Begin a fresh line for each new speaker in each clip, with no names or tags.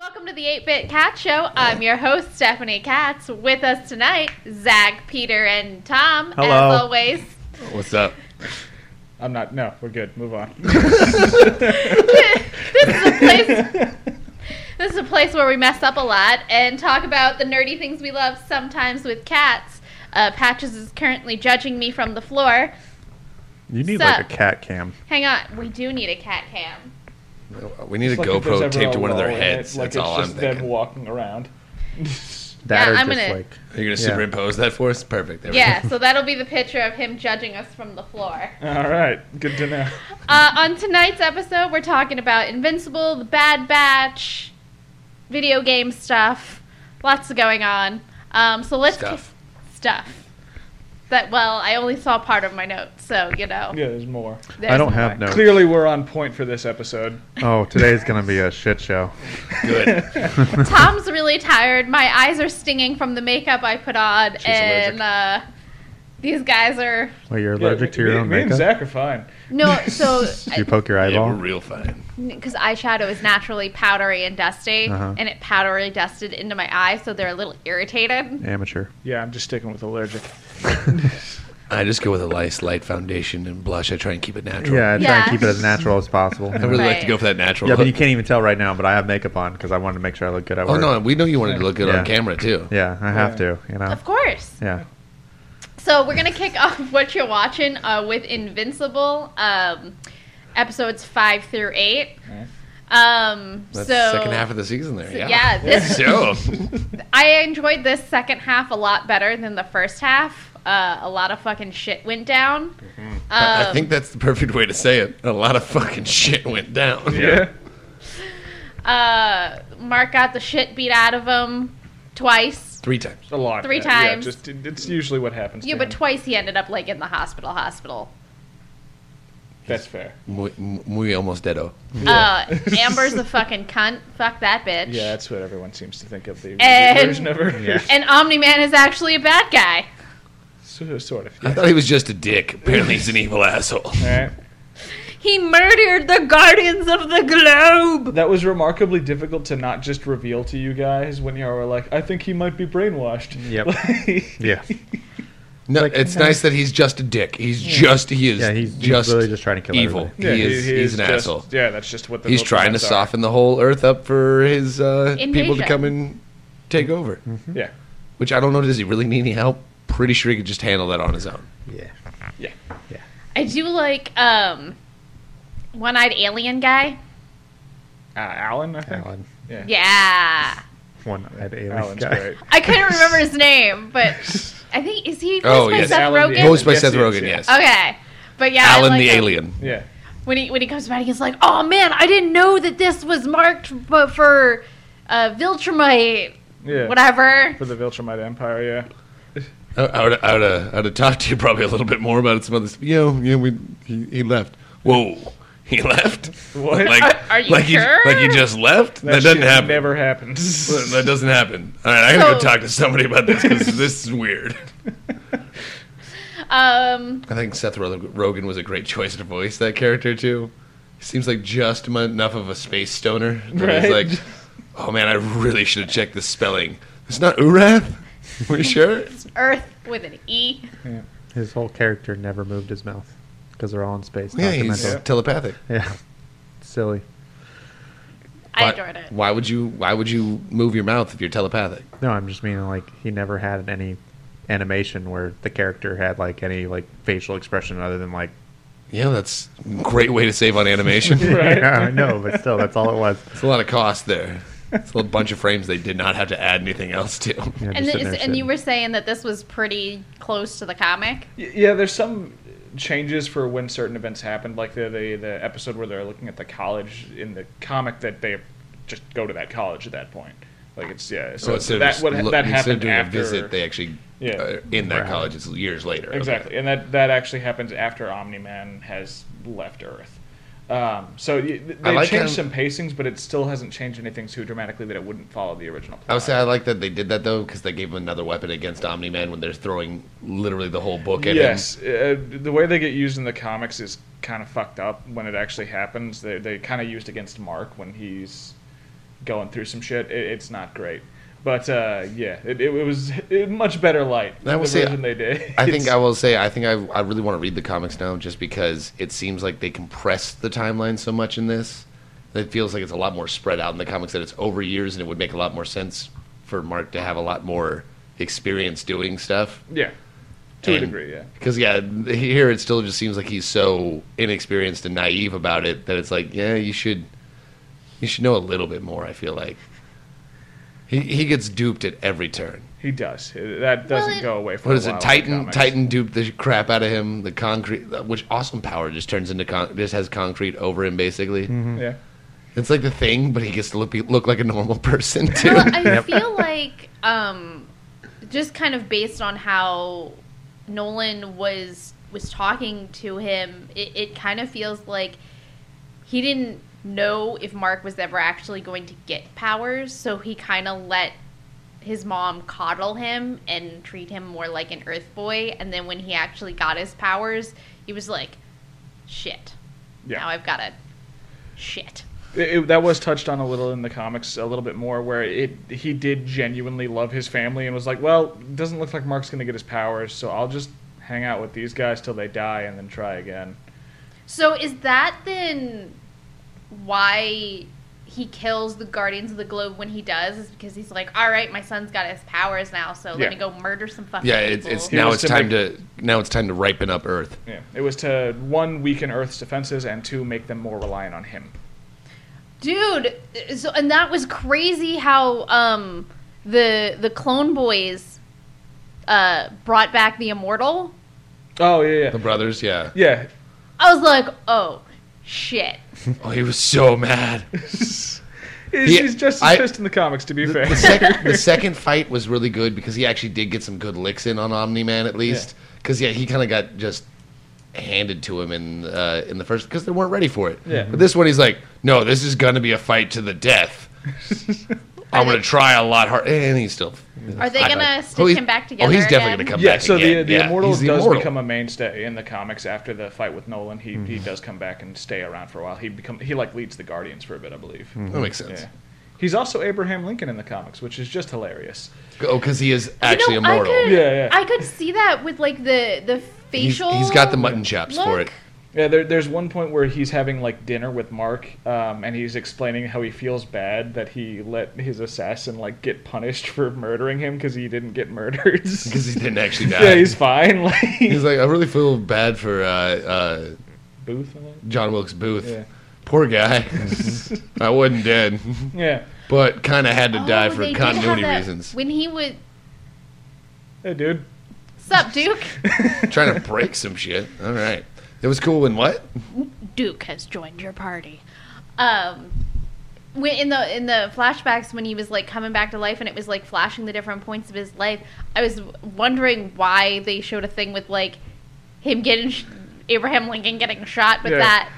Welcome to the 8 Bit Cat Show. I'm your host, Stephanie Katz. With us tonight, Zach, Peter, and Tom.
Hello.
As always,
What's up?
I'm not. No, we're good. Move on.
this is a place. This is a place where we mess up a lot and talk about the nerdy things we love. Sometimes with cats. Uh, Patches is currently judging me from the floor.
You need
Sup?
like a cat cam.
Hang on, we do need a cat cam.
We need a
It's like if there's
GoPro
ever
taped
a
to one of their
lull in it,
heads.
like
That's
it's
all I'm
just them
thinking.
walking around.
That
Yeah,
or
I'm
just
gonna-
like
Are you gonna
Yeah.
superimpose that for us? Perfect. There we
Yeah, so that'll be the picture of him judging us from the floor.
All right, good to know.
Uh, on tonight's episode, we're talking about Invincible, The Bad Batch, video game stuff. Lots going on. Um, so let's
Stuff.
stuff. That well, I only saw part of my notes, so you know.
Yeah, there's more.
there's
I don't
more.
have notes.
Clearly, we're on point for this episode.
Oh, today's gonna be a shit show.
go. Good.
Tom's really tired. My eyes are stinging from the makeup I put on,
allergic.
and uh, these guys are
Well, you're
Yeah,
allergic to your
me,
own
me and
makeup.
Zach are fine.
no. So
Do you poke your
Yeah, we're
eyeball?
real fine.
because eyeshadow is naturally powdery and dusty,
Uh-huh.
and it powdery dusted into my eyes, so they're a little irritated.
Amateur.
Yeah, I'm just sticking with allergic.
I just go with a nice light foundation and blush. I try and keep it natural.
Yeah, I try
Yeah.
and keep it as natural as possible.
I really
Right.
like to go for that natural.
Yeah, but you
look.
can't even tell right now. But I have makeup on because I wanted to make sure I look good at
Oh
work.
no, we know you wanted to look good
Yeah.
on camera too.
Yeah, I have
Yeah.
to. You know.
Of course.
Yeah.
So we're gonna kick off what you're watching uh, with Invincible, um, episodes five through eight.
Nice.
Um,
That's
so
the second half of the season there.
so-
Yeah.
yeah, this-
Oh.
so
I enjoyed this second half a lot better than the first half. Uh, a lot of fucking shit went down.
Mm-hmm. I I
Um,
think that's the perfect way to say it. A lot of fucking shit went down.
Yeah.
uh, Mark got the shit beat out of him twice.
Three times.
A lot.
Three
yeah, yeah,
times.
just it- it's usually what happens.
Yeah,
to
but
him.
twice he ended up like in the hospital. Hospital.
that's fair.
Muy, muy almost deado.
Uh, Amber's a fucking cunt. Fuck that bitch.
Yeah, that's what everyone seems to think of the
And-
version of her.
And Omni Man is actually a bad guy.
So- sort of.
I
Yeah.
thought he was just a dick. Apparently, he's an evil asshole.
All right.
He murdered the guardians of the globe.
That was remarkably difficult to not just reveal to you guys when you were like, I think he might be brainwashed.
Yep.
Like-
Yeah.
No, it's nice that he's just a dick. He's just he is
Yeah, he's- he's
just
literally just trying to kill
evil.
everybody.
Yeah,
he is he's
is
an
just-
asshole.
Yeah, that's just what the
He's
Viltrumites
trying to
are.
soften the whole earth up for his uh, people
Invasion.
to come and take over.
Mm-hmm.
Yeah,
Which I don't know. Does he really need any help? Pretty sure he could just handle that on his own.
Yeah.
yeah. Uh,
I do like um, one-eyed alien guy.
Uh, Alan, I think.
Alan,
Yeah,
Yeah,
one-eyed alien
Alan's
guy.
great.
I couldn't remember his name, but I think is he voiced
Oh,
by
yes.
Seth
Alan the
Rogen?
alien.
Voiced by
Yes,
Seth
he is,
Rogen,
yeah.
yes.
Okay, but yeah, I
Alan
like
the
him.
alien.
Yeah,
When he when he comes back, he's like, "Oh man, I didn't know that this was marked, but for uh, Viltrumite,
yeah.
whatever."
For the Viltrumite Empire, yeah.
I, I would I would, uh, I would have talked to you probably a little bit more about it some other. s- You know, yeah, we he, he left. Whoa, he left.
What?
Like,
Are- are you
like
sure?
He, like he just left. That, doesn't
shit
happen.
Never happens.
That that doesn't happen. All right, I gotta go
So-
talk to somebody about this because this is weird.
Um,
I think Seth Rog- Rogen was a great choice to voice that character too. He seems like just m- enough of a space stoner. That
Right.
He's like, oh man, I really should have checked the spelling. It's not Urath. We sure?
Earth with an E.
His whole character never moved his mouth because they're all in space.
yeah, he's
documented.
telepathic.
yeah. Silly.
I
Why-
enjoyed it.
Why would you? Why would you move your mouth if you're telepathic?
No, I'm just meaning like he never had any animation where the character had like any like facial expression other than like
Yeah, that's a great way to save on animation.
Right.
yeah, I know, but still that's all it was.
It's a lot of cost there. It's a little bunch of frames they did not have to add anything else to.
Yeah,
And,
just
this,
sitting there
and you
sitting.
were saying that this was pretty close to the comic.
Y- Yeah, there's some changes for when certain events happen, like the, the the episode where they're looking at the college in the comic that they just go to that college at that point. Like it's yeah. So,
instead of
that
Oh, just
what
look-
that
instead of
happened
doing
after
a visit, they actually
Yeah.
are in that
Right.
college. It's years later. Okay.
Exactly, and that that actually happens after Omni Man has left Earth. Um, so y- th-
I
they
like
changed
how-
some pacings, but it still hasn't changed anything too dramatically that it wouldn't follow the original plot.
I would say I like that they did that though because they gave him another weapon against Omni Man when they're throwing literally the whole book at him.
yes, uh, the way they get used in the comics is kind of fucked up when it actually happens. They they kind of used against Mark when he's going through some shit. It, it's not great. But uh, yeah, it, it was it, much better light.
I will
the
say,
version they did.
I think
It's-
I will say I think I, I really want to read the comics now just because it seems like they compress the timeline so much in this that it feels like it's a lot more spread out in the comics that it's over years and it would make a lot more sense for Mark to have a lot more experience doing stuff
yeah, to a
And-
degree, yeah.
because yeah here it still just seems like he's so inexperienced and naive about it that it's like yeah you should you should know a little bit more I feel like he he gets duped at every turn
He does. That doesn't
it-
go away for
what
a
is it?
while in the
Titan.
comics.
Titan duped the crap out of him. The concrete, which awesome power just turns into con- just has concrete over him. Basically,
Yeah.
it's like the thing, but he gets to look look like a normal person too.
Well, I
Yep.
feel like um, just kind of based on how Nolan was was talking to him, it, it kind of feels like he didn't know if Mark was ever actually going to get powers, so he kind of let his mom coddle him and treat him more like an Earth boy. And then when he actually got his powers, he was like, "Shit,
Yeah.
now I've got to shit."
It, it- that was touched on a little in the comics, a little bit more, where it he did genuinely love his family and was like, well, it doesn't look like Mark's gonna get his powers, so I'll just hang out with these guys till they die and then try again.
So is that then why he kills the Guardians of the Globe when he does? Is because he's like, all right, my son's got his powers now, so
Yeah.
let me go murder some fucking
yeah, it's,
people.
it's
He
now
was
it's
to
time
make-
to now it's time to ripen up Earth.
Yeah. It was to one weaken Earth's defenses and two make them more reliant on him.
dude. So and that was crazy how um the the Clone Boys uh brought back the Immortal.
Oh yeah,
The
yeah,
brothers, yeah.
yeah.
I was like, oh shit.
Oh, he was so mad.
he's,
He-
he's just
I-
as pissed in the comics, to be
The,
fair.
the sec- the second fight was really good because he actually did get some good licks in on Omni Man at least. Because yeah. he kind of got just handed to him in uh, in the first because they weren't ready for it.
Yeah.
But this one, he's like, no, this is gonna be a fight to the death. I'm gonna try a lot hard, and he's still.
Are they
high
gonna
five.
stitch
he's-
him back
Oh,
together
he's definitely
again?
gonna come
yeah,
back.
so the
again.
the
yeah,
immortal
he's the
does
immortal.
become a mainstay in the comics after the fight with Nolan. He he
Mm-hmm.
does come back and stay around for a while. He become he like leads the Guardians for a bit, I believe.
That makes sense.
Yeah. He's also Abraham Lincoln in the comics, which is just hilarious.
Oh, because he is actually
you know,
immortal.
I could,
Yeah, yeah.
I could see that with like the the
He's-
facial.
he's got the mutton chops for it.
look.
Yeah, there, there's one point where he's having like dinner with Mark, um, and he's explaining how he feels bad that he let his assassin like get punished for murdering him because he didn't get murdered.
Because he didn't actually die.
yeah, he's fine. Like
He's like, I really feel bad for uh, uh,
Booth. I think?
John Wilkes Booth.
Yeah.
Poor guy. I wasn't dead,
Yeah,
but kind of had to die
Oh, they
for
did
continuity
have that-
reasons.
When he would,
hey, dude.
sup, Duke?
Trying to break some shit. All right. It was cool when what?
Duke has joined your party. Um, when in the in the flashbacks when he was like coming back to life and it was like flashing the different points of his life, I was wondering why they showed a thing with like him getting sh- Abraham Lincoln getting shot, but
Yeah.
that.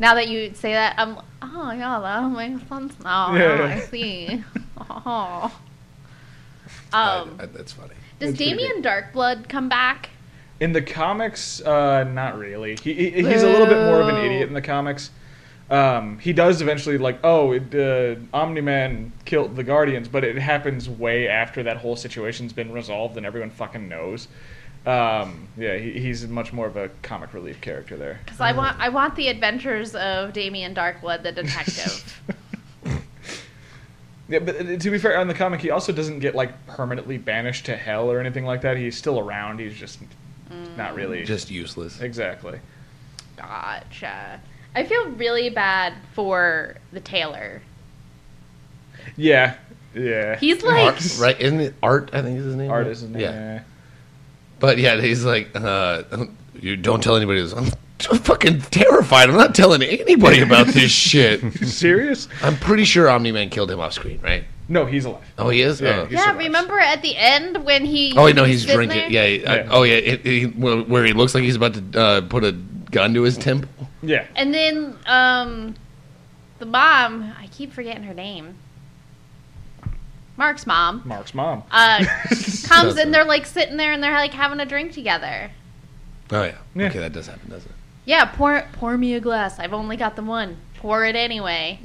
Now that you say that, I'm oh yeah, that makes sense now.
Yeah.
Now I see. Oh.
I-
Um,
I- that's funny.
does
That's pretty
Damien Darkblood come back?
In the comics, uh, not really. He, he he's a little bit more of an
Boo.
idiot in the comics. Um, he does eventually like, oh, it, uh, Omni Man killed the Guardians, but it happens way after that whole situation's been resolved and everyone fucking knows. Um, yeah, he, he's much more of a comic relief character there.
Because I want I want the adventures of Damien Darkblood, the detective.
Yeah, but uh, to be fair, on the comic, he also doesn't get like permanently banished to hell or anything like that. He's still around. He's just not really
Just useless.
exactly.
gotcha. I feel really bad for the tailor.
Yeah, yeah.
He's like,
Art, right? Isn't it Art? I think is his name.
Art isn't
Yeah.
yeah.
But yeah, he's like, uh, you don't tell anybody this. I'm t- fucking terrified. I'm not telling anybody about this shit.
Serious?
I'm pretty sure Omni Man killed him off screen, right?
No, he's alive.
Oh, he is.
Yeah,
oh.
he's-
yeah.
survives.
Remember at the end when he?
Oh wait, no, he's
sitting
drinking. Yeah,
there?
he- I-
Yeah.
Oh yeah, it, it, where where he looks like he's about to uh, put a gun to his temple.
Yeah.
And then um, the mom. I keep forgetting her name. Mark's mom.
Mark's mom.
Uh, comes
Doesn't.
and they're like sitting there and they're like having a drink together.
Oh yeah.
Yeah.
Okay, that does happen, doesn't it?
Yeah, pour pour me a glass. I've only got the one. Pour it anyway.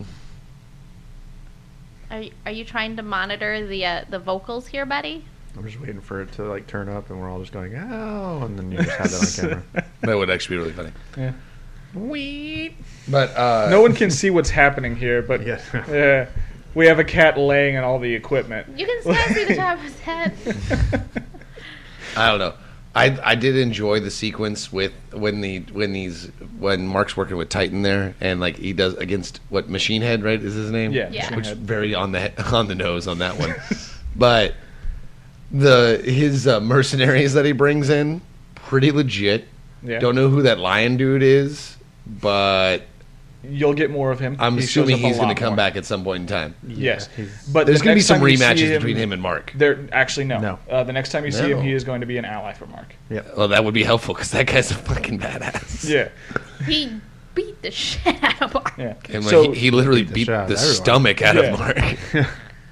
Are you, are you trying to monitor the uh, the vocals here, buddy?
I'm just waiting for it to like turn up, and we're all just going oh, and then you just have that on camera.
That would actually be really funny.
Yeah.
Wheat.
But uh,
No one can see what's happening here, but
Yeah.
yeah, we have a cat laying on all the equipment.
You can still see the top of his head.
I don't know. I I did enjoy the sequence with when the when these when Mark's working with Titan there and like he does against what Machine Head right is his name
Yeah,
Yeah.
Machine
which
Head.
very on the he- on the nose on that one, but the his uh, mercenaries that he brings in pretty legit.
Yeah.
Don't know who that lion dude is, but
You'll get more of him.
I'm
He shows
assuming
up a
he's going
lot
to come
more.
back at some point in time.
Yes,
Yeah, he's-
but
There's
the
going to be
next
some
time you see
rematches between him and Mark.
There actually no.
No.
Uh, the next time you see him,
No.
he is going to be an ally for Mark.
Well, that would be helpful because that guy's a fucking badass.
Yeah,
He beat the shit out of Mark.
yeah.
And like,
so
he, he literally
the
beat
shit out of
the
everyone.
stomach out
Yeah.
of Mark.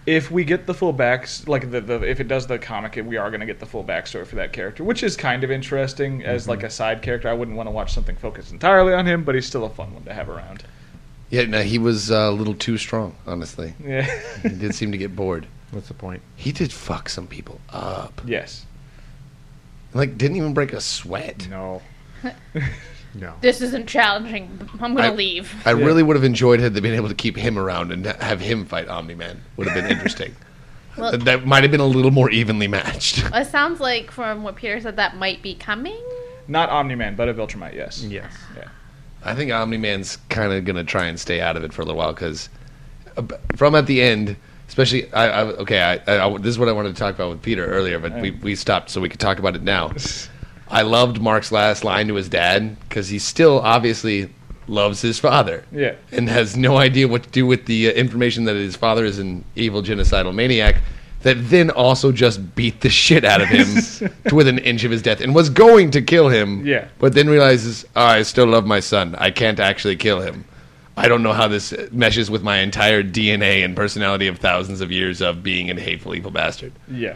if we get the full backs, like the, the if it does the comic, we are going to get the full backstory for that character, which is kind of interesting as like a side character. I wouldn't want to watch something focused entirely on him, but he's still a fun one to have around.
Yeah, no, he was uh, a little too strong, honestly.
Yeah.
He did seem to get bored.
What's the point?
He did fuck some people up.
yes.
Like, didn't even break a sweat.
No.
No.
This isn't challenging. I'm gonna
I-
leave.
I
Yeah.
really would have enjoyed had they been able to keep him around and have him fight Omni Man. Would have been interesting.
Well-
that might have been a little more evenly matched.
It Uh, sounds like from what Peter said that might be coming.
Not Omni Man, but a Viltrumite. Yes.
Yes.
I think Omni Man's kind of going to try and stay out of it for a little while because from at the end, especially, I, I okay, I, I, I- this is what I wanted to talk about with Peter earlier, but we, we stopped so we could talk about it now. I loved Mark's last line to his dad because he still obviously loves his father
Yeah.
and has no idea what to do with the uh, information that his father is an evil genocidal maniac that then also just beat the shit out of him to within an inch of his death and was going to kill him.
Yeah.
But then realizes, oh, I still love my son. I can't actually kill him. I don't know how this meshes with my entire DNA and personality of thousands of years of being a hateful, evil bastard.
Yeah.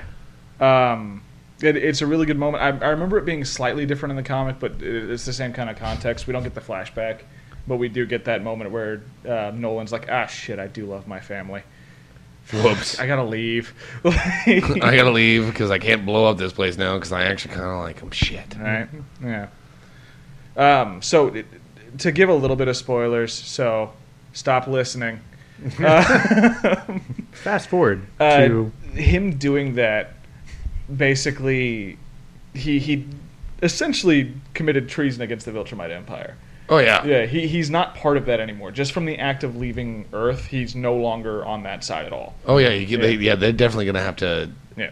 Um, it, it's a really good moment. I, I remember it being slightly different in the comic, but it, it's the same kind of context. We don't get the flashback, but we do get that moment where uh, Nolan's like, ah, shit, I do love my family.
Whoops.
I
I
gotta leave.
gotta leave because I can't blow up this place now because I actually kind of like him. Shit.
right? Yeah. Um, so, it, to give a little bit of spoilers, so stop listening.
Fast forward
Uh,
to
him doing that basically he he essentially committed treason against the Viltrumite Empire.
Oh, yeah.
Yeah, he, he's not part of that anymore. Just from the act of leaving Earth, he's no longer on that side at all.
Oh, yeah. You, get- They, yeah. They're definitely gonna have to
Yeah.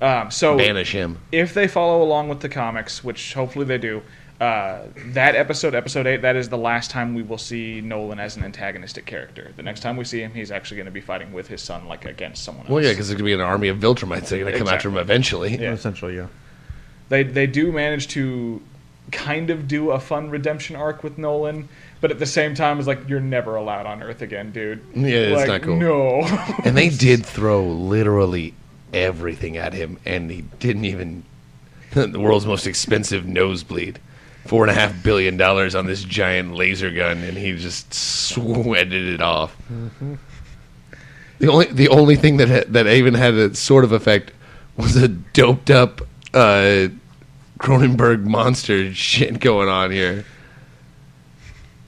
Um, so
banish him.
if they follow along with the comics, which hopefully they do, uh, that episode, episode eight, that is the last time we will see Nolan as an antagonistic character. The next time we see him, he's actually going to be fighting with his son, like against someone else.
Well, yeah, because there's gonna be an army of Viltrumites that are gonna come after him eventually.
yeah.
essentially, yeah.
they they do manage to kind of do a fun redemption arc with Nolan, but at the same time, it's like you're never allowed on Earth again, dude.
Yeah, it's
Like,
not cool.
No.
And they did throw literally everything at him, and he didn't even. the world's most expensive nosebleed. Four and a half billion dollars on this giant laser gun, and he just sweated it off. The only the only thing that ha- that even had a sort of effect was a doped up uh, Cronenberg monster shit going on here,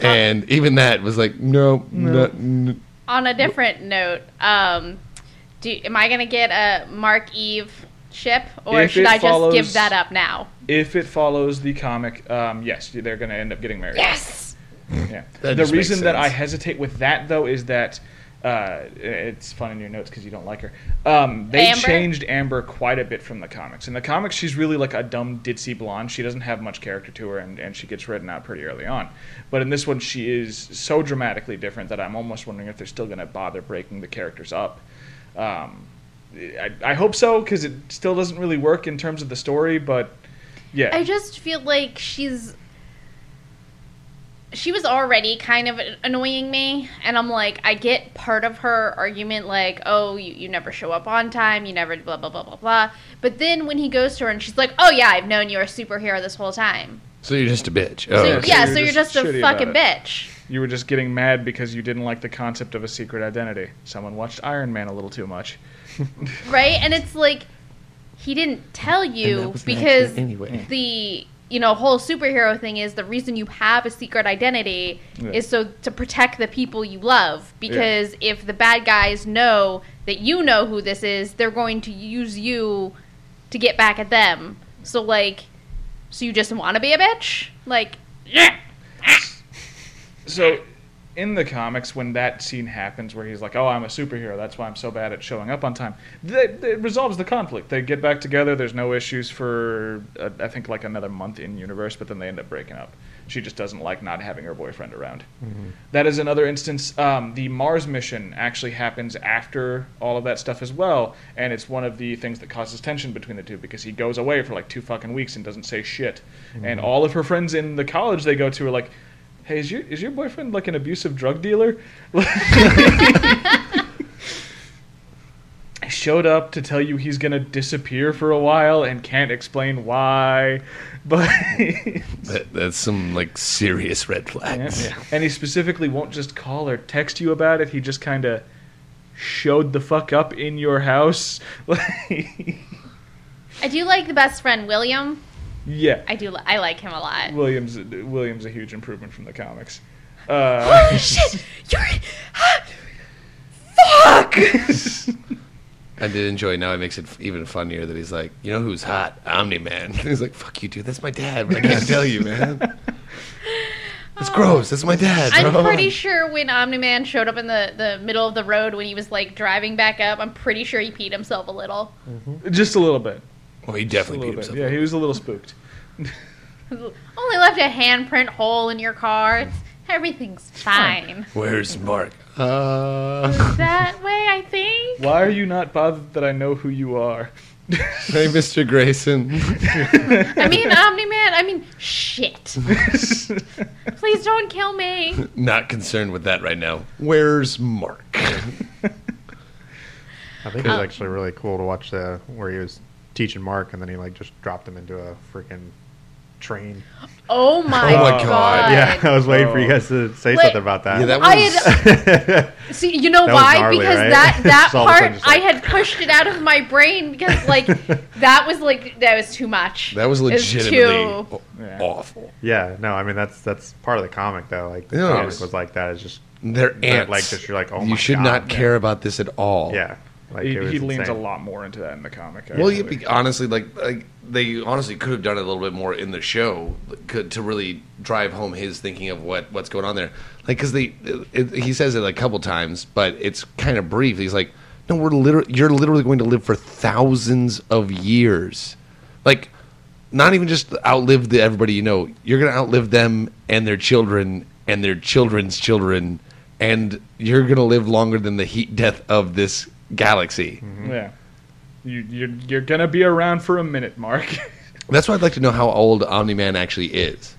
and even that was like no, no. n-
On a different note, um, do am I gonna get a Mark Eve ship, or
If
should
it
I just give
follows-
that up now?
if it follows the comic, um, yes, they're going to end up getting married.
Yes.
Yeah.
That
the
just makes
reason that I
sense.
hesitate with that though is that uh, it's fun in your notes because you don't like her. Um, they
Amber?
changed Amber quite a bit from the comics. In the comics, she's really like a dumb ditzy blonde. She doesn't have much character to her, and, and she gets written out pretty early on. But in this one, she is so dramatically different that I'm almost wondering if they're still going to bother breaking the characters up. Um, I, I hope so because it still doesn't really work in terms of the story, but yeah,
I just feel like she's. She was already kind of annoying me, and I'm like, I get part of her argument, like, oh, you, you never show up on time, you never blah, blah, blah, blah, blah. But then when he goes to her and she's like, oh, yeah, I've known you're a superhero this whole time.
So you're just a bitch.
So,
Oh,
yeah,
okay.
so you're
so you're
just
just, a
shitty about
fucking
it.
bitch.
You were just getting mad because you didn't like the concept of a secret identity. Someone watched Iron Man a little too much.
right? And it's like he didn't tell
And that
you
was an
because
accident anyway.
the you know whole superhero thing is the reason you have a secret identity
Yeah.
is so to protect the people you love because if the bad guys know that you know who this is they're going to use you to get back at them so like so you just want to be a bitch like yeah
So, in the comics, when that scene happens where he's like, "Oh, I'm a superhero. That's why I'm so bad at showing up on time," that, that resolves the conflict. They get back together. There's no issues for uh, I think like another month in universe, but then they end up breaking up. She just doesn't like not having her boyfriend around. That is another instance. Um, the Mars mission actually happens after all of that stuff as well, and it's one of the things that causes tension between the two because he goes away for like two fucking weeks and doesn't say shit, and all of her friends in the college they go to are like. Hey, is your is your boyfriend like an abusive drug dealer? Showed up to tell you he's gonna disappear for a while and can't explain why, but
That, that's some like serious red flags.
and he specifically won't just call or text you about it. He just kind of showed the fuck up in your house.
i do like the best friend william
yeah,
i do li- i like him a lot
Williams Williams a huge improvement from the comics. Uh,
holy Oh, shit you're
I did enjoy. Now it makes it f- even funnier that he's like, you know who's hot? Omni Man. he's like, fuck you, dude. That's my dad. But I can't tell you, man. It's gross. That's my dad. bro."
I'm pretty sure when Omni Man showed up in the, the middle of the road when he was like driving back up, I'm pretty sure he peed himself a little.
just a little bit,
Well, he
a
definitely
little
beat
bit.
himself.
Yeah, he was a little spooked.
Only left a handprint hole in your car. It's, everything's fine.
Where's Mark? Uh,
that way, I think.
Why are you not bothered that I know who you are?
hey, Mr. Grayson.
I mean, Omni Man, I mean, shit. Please don't kill me.
Not concerned with that right now. Where's Mark?
I think it was
Uh,
actually really cool to watch the where he was teaching Mark, and then he like just dropped him into a freaking train.
Oh my,
Oh my
god.
God.
yeah, I was waiting for you
Oh.
guys to say
Wait.
something about that.
Yeah, that
I
was.
had- See, you know
That was
why?
gnarly,
because
right?
that that
Just all of a
part
sudden just
I
like-
had pushed it out of my brain because like that was like that was too much.
That was
It too-
legitimately aw-
Yeah.
awful.
yeah, no, I mean that's that's part of the comic though. Like the
Yeah.
comic was like that. It's just
They're
that,
ants.
like just you're like, oh my
you should
God,
not
man.
care about this at all.
yeah. Like
he,
it was
he leans
insane.
a lot more into that in the comic. I
Well, you
believe.
be, honestly, like, like they honestly could have done it a little bit more in the show could, to really drive home his thinking of what what's going on there. Like, because they it, he says it a couple times, but it's kind of brief. He's like, "No, we're literally you're literally going to live for thousands of years, like." Not even just outlive the everybody you know. You're gonna outlive them and their children and their children's children, and you're gonna live longer than the heat death of this galaxy.
yeah, you, you're you're gonna be around for a minute, Mark.
That's why I'd like to know how old Omni Man actually is.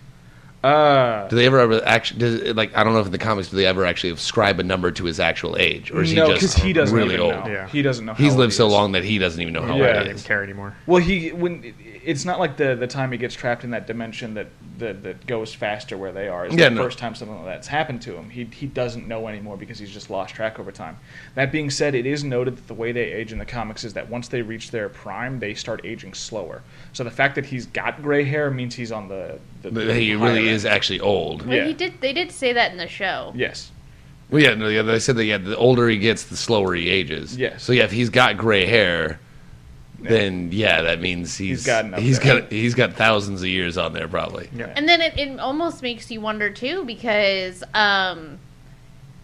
Uh,
Do they ever, ever actually? Does, like, I don't know if in the comics do they ever actually ascribe a number to his actual age, or is
no,
he just
he doesn't
really
even
old?
know.
Yeah.
He doesn't know. how
He's
old
lived
he
so
is.
long that he doesn't even know how
Yeah.
I
old he
didn't
is.
care anymore.
Well, he when it's not like the the time he gets trapped in that dimension that that, that goes faster where they are. It's
Yeah,
the
no.
first time something like that's happened to him. He he doesn't know anymore because he's just lost track over time. That being said, it is noted that the way they age in the comics is that once they reach their prime, they start aging slower. So the fact that he's got gray hair means he's on the, the,
But He
higher
really
end.
is actually old.
Well,
Yeah.
he did. They did say that in the show.
Yes.
Well, yeah, no, yeah, they said that. Yeah, the older he gets, the slower he ages.
Yes.
So yeah, if he's got gray hair, then yeah, that means he's
He's gotten up
he's
there.
got he's got thousands of years on there probably.
And then it, it almost makes you wonder too, because um,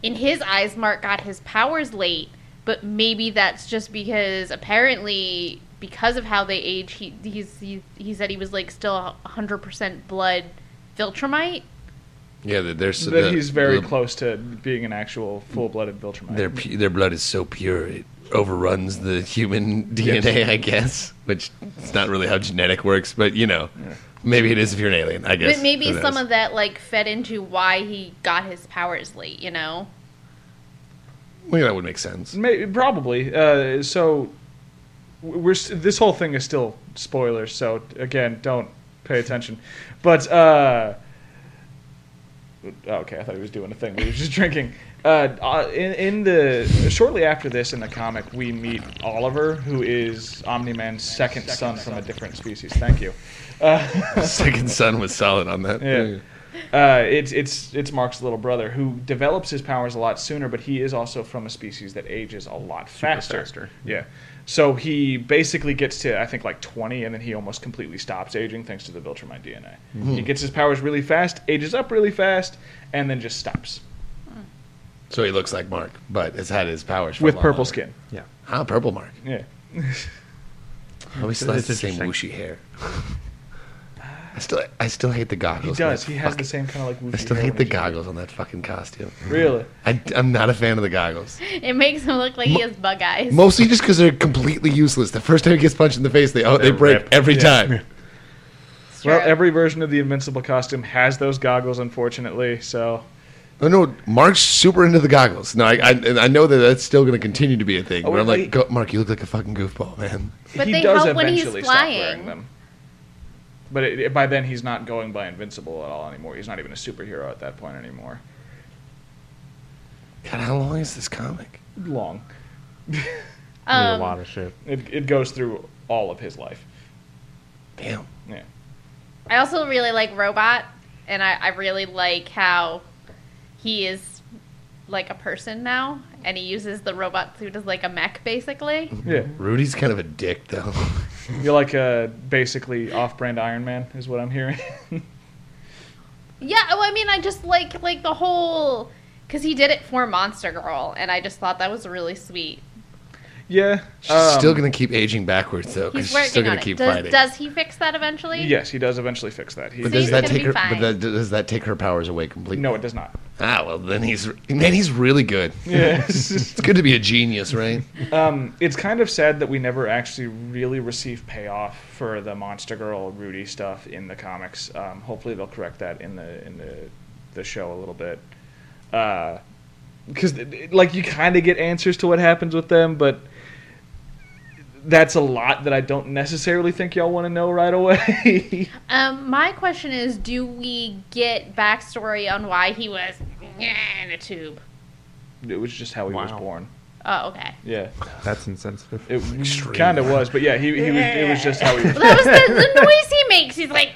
in his eyes, Mark got his powers late, but maybe that's just because apparently because of how they age, he he's, he he said he was like still hundred percent blood Viltrumite.
Yeah, that there's
that he's very
the-
close to being an actual full-blooded Viltrumite.
their pu- their blood is so pure it overruns the human DNA, I guess. Which it's not really how genetic works, but you know, maybe it is if you're an alien. I guess.
But maybe
Who knows?
some of that like fed into why he got his powers late. You know,
Well, that would make sense.
Maybe, probably. Uh, so w- we're s- this whole thing is still spoilers. So again, don't pay attention. But uh, Oh, okay, I thought he was doing a thing. where He was just drinking. Uh, uh, in, in the shortly after this in the comic, we meet Oliver, who is Omni Man's second son from a different species. Thank you. Uh,
Second son was solid on that.
Yeah. Uh, it's it's it's Mark's little brother who develops his powers a lot sooner, but he is also from a species that ages a lot faster.
faster.
Yeah. So he basically gets to I think like 20, and then he almost completely stops aging thanks to the Viltrumite DNA. He gets his powers really fast, ages up really fast, and then just stops
So he looks like Mark, but has had his powers for a
with
lot longer.
purple skin. Hmm.
Yeah.
Ah, purple Mark.
Yeah.
Oh, he still has the
That's
same
interesting.
whooshy hair. I still, I still hate the
He
goggles. on
does.
that
He has
fucking-
the same kind of like.
I still
woofy hair
hate the
when he's-
goggles on that fucking costume.
Really?
I, am not a fan of the goggles.
It makes him look like he has bug eyes.
Mostly just because they're completely useless. The first time he gets punched in the face, they oh, they
They're
break
ripped.
every
Yeah.
time.
It's
Well,
true.
every version of the Invincible costume has those goggles, unfortunately. So
Oh no, Mark's super into the goggles. No, I I, and I know that that's still going to continue to be a thing.
Oh,
but I'm
wait,
like, Go, Mark, you look like a fucking goofball, man.
But
he
they
does
help when he's
eventually stop wearing
flying.
them. But it, it- by then, he's not going by Invincible at all anymore. He's not even a superhero at that point anymore.
God, how long is this comic?
Long.
Um,
a lot of shit.
It, it goes through all of his life.
Damn.
Yeah.
I also really like Robot, and I, I really like how he is like a person now, and he uses the robot suit as like a mech, basically.
Mm-hmm.
Yeah.
Rudy's kind of a dick, though.
You're like a basically off-brand Iron Man, is what I'm hearing.
Yeah, well, I mean, I just like like the whole because he did it for Monster Girl, and I just thought that was really sweet.
yeah.
She's
um,
still going to keep aging backwards, though, because
He's
she's still
working
going
on
to
it.
keep
Does,
fighting.
does he fix that eventually?
Yes, he does eventually fix that. He,
but
So
does
he's
that
gonna
take
be
her? But
fine.
that, does that take her powers away completely?
no, it does not.
Ah, well, then he's man. He's really good.
Yes.
It's good to be a genius, right?
Um, it's kind of sad that we never actually really receive payoff for the Monster Girl Rudy stuff in the comics. Um, hopefully, they'll correct that in the in the the show a little bit, Uh, because like you kind of get answers to what happens with them, but that's a lot that I don't necessarily think y'all want to know right away.
Um, my question is, do we get backstory on why he was in a tube?
it was just how he was
Wow.
born.
Oh, okay.
Yeah,
That's insensitive.
it
Extreme.
kind of was, but yeah, he, he was. It was just how he was.
Well, that was the, the noise he makes. He's like,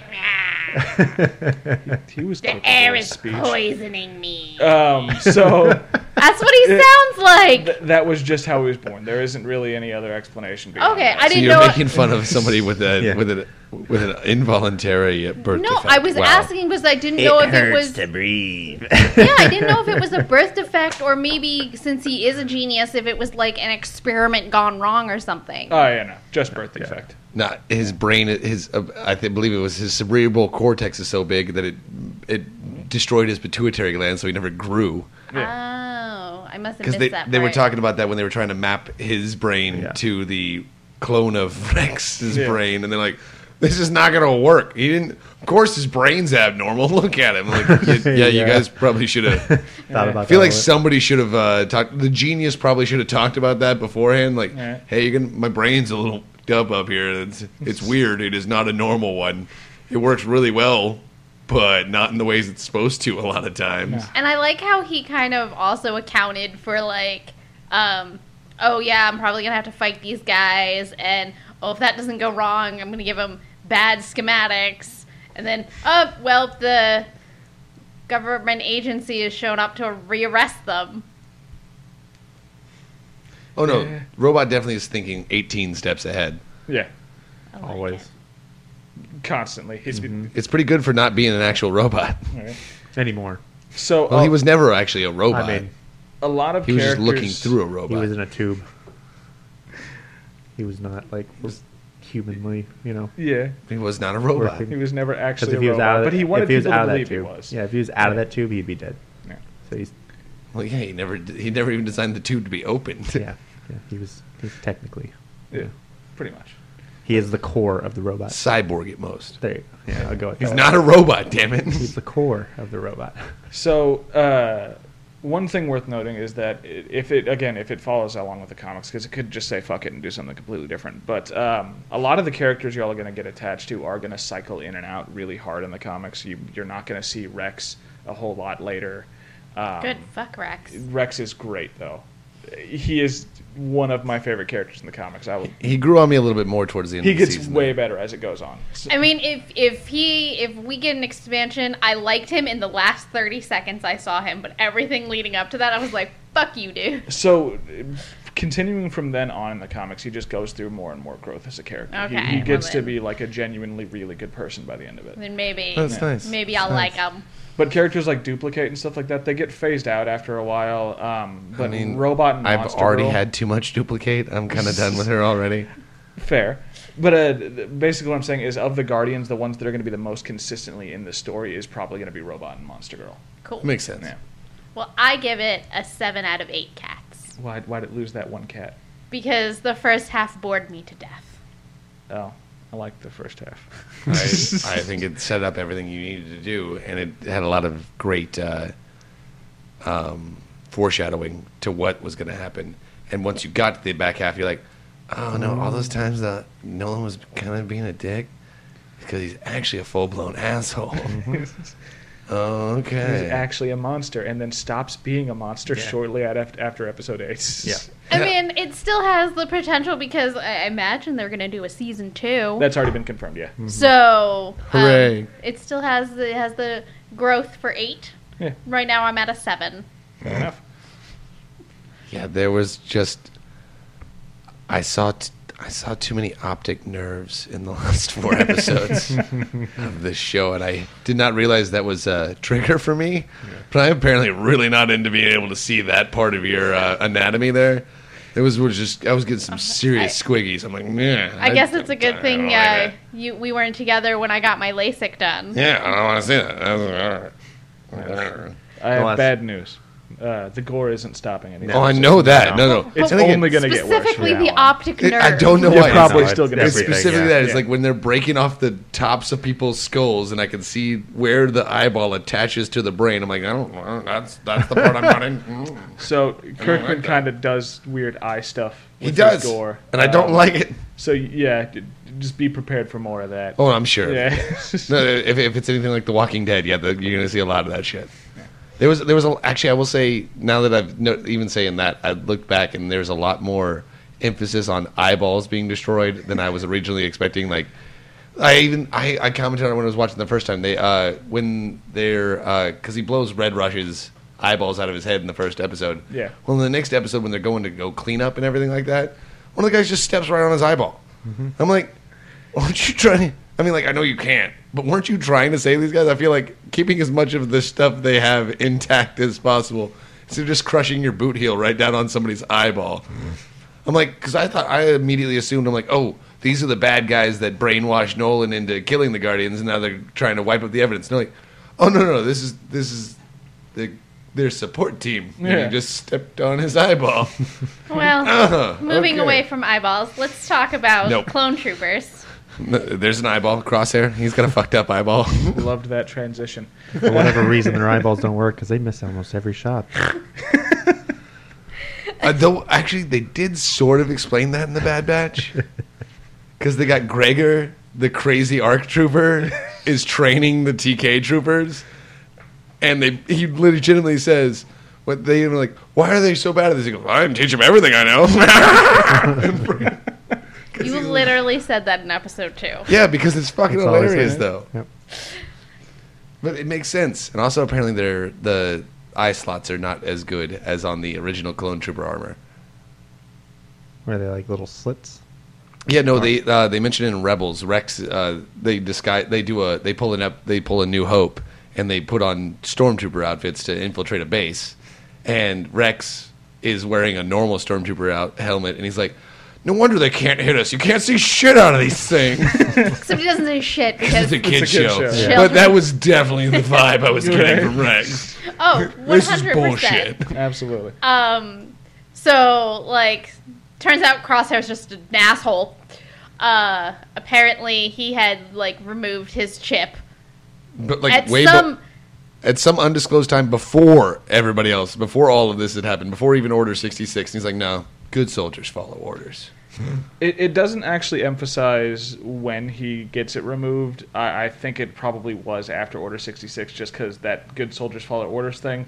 "Nah,
He was
the
capable
air
of
is
speech.
poisoning Uh, me.
Um, so.
That's what he
it-
sounds like.
Th- that was just how he was born. There isn't really any other explanation. Beyond
Okay,
that.
So
I didn't
you're
know.
making fun of somebody with a
Yeah.
with an with an involuntary uh, birth
no,
defect.
I was
Wow.
asking because I didn't know if it was.
breathe.
Yeah, I didn't know if it was a birth defect or maybe since he is a genius, if it was like an experiment gone wrong or something.
Oh yeah, no, just birth defect.
No, his brain, his uh, I th- believe it was his cerebral cortex is so big that it it destroyed his pituitary gland, so he never grew.
oh, I must have
Because
missed
they
that.
they were
part.
talking about that when they were trying to map his brain
Yeah.
to the clone of Rex's
Yeah.
brain, and they're like, "This is not going to work." He didn't. Of course, his brain's abnormal. Look at him. Like, yeah, you
Yeah.
guys probably should have.
Thought about
I feel
that
like
a little.
somebody should have uh, talked. The genius probably should have talked about that beforehand. Like,
Yeah.
hey, you can, my brain's a little f***ed up up here. It's, it's weird. It is not a normal one. It works really well, but not in the ways it's supposed to a lot of times.
And I like how he kind of also accounted for like, um, oh yeah, I'm probably gonna have to fight these guys, and oh if that doesn't go wrong, I'm gonna give them bad schematics, and then oh well the government agency has shown up to rearrest them.
Oh no,
Yeah.
robot definitely is thinking 18 steps ahead.
Yeah,
I like
Always.
constantly. He's
Mm-hmm.
It's pretty good for not being an actual robot.
Alright.
Anymore.
so.
Well,
uh,
he was never actually a robot.
I mean,
a lot of
he was just
characters.
looking through a
he
robot.
was in a tube. He was not like humanly, you know.
Yeah,
He was not a robot.
Working.
he was never
Because
actually
if
a
he was
robot,
out of,
but he wanted
if he was
people
out
to
of that
believe he
tube,
was.
yeah, if he was out of that tube, he'd be dead.
Yeah.
So he's
Well, yeah, he never he never even designed the tube to be opened.
yeah, yeah he was he's technically
Yeah, pretty much.
he is the core of the robot.
Cyborg at most.
There, you go. yeah, I'll go with
He's
that.
not a robot, damn it.
He's the core of the robot.
So, uh, one thing worth noting is that i- if it again, if it follows along with the comics, because it could just say fuck it and do something completely different. But um, a lot of the characters y'all are going to get attached to are going to cycle in and out really hard in the comics. You, you're not going to see Rex a whole lot later. Um,
Good. Fuck Rex.
Rex is great though. He is one of my favorite characters in the comics. I will.
He grew on me a little bit more towards the end
He
of the
gets
season.
way better as it goes on. So-
I mean, if if he if we get an expansion, I liked him in the last thirty seconds I saw him, but everything leading up to that, I was like, "Fuck you, dude."
So, uh, continuing from then on in the comics, he just goes through more and more growth as a character. He-
Okay,
he,
well
gets to
then.
be like a genuinely really good person by the end of it.
Then maybe
That's nice.
maybe I'll like
That's
him.
But characters like Duplicate and stuff like that, they get phased out after a while. Um, but
I mean,
Robot and
I've
Monster
already
Girl-
had too much duplicate. I'm kind of done with her already.
Fair. But uh, th- basically, what I'm saying is, of the Guardians, the ones that are going to be the most consistently in the story is probably going to be Robot and Monster Girl.
Cool.
Makes sense.
Yeah.
Well, I give it a seven out of eight cats
Why why'd it lose that one cat?
because the first half bored me to death.
Oh, I like the first half.
I, I think it set up everything you needed to do, and it had a lot of great uh, um, foreshadowing to what was going to happen. And once you got to the back half, you're like, oh no, all those times that Nolan was kind of being a dick because he's actually a full blown asshole.
Mm-hmm. He's
okay.
actually a monster, and then stops being a monster shortly at, af- after episode eight.
Yeah.
I
Yeah.
mean, it still has the potential because I imagine they're gonna do a season two.
That's already been confirmed, yeah.
Mm-hmm.
so um,
Hooray.
it still has the it has the growth for eight.
Yeah.
Right now, I'm at a seven.
Fair enough.
Yeah, there was just I saw t- I saw too many optic nerves in the last four episodes of this show, and I did not realize that was a trigger for me. But I'm apparently really not into being able to see that part of your uh, anatomy there. It was, was just I was getting some serious squiggies. I'm like, yeah.
Uh-huh. I, guess it's a good
I
thing
don't
uh,
like that.
you we weren't together when I got my LASIK done.
Yeah, I don't want to see that. That's-
I have
Unless-
bad news. Uh, the gore isn't stopping anything.
Oh, I know that. No, no.
It's
I think it-
only going to get worse.
Specifically,
from
the
now on.
optic
It-
nerve.
I don't know
You're
why. it's
probably
not.
still gonna
It's
be everything,
specifically
yeah.
that. It's
Yeah.
like when they're breaking off the tops of people's skulls, and I can see where the eyeball attaches to the brain. I'm like, I don't. know. That's that's the part I'm not in. Mm.
So Kirkman
that.
kind of does weird eye stuff.
He
with
does,
his gore,
and I don't
Um,
like it.
So yeah, d- d- just be prepared for more of that.
Oh, I'm sure.
Yeah.
No, if, if it's anything like The Walking Dead, yeah, the, you're gonna see a lot of that shit. There was there was a, actually I will say now that I've no, even saying that I look back and there's a lot more emphasis on eyeballs being destroyed than I was originally expecting. Like I even I, I commented on it when I was watching the first time they uh, when they're because he blows Red Rush's eyeballs out of his head in the first episode.
Yeah.
Well, in the next episode when they're going to go clean up and everything like that, one of the guys just steps right on his eyeball. I'm like, aren't you trying? I mean, like I know you can't, but weren't you trying to save these guys? I feel like keeping as much of the stuff they have intact as possible instead of just crushing your boot heel right down on somebody's eyeball. I'm like, because I thought I immediately assumed I'm like, oh, these are the bad guys that brainwashed Nolan into killing the Guardians, and now they're trying to wipe up the evidence. No, like, oh no, no, this is this is the, their support team. And
Yeah.
you just stepped on his eyeball.
Well,
Uh,
moving
okay.
away from eyeballs, let's talk about
Nope.
clone troopers.
There's an eyeball crosshair. He's got a fucked up eyeball.
Loved that transition.
For whatever reason, their eyeballs don't work because they miss almost every shot.
Uh, though actually, they did sort of explain that in the Bad Batch, because they got Gregor, the crazy ARC trooper, is training the TK troopers, and they he legitimately says. What they were like? Why are they so bad at this? He goes, I teach them everything I know.
You literally said that in episode two.
yeah, because it's fucking
It's always
hilarious,
there.
though.
Yep.
But it makes sense, and also apparently their the eye slots are not as good as on the original clone trooper armor.
Were they like little slits?
Yeah, no, they uh, they mention in Rebels Rex. Uh, they disguise. They do a. They pull an up. They pull a New Hope, and they put on stormtrooper outfits to infiltrate a base. And Rex is wearing a normal stormtrooper out helmet, and he's like, "No wonder they can't hit us. You can't see shit out of these things."
Except he doesn't say shit
it's
because
a kid
kid
show,
show.
Yeah.
but that was definitely the vibe I was getting from Rex.
oh, one
This is
hundred
bullshit.
percent.
Absolutely.
Um, so like, turns out Crosshair's just an asshole. Uh, apparently he had like removed his chip
But like
at
way be-
some.
at some undisclosed time before everybody else, before all of this had happened, before even Order 66. And he's like, no, Good soldiers follow orders.
It, it doesn't actually emphasize when he gets it removed. I, I think it probably was after Order 66, just because that good soldiers follow orders thing,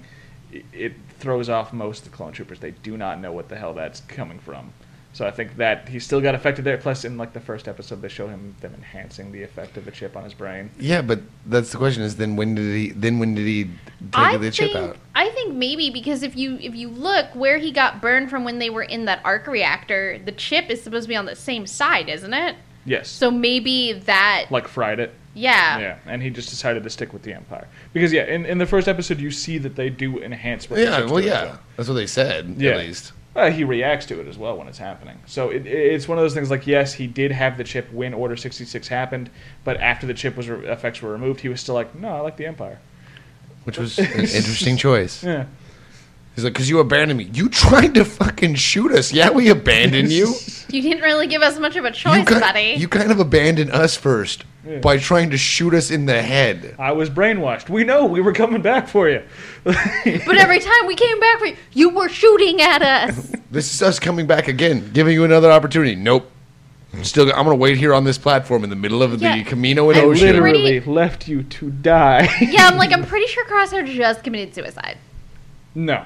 i- it throws off most of the clone troopers. They do not know what the hell that's coming from. So I think that he still got affected there. Plus, in like the first episode, they show him them enhancing the effect of the chip on his brain.
Yeah, but that's the question: is then when did he? Then when did he take
I
the
think
chip out?
I think maybe because if you if you look where he got burned from when they were in that arc reactor, the chip is supposed to be on the same side, isn't it?
Yes,
So maybe that
like fried it.
yeah.
Yeah, and he just decided to stick with the Empire because yeah, in, in the first episode you see that they do enhance. what the
Yeah,
chips
well,
do,
yeah,
so-
that's what they said.
Yeah.
At least
Uh, he reacts to it as well when it's happening. So it, it- it's one of those things like, yes, he did have the chip when Order 66 happened, but after the chip was re- effects were removed, he was still like, no, I like the Empire.
which was an interesting choice.
Yeah.
He's like, "Cause you abandoned me. You tried to fucking shoot us. Yeah, we abandoned you.
You didn't really give us much of a choice,
you, kind,
buddy.
you kind of abandoned us first
Yeah.
by trying to shoot us in the head.
I was brainwashed. We know we were coming back for you.
but every time we came back for you, you were shooting at us.
This is us coming back again, giving you another opportunity. Nope. Still, I'm gonna wait here on this platform in the middle of
Yeah.
the Camino and
I
Ocean.
literally-
Literally left you to die.
yeah, I'm like, I'm pretty sure Crosshair just committed suicide.
no.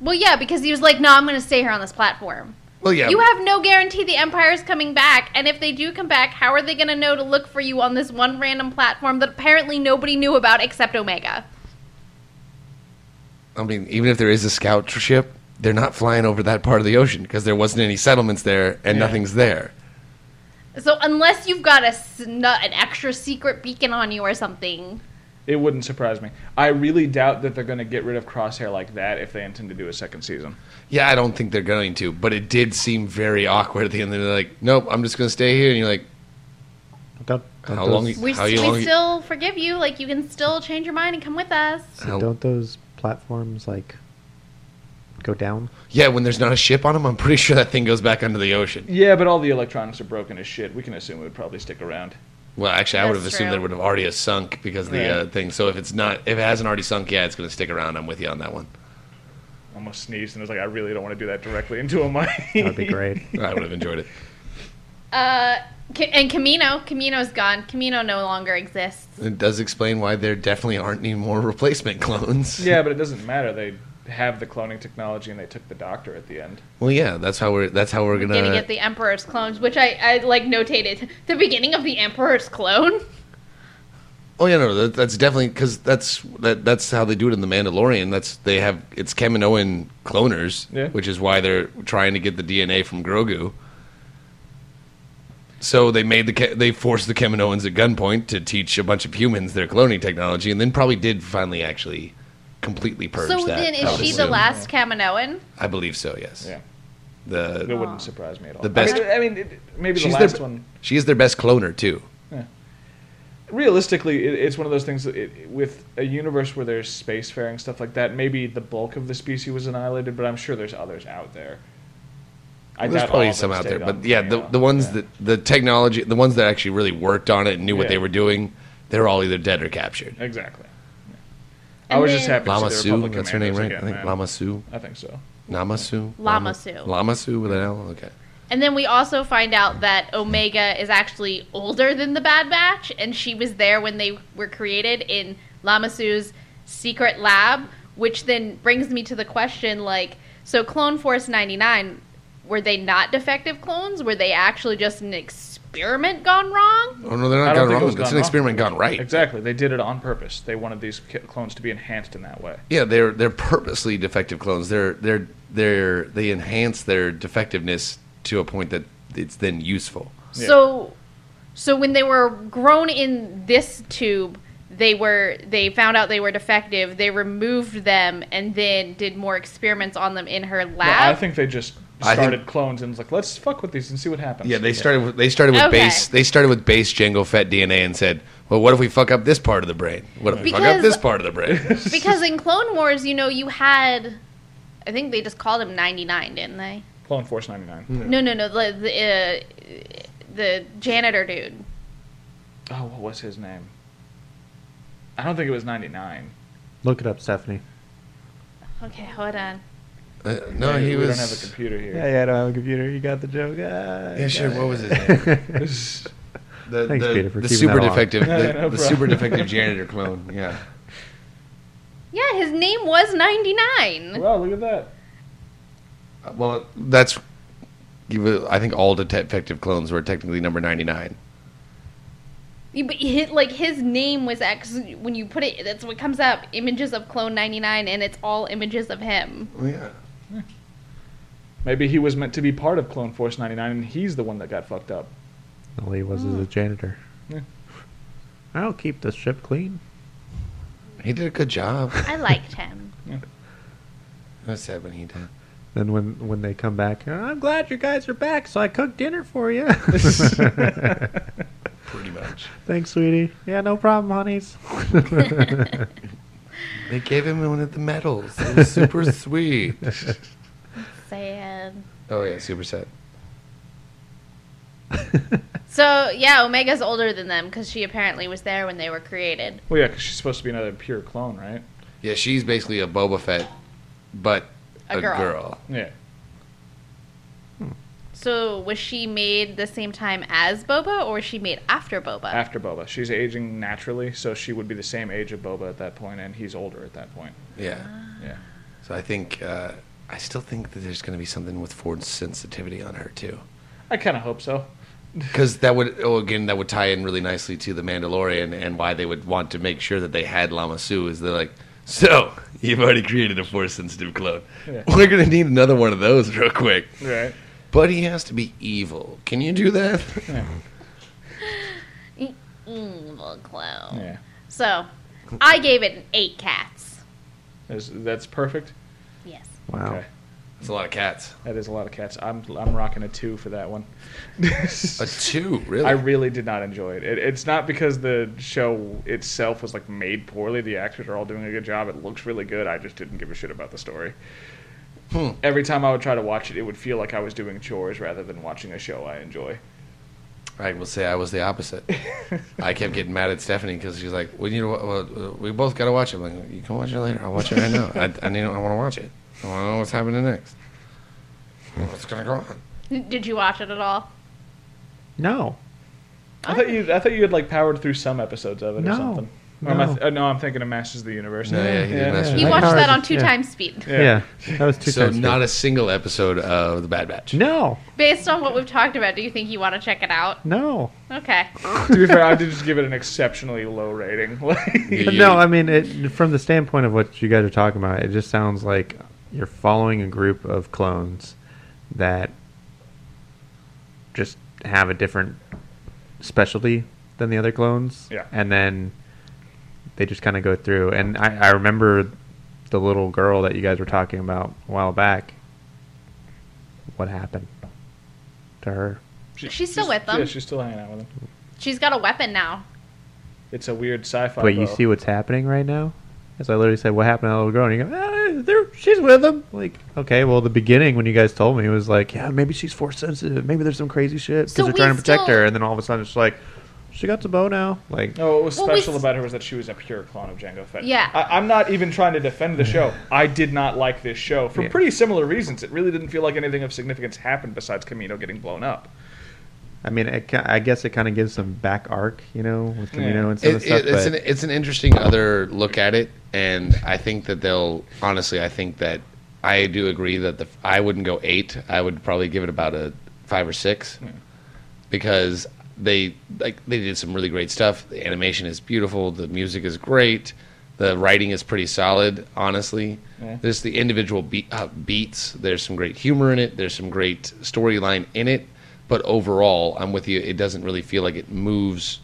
Well, yeah, because he was like, no, I'm going to stay here on this platform.
Well, yeah.
You have no guarantee the Empire's coming back, and if they do come back, how are they going to know to look for you on this one random platform that apparently nobody knew about except Omega?
I mean, even if there is a scout ship, they're not flying over that part of the ocean because there wasn't any settlements there and
Yeah.
nothing's there.
So unless you've got a snu- an extra secret beacon on you or something,
It wouldn't surprise me. I really doubt that they're going to get rid of Crosshair like that if they intend to do a second season.
Yeah, I don't think they're going to, but it did seem very awkward at the end. They're like, "Nope, I'm just gonna stay here," and you're like,
Don't, don't
How
those,
long-
we,
How
we
you long-
still forgive you. Like you can still change your mind and come with us.
How-
Don't those platforms like go down?
"Yeah." When there's not a ship on them, I'm pretty sure that thing goes back under the ocean.
Yeah, but all the electronics are broken as shit. We can assume it would probably stick around.
Well, actually, I would
That's
have assumed
true.
that it would have already sunk because of the
Yeah.
uh, thing. So if it's not, if it hasn't already sunk, yeah, it's gonna stick around. I'm with you on that one.
almost sneezed and was like, I really don't want to do that directly into a mic.
That would be great.
I would have enjoyed it.
Uh, Ca- and Camino, Camino's gone. Camino no longer exists.
It does explain why there definitely aren't any more replacement clones.
yeah, but it doesn't matter. They have the cloning technology and they took the doctor at the end.
Well, yeah, that's how we're that's how we're
We're
gonna.
gonna get the Emperor's clones, which I, I like notated the beginning of the Emperor's clone.
Oh yeah, no, that, that's definitely because that's that, that's how they do it in the Mandalorian. That's they have it's Kaminoan cloners,
Yeah.
which is why they're trying to get the DNA from Grogu. So they made the Ke- they forced the Kaminoans at gunpoint to teach a bunch of humans their cloning technology, and then probably did finally actually completely purge
So
that.
then,
I
is
would
she the
assume.
last Caminoan?
I believe so. Yes.
Yeah. It
The
wouldn't surprise me at all.
The best-
I mean, I mean, it, maybe the
she's
last
their,
one.
She is their best cloner too.
Realistically, it, it's one of those things that it, with a universe where there's spacefaring stuff like that, maybe the bulk of the species was annihilated, but I'm sure there's others out there. I
There's
doubt all
probably
of them
some out there,
stayed on
but yeah, the,
Camino.
the ones
Yeah.
that the technology, the ones that actually really worked on it and knew what
Yeah.
they were doing, they're all either dead or captured.
Exactly. Yeah. I
And
was just
then-
happy to
Lama
see the
Sue,
Republic
that's her name, right?
commandos
I think
again, man.
Lama Sue,
I think so.
Nama Sue,
Lama Sue.
Lama Sue with an L. Okay,
And then we also find out that Omega is actually older than the Bad Batch, and she was there when they were created in Lamasu's secret lab, which then brings me to the question like, so Clone Force 99, were they not defective clones? Were they actually just an experiment gone wrong?
oh no, they're
I
not
don't
gone
think it was
wrong. That's
gone
an
wrong.
experiment gone right.
Exactly. They did it on purpose. They wanted these c- clones to be enhanced in that way.
Yeah, they're they're purposely defective clones. They're they're they're they enhance their defectiveness to a point that it's then useful.
Yeah.
So, so when they were grown in this tube, they were they found out they were defective. They removed them and then did more experiments on them in her
No,
lab.
I think they just
I think-
started clones and was like, let's fuck with these and see what happens.
Oh, Yeah, they started with they started with
Okay.
base they started with base Jango Fett DNA and said, well, what if we fuck up this part of the brain? What if we fuck up
Because-
this part of the brain?
because in Clone Wars, you know, you had. I think they just called him 99, didn't they?
Clone Force 99.
Hmm.
No, no, no. The the, uh, the janitor dude.
Oh, what was his name? I don't think it was 99.
Look it up, Stephanie.
Okay, hold on.
Uh, no, he
we
was.
don't have a computer here.
Yeah, yeah, I don't have a computer. You got the joke. Ah,
Yeah, sure. What was his name?
it?
The,
Thanks,
the,
Peter, for
the
keeping
super
that on.
defective,
Yeah,
the,
no
the super
problem.
defective janitor clone. Yeah,
Yeah, his name was 99.
Wow, look at that.
Uh, well, that's. you will- I think all the defective clones were technically number ninety nine.
Yeah, But hit like his name was X. When you put it, that's what comes up. Images of Clone 99, and it's all images of him.
Yeah,
Maybe he was meant to be part of Clone Force 99 and he's the one that got fucked up.
Lee was as a janitor. I'll keep the ship clean.
he did a good job.
I liked him.
That's sad when he did.
Then when when they come back, I'm glad you guys are back. So I cooked dinner for you.
Pretty much,
Thanks, sweetie. Yeah, no problem, honeys.
they gave him one of the medals. It was super sweet.
Sad.
Oh yeah, super sad.
So yeah, Omega's older than them because she apparently was there when they were created.
Well, yeah, because she's supposed to be another pure clone, right?
Yeah, she's basically a Boba Fett, but
A
a,
girl.
girl.
Yeah.
So was she made the same time as Boba, or was she made after Boba?
After Boba. She's aging naturally, so she would be the same age of Boba at that point, and he's older at that point.
Yeah.
Yeah.
So I think uh, I still think that there's going to be something with Ford's sensitivity on her too.
I kind of hope so.
Because that would, oh, again, that would tie in really nicely to the Mandalorian and why they would want to make sure that they had Lama Su. Is they're like, so you've already created a force sensitive clone.
Yeah.
We're gonna need another one of those real quick.
Right.
But he has to be evil. Can you do that?
Evil clone.
Yeah.
Mm, So I gave it an eight cats.
Is, that's perfect.
Yes.
wow.
Okay.
It's a lot of cats.
That is a lot of cats. I'm, I'm rocking a two for that one.
A two, really?
I really did not enjoy it. it. It's not because the show itself was like made poorly. The actors are all doing a good job. It looks really good. I just didn't give a shit about the story.
Hmm.
Every time I would try to watch it, it would feel like I was doing chores rather than watching a show I enjoy.
I will say I was the opposite. I kept getting mad at Stephanie because she's like, "We need to. wa- Well, uh, we both got to watch it." I'm like, "You can watch it later. I'll watch it right now. I, I need. I want to watch it. I want to know what's happening next. What's gonna go on?"
Did you watch it at all?
No.
I thought you I thought you had like powered through some episodes of it
No.
or something. Or am I
No.
th- uh, no, I'm thinking of Masters of the Universe.
No, yeah, he did Masters of
He
I
watched that on two
yeah.
times speed.
Yeah. that was two
So
times.
not a single episode of The Bad Batch.
no,
Based on what we've talked about, do you think you want to check it out?
no,
Okay.
to be fair, I did just give it an exceptionally low rating. Like,
You- you-
no. I mean, it, from the standpoint of what you guys are talking about, it just sounds like you're following a group of clones that just have a different specialty than the other clones.
Yeah.
And then they just kind of go through. And I, I remember the little girl that you guys were talking about a while back. What happened to her?
she-
She's still with them.
Yeah, she's still hanging out with them.
She's got a weapon now.
It's a weird sci-fi.
But you
bow.
see what's happening right now? As I literally said, what happened to that little girl? And you go, ah, they're, she's with him. Like, okay, well, the beginning when you guys told me was like, yeah, maybe she's force sensitive. Maybe there's some crazy shit because
So
they're
we
trying to protect
still-
her. And then all of a sudden it's like, she got the bow now. Like,
No, what was
Well, we
special
s-
about her was that she was a pure clone of Django Fett.
Yeah.
I, I'm not even trying to defend the show. I did not like this show for
Yeah.
pretty similar reasons. It really didn't feel like anything of significance happened besides Camino getting blown up.
I mean, it, ki- I guess it kind of gives some back arc, you know, with
Yeah.
Camino and some of
It,
the stuff.
it, it's
but
an it's an interesting other look at it, and I think that they'll honestly. I think that I do agree that the I wouldn't go eight. I would probably give it about a five or six, because they like they did some really great stuff. The animation is beautiful. The music is great. The writing is pretty solid. Honestly,
Yeah.
there's the individual beat, uh, beats. There's some great humor in it. There's some great storyline in it. But overall, I'm with you. It doesn't really feel like it moves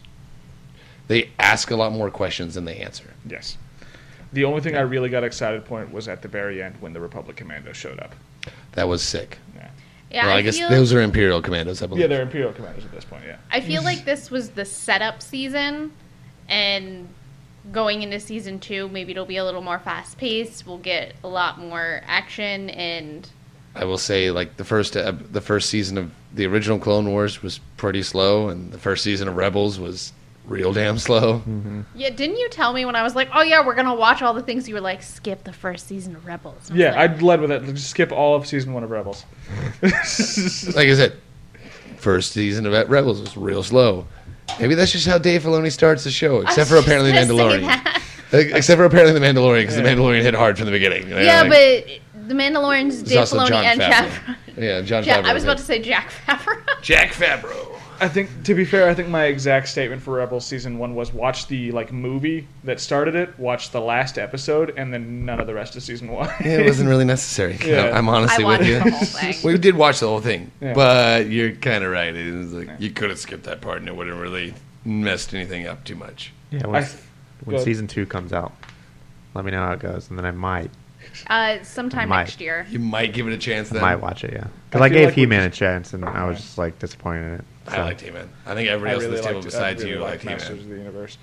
they ask a lot more questions than they answer.
Yes. The only thing I really got excited point was at the very end when the Republic Commando showed up.
That was sick.
Yeah,
Yeah,
well, I,
I,
guess
feel,
those are Imperial commandos, I believe.
yeah, they're Imperial Commandos at this point. Yeah,
I feel like this was the setup season, and going into season two, maybe it'll be a little more fast paced. We'll get a lot more action, and
I will say, like the first uh, the first season of the original Clone Wars was pretty slow, and the first season of Rebels was real damn slow.
Yeah, didn't you tell me when I was like, "Oh yeah, we're gonna watch all the things"? You were like, "Skip the first season of Rebels." And I was
Yeah,
like,
I'd led with that. Just skip all of season one of Rebels.
Like I said, first season of Rebels was real slow. Maybe that's just how Dave Filoni starts the show,
I was
except for
just
apparently
gonna say
Mandalorian.
that.
Like, Except for apparently the Mandalorian, because the Mandalorian hit hard from the beginning. You know,
yeah,
like,
but the Mandalorian's
there's also
Dave Filoni
Jon
and
Favreau.
Favreau.
yeah, John
Ja-
Favreau.
I was about to say Jack Favreau.
Jack Favreau.
I think, to be fair, I think my exact statement for Rebels season one was watch the like movie that started it, watch the last episode, and then none of the rest of season one.
Yeah, it wasn't really necessary.
Yeah.
I'm
I
honestly
watched
with you.
the whole thing.
We did watch the whole thing,
Yeah.
but you're kind of right. It was like you could have skipped that part, and it wouldn't really messed anything up too much.
Yeah, when,
I,
when
go-
season two comes out, let me know how it goes, and then I might
Uh, sometime
Mike.
next year.
You might give it a chance. Then
might watch it.
I
Yeah, because I,
feel
gave
like we
He-Man
just-
a chance, and I was just like disappointed in it.
I
so.
liked He-Man. I think everybody
I
else
really
at this table
liked,
besides
I really
you
liked
liked
Masters
He-Man.
of the Universe.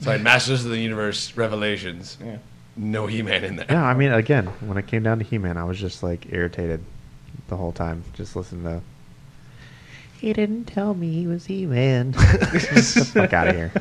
Sorry, Masters of the Universe Revelations.
Yeah.
No He-Man in there.
No, I mean, again, when it came down to He-Man, I was just like irritated the whole time. Just listen to. He didn't tell me he was He-Man. the fuck out of here.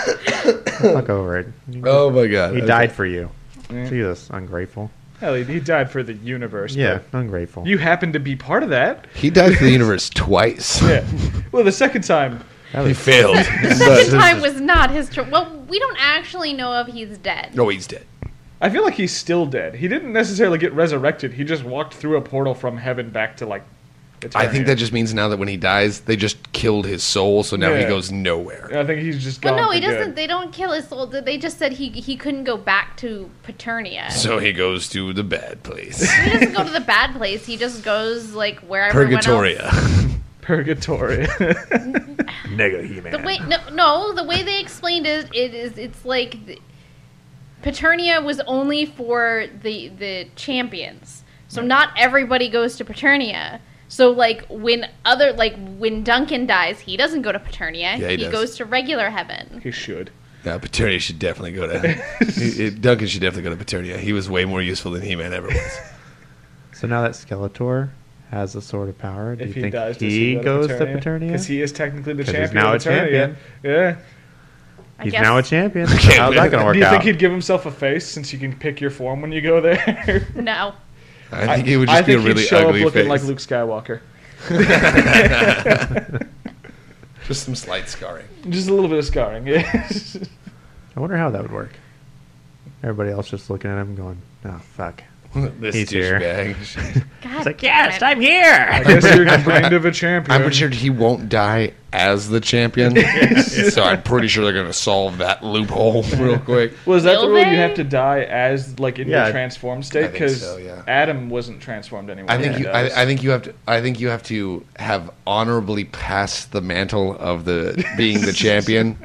fuck over it.
Oh my God!
he
okay.
died for you.
Yeah.
Jesus, ungrateful.
Hell, he, he died for the universe.
Yeah,
but
ungrateful.
You happened to be part of that.
He died for the universe twice.
Yeah. Well, the second time.
That
he
was-
failed.
The second time was not his turn. Well, we don't actually know if he's dead.
No, he's dead.
I feel like he's still dead. He didn't necessarily get resurrected. He just walked through a portal from heaven back to like.
I think that
Eternia.
just means now that when he dies, they just killed his soul, so now he
Yeah.
goes nowhere.
I think he's just.
Well,
gone
no,
for
he
good.
doesn't. They don't kill his soul. They just said he he couldn't go back to Paternia.
So he goes to the bad place,
he doesn't go to the bad place. He just goes like wherever.
Purgatoria.
Purgatory.
Nigga He-Man.
The way no, no, the way they explained it, it is it's like the, Paternia was only for the the champions. So not everybody goes to Paternia. So like when other like when Duncan dies, he doesn't go to Paternia.
Yeah, he does.
goes to regular heaven.
he should.
Yeah, Paternia should definitely go to. he- he- Duncan should definitely go to Paternia. He was way more useful than He Man ever was.
So now that Skeletor has a sword of power, do
If
you
he
think
dies, does
he, goes to
because
Paternia?
he is technically the
'Cause
champion.
he's now
of
a
Paternia. Yeah.
I
He's
guess.
now a champion.
Okay,
How's that going to work
Do you
out?
think he'd give himself a face since you can pick your form when you go there?
no.
I think he would
I
just be a
think he'd
really
show up
ugly
looking
face.
like Luke Skywalker.
just some slight scarring.
Just a little bit of scarring. Yeah.
I wonder how that would work. Everybody else just looking at him, going, "Oh fuck."
this
He's here.
douchebag.
God.
It's like,
damn
"Yes,
it.
I'm here."
I guess you're kind of a champion.
I'm pretty sure he won't die as the champion, so I'm pretty sure they're gonna solve that loophole real quick.
Was that the
Will
rule?
they?
You have to die die as like in
Yeah.
your transformed state
think
because
so, yeah.
Adam wasn't transformed anymore.
I think
He
you,
does.
I, I think you have to. I think you have to have honorably passed the mantle of the being the champion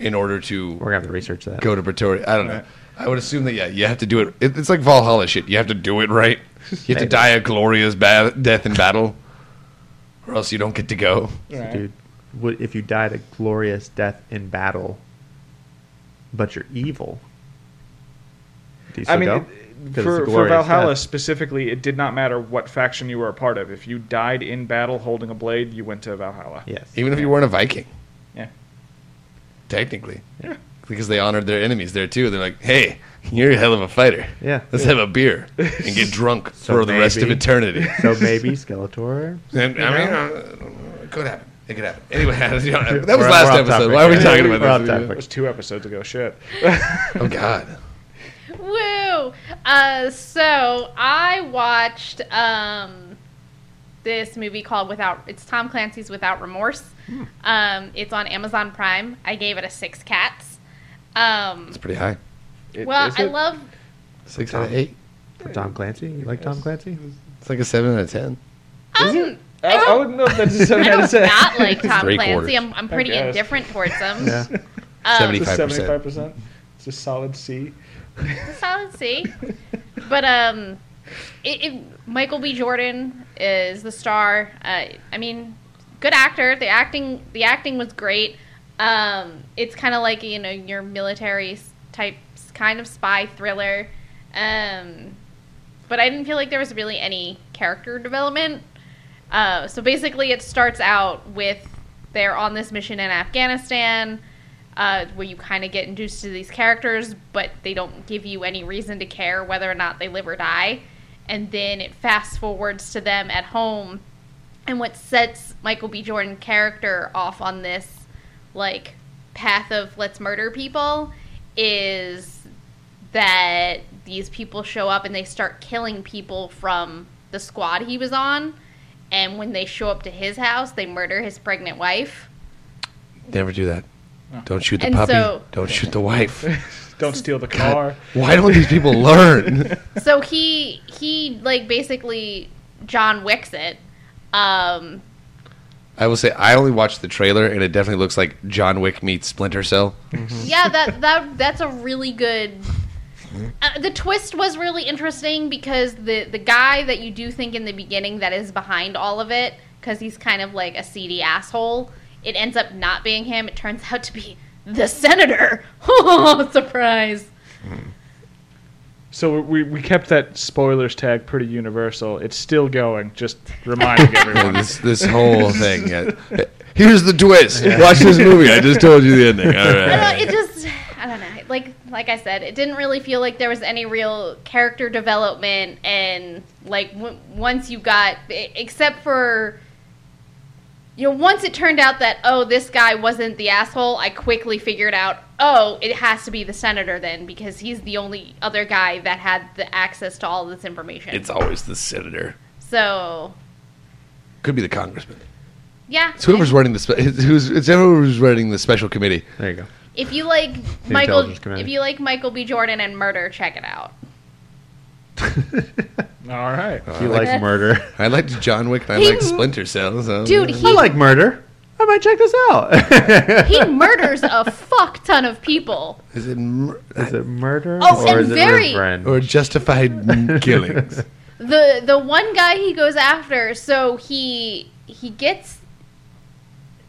in order
We're
to
gonna have to research that.
go to Pretoria. I don't know. I would assume that yeah, you have to do it. it it's like Valhalla shit. You have to do it right. You have to
Maybe.
die a glorious ba- death in battle, or else you don't get to go.
Right.
Dude, what if you died a glorious death in battle, but you're evil? Do you
I
still
mean,
go?
it-
'Cause it's a
for, for
glorious
Valhalla
death.
specifically, it did not matter what faction you were a part of. If you died in battle holding a blade, you went to Valhalla.
yes.
Even if you weren't a Viking,
Yeah.
technically, because they honored their enemies there too. They're like, hey, you're a hell of a fighter.
Yeah.
let's have a beer and get drunk
So
for the rest of
maybe-
eternity.
so maybe Skeletor.
And, I mean, uh, it could happen. It could happen. Anyway, you know, that was
We're-
last
we're off
episode.
topic.
Why are we
Yeah,
talking
we're
about
off
this?
That
topic.
was two episodes ago. Shit.
Oh God.
Woo! Uh, so I watched um, this movie called Without. It's Tom Clancy's Without Remorse. Um, it's on Amazon Prime. I gave it a six cats. Um,
It's pretty high.
It-
well,
is
I
it-
love.
Six out of eight.
For Tom Clancy, you like Tom Clancy?
It's like a seven out of ten.
Um,
I, I wouldn't know if that's a seven
I
out of
don't
ten.
not like Tom
Three
Clancy.
quarters.
I'm, I'm pretty
guess.
indifferent towards him.
Yeah.
Um,
It's a
75%.
seventy-five percent. It's a solid C.
It's a solid C. but um, it, it, Michael B. Jordan is the star. Uh, I mean, good actor. The acting, the acting was great. Um, it's kind of like you know your military s- type s- kind of spy thriller. Um, but I didn't feel like there was really any character development. Uh, so basically, it starts out with they're on this mission in Afghanistan. uh, where you kind of get induced to these characters, but they don't give you any reason to care whether or not they live or die. And then it fast forwards to them at home. And what sets Michael B. Jordan character off on this like path of let's murder people is that these people show up and they start killing people from the squad he was on. And when they show up to his house, they murder his pregnant wife.
Never do that. Don't shoot the
And
puppy.
so-
Don't shoot the wife.
Don't steal the
God,
car.
why don't these people learn?
so he he like basically John Wicks it. Um,
I will say I only watched the trailer and it definitely looks like John Wick meets Splinter Cell.
yeah, that that that's a really good. Uh, the twist was really interesting because the the guy that you do think in the beginning that is behind all of it because he's kind of like a seedy asshole. It ends up not being him. It turns out to be the senator. Surprise!
So we, we kept that spoilers tag pretty universal. It's still going. Just reminding
Like,
everyone.
this this whole thing. yeah. Here's the twist. Watch this movie. I just told you the ending. All
I don't
right.
know, it just I don't know. Like like I said, it didn't really feel like there was any real character development, and like w- once you got, e- except for. You know, once it turned out that oh, this guy wasn't the asshole, I quickly figured out oh, it has to be the senator then because he's the only other guy that had the access to all this information.
It's always the senator.
so
Could be the congressman.
yeah,
It's whoever's running the spe- it's, who's, it's whoever's running the special committee.
There you go.
if you like Michael,
intelligence community.
if you like Michael B. Jordan and murder, check it out.
All right.
You like
That's-
murder.
I liked John Wick and I
He-
liked Splinter Cell. So.
Dude, he
I like murder. I might check this out.
he murders a fuck ton of people.
is it mur-
is it murder
Oh,
or
and
is
very-
it friend?
or justified killings?
The the one guy he goes after, so he he gets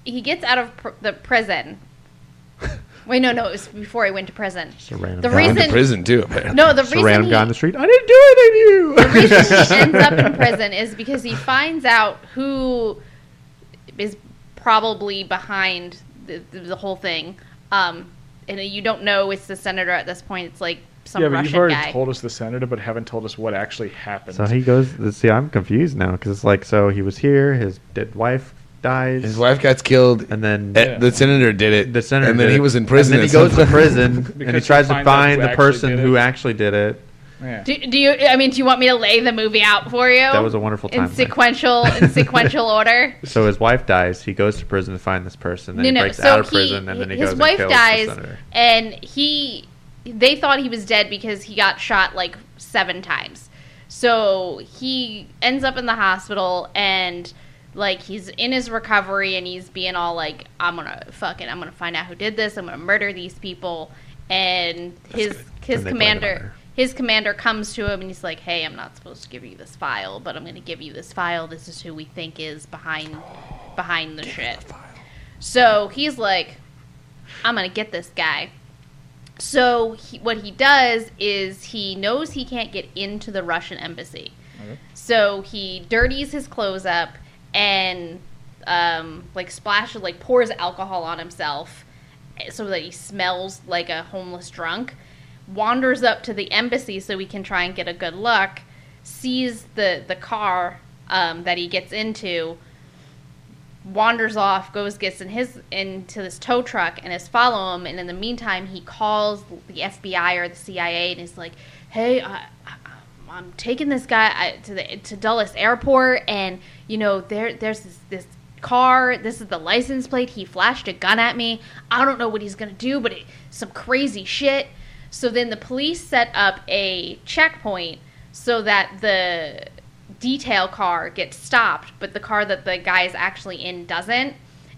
he gets out of pr- the prison. Wait, no, no, it was before he went to prison.
Just a random
The
guy.
I went to
Reason-
prison too. Apparently.
No, the
Just a
reason
random
he,
guy on the street. I didn't do anything to you.
reason he ends up in prison is because he finds out who is probably behind the, the, the whole thing. Um, and you don't know it's the senator at this point. It's like some
yeah, but
Russian
you've already
guy.
told us the senator, but haven't told us what actually happened.
So he goes. See, I'm confused now because it's like, so he was here. His dead wife dies,
His wife got killed.
and then
Eh, The senator did it.
the senator.
And then
did
he
it.
was in prison.
And then
at
he goes
some
to
point.
prison, and
Because
he
you
tries to
find out who
find
actually
the person
did
who
it.
actually did it.
yeah.
Do, do you? I mean, do you want me to lay the movie out for you?
That was a wonderful
in
time.
sequential in sequential order.
So his wife dies. He goes to prison to find this person. Then
no,
he
no.
breaks
So
out of
he-
prison, and then he
his
goes
wife
and kills
dies,
the senator.
and he they thought he was dead because he got shot like seven times. So he ends up in the hospital and like he's in his recovery and he's being all like, "I'm gonna fucking, I'm gonna find out who did this. I'm gonna murder these people." And his his
And they blame it on
commander
her.
his commander comes to him and he's like, "Hey, I'm not supposed to give you this file, but I'm going to give you this file. This is who we think is behind behind the shit." so he's like, "I'm going to get this guy." So he, what he does is he knows he can't get into the Russian embassy,
Mm-hmm.
so he dirties his clothes up and um, like splashes, like pours alcohol on himself so that he smells like a homeless drunk. Wanders up to the embassy so he can try and get a good look. Sees the the car um, that he gets into. Wanders off, goes gets in his into this tow truck and is follow him. And in the meantime, he calls the FBI or the CIA and is like, "Hey, I, I'm taking this guy I, to the to Dulles Airport, and you know there there's this, this car. This is the license plate. He flashed a gun at me. I don't know what he's gonna do, but it, some crazy shit. So then the police set up a checkpoint so that the detail car gets stopped, but the car that the guy is actually in doesn't.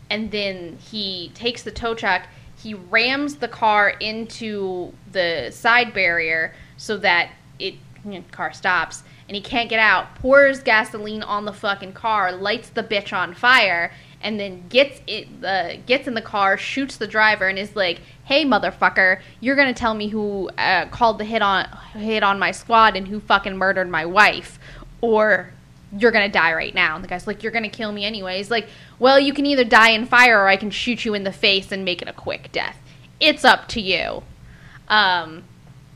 And then he takes the tow truck. He rams the car into the side barrier so that it you know, car stops and he can't get out. Pours gasoline on the fucking car, lights the bitch on fire, and then gets it the gets in the car, shoots the driver, and is like, "Hey, motherfucker, you're gonna tell me who uh, called the hit on hit on my squad and who fucking murdered my wife, or you're gonna die right now. And the guy's like, You're gonna kill me anyways. Like, well, you can either die in fire or I can shoot you in the face and make it a quick death. it's up to you. Um,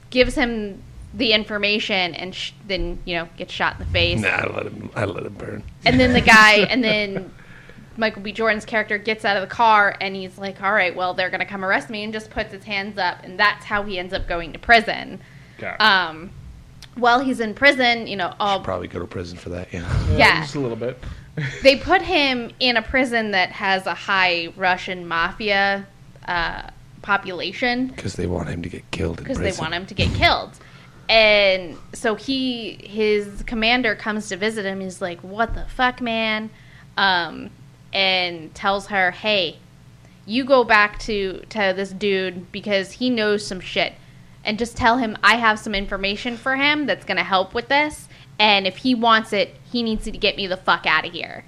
gives him the information and sh- then you know gets shot in the face.
Nah, I let him. I let him burn.
And then the guy, and then Michael B. Jordan's character gets out of the car and he's like, all right, well, they're going to come arrest me, and just puts his hands up. And that's how he ends up going to prison.
God.
Um, while he's in prison, you know, all,
Probably go to prison for that. Yeah.
Um, yeah.
Just a little bit.
they put him in a prison that has a high Russian mafia uh, population
Because they want him to get killed in
because
prison.
they want him to get killed. And so he, his commander comes to visit him. He's like, "What the fuck, man?" Um, and tells her, "Hey, you go back to to this dude because he knows some shit, and just tell him I have some information for him that's gonna help with this. And if he wants it, he needs to get me the fuck out of here."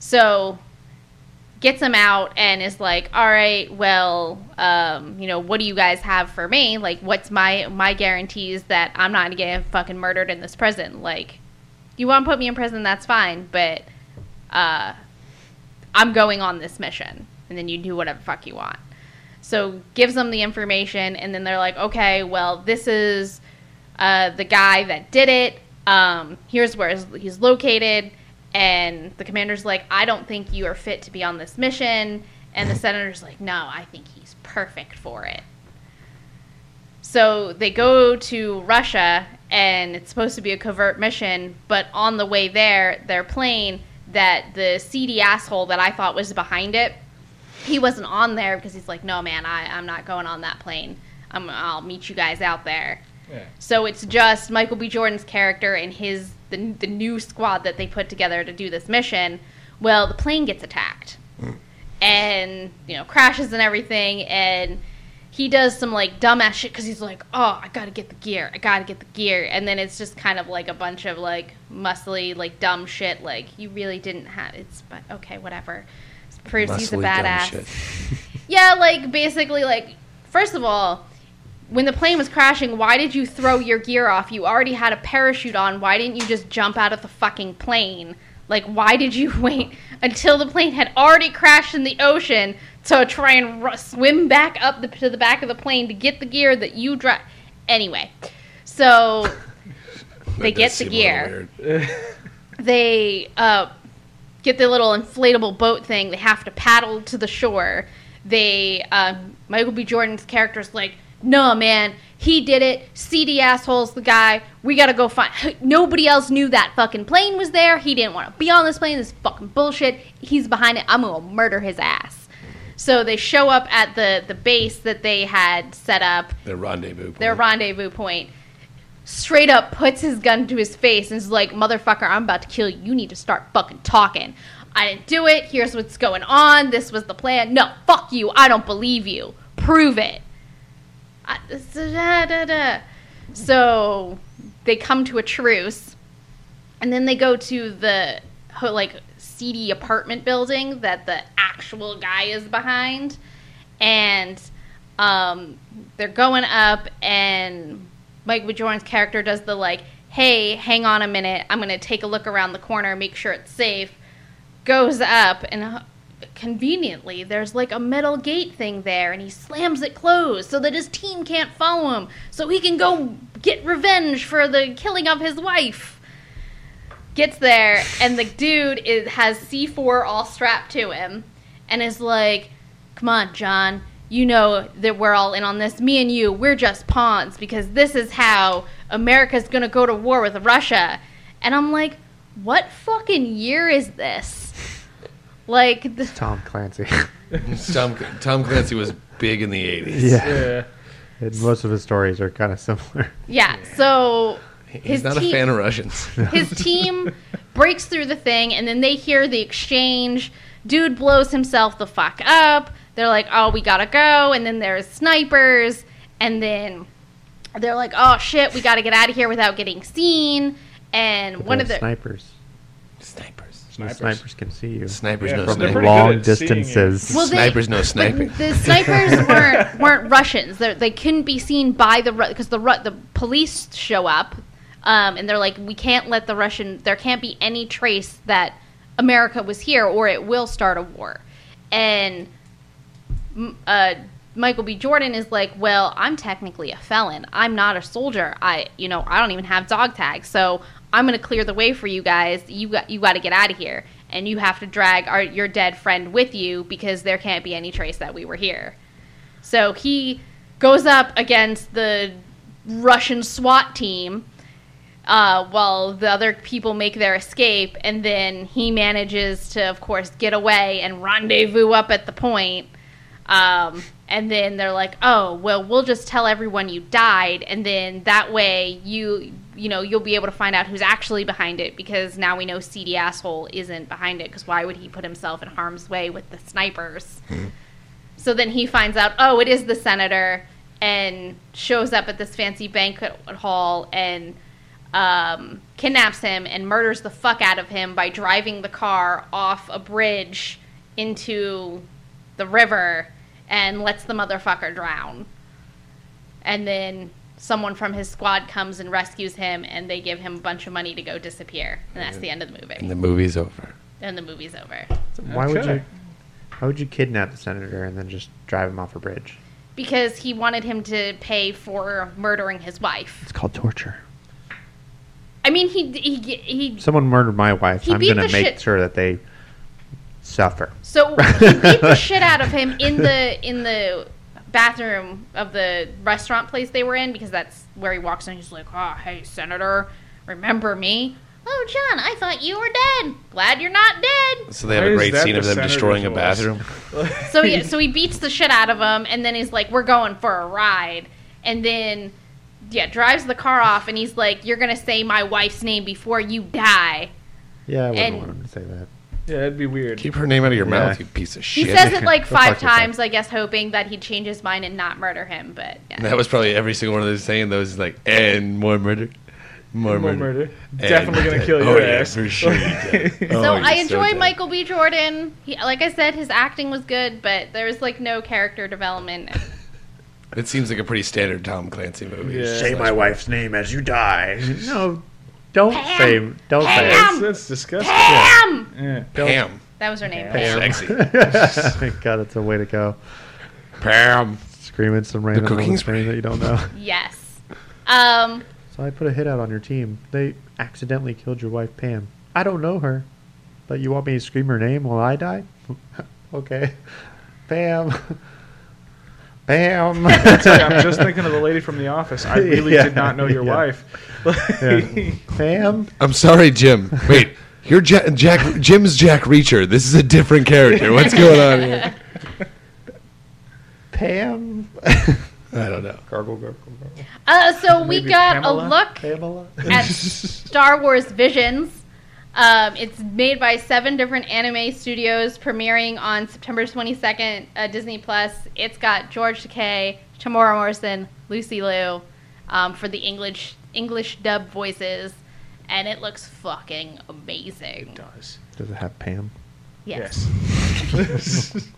So gets him out and is like, "All right, well, um, you know, what do you guys have for me? Like, what's my my guarantees that I'm not gonna get fucking murdered in this prison? Like, you want to put me in prison? That's fine, but uh, I'm going on this mission, and then you do whatever fuck you want." So gives them the information, and then they're like, "Okay, well, this is uh, the guy that did it. Um, here's where his- he's located. And the commander's like, I don't think you are fit to be on this mission. And the senator's like, No, I think he's perfect for it. So they go to Russia, and it's supposed to be a covert mission. But on the way there, their plane that the seedy asshole that I thought was behind it, he wasn't on there because he's like, No, man, I, I'm not going on that plane. I'm, I'll meet you guys out there.
Yeah.
So it's just Michael B. Jordan's character and his the, the new squad that they put together to do this mission. Well, the plane gets attacked
Hmm.
and you know crashes and everything, and he does some like dumbass shit because he's like, "Oh, I gotta get the gear, I gotta get the gear," and then it's just kind of like a bunch of like muscly, like dumb shit. Like you really didn't have it's, but okay, whatever. Proves he's a
Muscly dumb
badass.
shit.
Yeah, like basically, like first of all, when the plane was crashing, why did you throw your gear off? You already had a parachute on. Why didn't you just jump out of the fucking plane? Like, why did you wait until the plane had already crashed in the ocean to try and ru- swim back up the, to the back of the plane to get the gear that you drive? Anyway, so they
That
get
does
the
seem a little
gear
weird.
they uh, get their little inflatable boat thing. They have to paddle to the shore. They um, Michael B. Jordan's character's like, no man, he did it. CD asshole's the guy. We gotta go find. Nobody else knew that fucking plane was there. He didn't want to be on this plane. This is fucking bullshit. He's behind it. I'm gonna murder his ass. So they show up at the the base that they had set up
Their rendezvous.
their
point.
rendezvous point, straight up puts his gun to his face and is like, "Motherfucker, I'm about to kill you. You need to start fucking talking. I didn't do it. Here's what's going on. This was the plan. No, fuck you. I don't believe you. Prove it." I- da, da, da. So they come to a truce, and then they go to the ho- like seedy apartment building that the actual guy is behind, and um, they're going up, and Mike B. Jordan's character does the like, "Hey, hang on a minute, I'm gonna take a look around the corner, make sure it's safe." Goes up, and uh, conveniently, there's like a metal gate thing there, and he slams it closed so that his team can't follow him, so he can go get revenge for the killing of his wife. Gets there, and the dude is, has C4 all strapped to him, and is like, Come on, John. You know that we're all in on this. Me and you, we're just pawns because this is how America's going to go to war with Russia. And I'm like, what fucking year is this? Like, th-
Tom Clancy.
Tom, Tom Clancy was big in the 80s.
yeah.
Yeah.
And most of his stories are kind of similar.
yeah, so
He's
his,
not
te-
a fan of Russians.
his team breaks through the thing, and then they hear the exchange. Dude blows himself the fuck up. They're like, oh, we gotta go. And then there's snipers, and then they're like, oh shit, we gotta get out of here without getting seen. And one
They're
of the
snipers.
Snipers.
The
Snipers.
Snipers can see you
Snipers
Yeah,
know
they're
from
pretty
snipers.
good
long
at seeing you.
distances.
Well, they-
snipers know
But
sniping.
the snipers weren't weren't Russians. They're, they couldn't be seen by the because the Ru- the police show up, um, and they're like, we can't let the Russian. There can't be any trace that America was here, or it will start a war. And m- uh, Michael B. Jordan is like, well, I'm technically a felon. I'm not a soldier. I, you know, I don't even have dog tags. So I'm going to clear the way for you guys. You got, you got to get out of here, and you have to drag our, your dead friend with you because there can't be any trace that we were here. So he goes up against the Russian SWAT team uh, while the other people make their escape, and then he manages to, of course, get away and rendezvous up at the point. Um, and then they're like, "Oh, well, we'll just tell everyone you died, and then that way you, you know, you'll be able to find out who's actually behind it because now we know seedy asshole isn't behind it because why would he put himself in harm's way with the snipers?" So then he finds out, oh, it is the senator, and shows up at this fancy banquet hall and um, kidnaps him and murders the fuck out of him by driving the car off a bridge into the river and lets the motherfucker drown. And then someone from his squad comes and rescues him, and they give him a bunch of money to go disappear. And that's the end of the
And
movie.
the movie's over.
And the movie's over.
Why would
Okay.
you? How would you kidnap the senator and then just drive him off a bridge?
Because he wanted him to pay for murdering his wife.
It's called torture.
I mean, he he he.
Someone murdered my wife.
He
I'm
beat
going
the
to make
shit-
sure that they suffer.
So he beat the shit out of him in the in the bathroom of the restaurant place they were in because that's where he walks in. He's like, "Oh, hey, senator, remember me?" Oh, John, I thought you were dead. Glad you're not dead.
So they have
Why
a
is
great
that
scene
the
of them
senator
destroying a
to us?
bathroom.
So he so he beats the shit out of him, and then he's like, "We're going for a ride," and then. Yeah, drives the car off, and he's like, "You're gonna say my wife's name before you die."
Yeah, I wouldn't
And-
want him to say that.
Yeah, that'd be weird.
Keep her name out of your mouth, you
Yeah.
piece of
He
shit.
says it like
Go fuck
five
yourself.
times, I guess, hoping that he'd change his mind and not murder him. But yeah.
that was probably every single one of those saying those is like, and more murder. More,
More
murder.
murder.
And-
Definitely gonna kill
oh,
your
yeah,
ass.
for sure you did.
so
Oh,
I
you're
enjoy
dead.
Michael B. Jordan. He, like I said, his acting was good, but there was like no character development.
It seems like a pretty standard Tom Clancy movie. It's
Yeah.
just
Say
like-
my wife's name as you die. No, don't
Pam!
say. Don't
Pam!
That's, that's disgusting.
Pam.
Yeah.
Pam.
That was her name.
Pam. Sexy.
say. God, that's a way to go.
Pam.
Screaming some random
cooking
woman's
spray.
name that you don't know.
Yes. Um.
So I put a hit out on your team. They accidentally killed your wife, Pam. I don't know her, but you want me to scream her name while I die? okay, Pam. Pam.
It's like, I'm just thinking of the lady from The Office. I really
Yeah.
did not know your
Yeah.
wife.
Yeah. Pam.
I'm sorry, Jim. Wait, you're Jack, Jack. Jim's Jack Reacher. This is a different character. What's going on here?
Pam.
I don't know.
gargle, gargle, gargle.
Uh. So we
Maybe
got
Pamela?
a look
Pamela.
at Star Wars Visions. Um, it's made by seven different anime studios, premiering on September 22nd, uh, Disney Plus. It's got George Takei, Tamora Morrison, Lucy Liu, um, for the English English dub voices, and it looks fucking amazing.
It does.
Does it have Pam?
Yes.
Yes.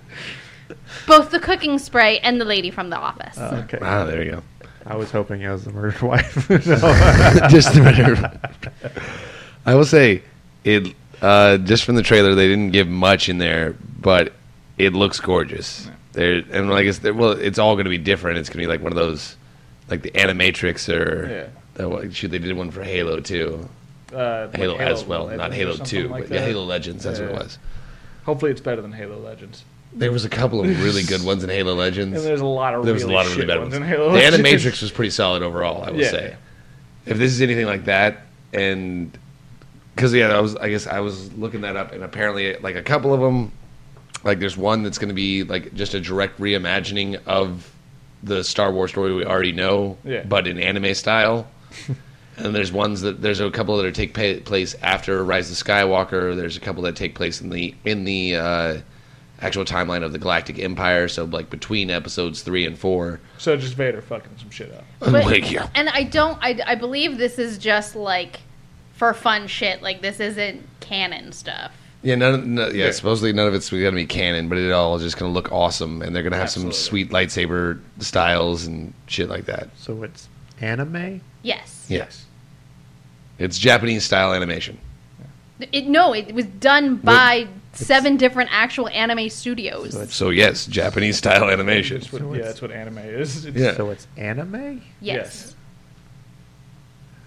both the cooking spray and the lady from The Office.
Oh, okay.
Ah, there you
I was hoping it was the murdered wife. No.
go. just a matter. I will say it. Uh, just from the trailer, they didn't give much in there, but it looks gorgeous. There and like it's well, it's all going to be different. It's going to be like one of those, like the Animatrix or.
Yeah.
that one- shoot, they did one for Halo too.
Uh, like
Halo, as well,
Legends
not
or
Halo
something
Two,
like
but yeah,
that.
Halo Legends. That's what
Yeah.
it was.
Hopefully, it's better than Halo Legends.
There was a couple of really good ones in Halo Legends.
And there's a lot of
There
really
was a lot of
shit
really bad
ones,
ones.
in Halo
the
Legends.
Animatrix was pretty solid overall, I will
Yeah.
say. If this is anything like that, and because yeah, I was I guess I was looking that up, and apparently like a couple of them, like there's one that's going to be like just a direct reimagining of the Star Wars story we already know,
Yeah.
but in anime style. and there's ones that there's a couple that are take pa- place after Rise of Skywalker. There's a couple that take place in the in the uh, actual timeline of the Galactic Empire. So like between episodes three and four.
So just Vader fucking some shit up.
But-
Wake you.
And I don't. I, I believe this is just like for fun shit. Like this isn't canon stuff.
Yeah, none. Of, no, yeah,
Yeah.
supposedly none of it's going to be canon, but it all is just going to look awesome, and they're going to have some
Absolutely.
sweet lightsaber styles and shit like that.
so it's anime.
Yes.
Yes, it's Japanese style animation.
It, no, it was done by seven different actual anime studios.
So it's-
So yes, Japanese style animation.
That's what-
So
yeah,
it's-
that's what anime is. It's-
Yeah.
So it's anime?
yes.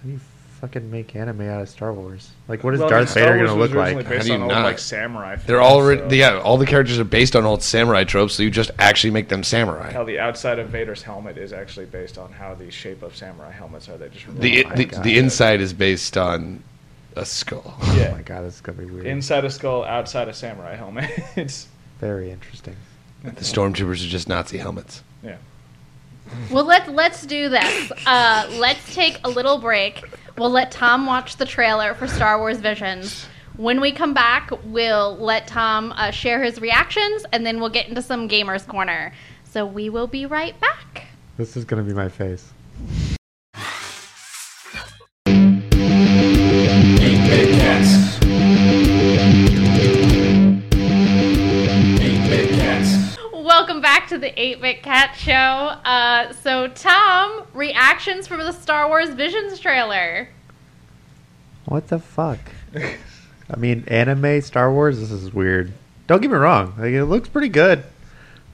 How do you fucking make anime out of Star Wars? Like, what is
Well, I mean,
Darth
Star
Vader
Wars
going to
was
look
originally
like?
How
Based
do you
on old,
not?
like samurai.
They're
films,
all
so-
written, yeah. All the characters are based on old samurai tropes, so you just actually make them samurai.
Oh
How the outside of Vader's helmet is actually based on how the shape of samurai helmets are. They just
The
remove-
my
the,
God.
the inside is based on a skull.
Oh
yeah,
my god, this is going to be weird.
inside a skull, outside a samurai helmet. it's
Very interesting.
The stormtroopers are just Nazi helmets.
yeah.
Well, let let's do this. Uh, let's take a little break. We'll let Tom watch the trailer for Star Wars Visions. When we come back, we'll let Tom uh, share his reactions, and then we'll get into some gamers corner. So we will be right back.
This is going to be my face.
Welcome back to the 8 Bit Cat Show. Uh, so, Tom, reactions from the Star Wars Visions trailer.
What the fuck? I mean, anime Star Wars. This is weird. Don't get me wrong. Like, it looks pretty good.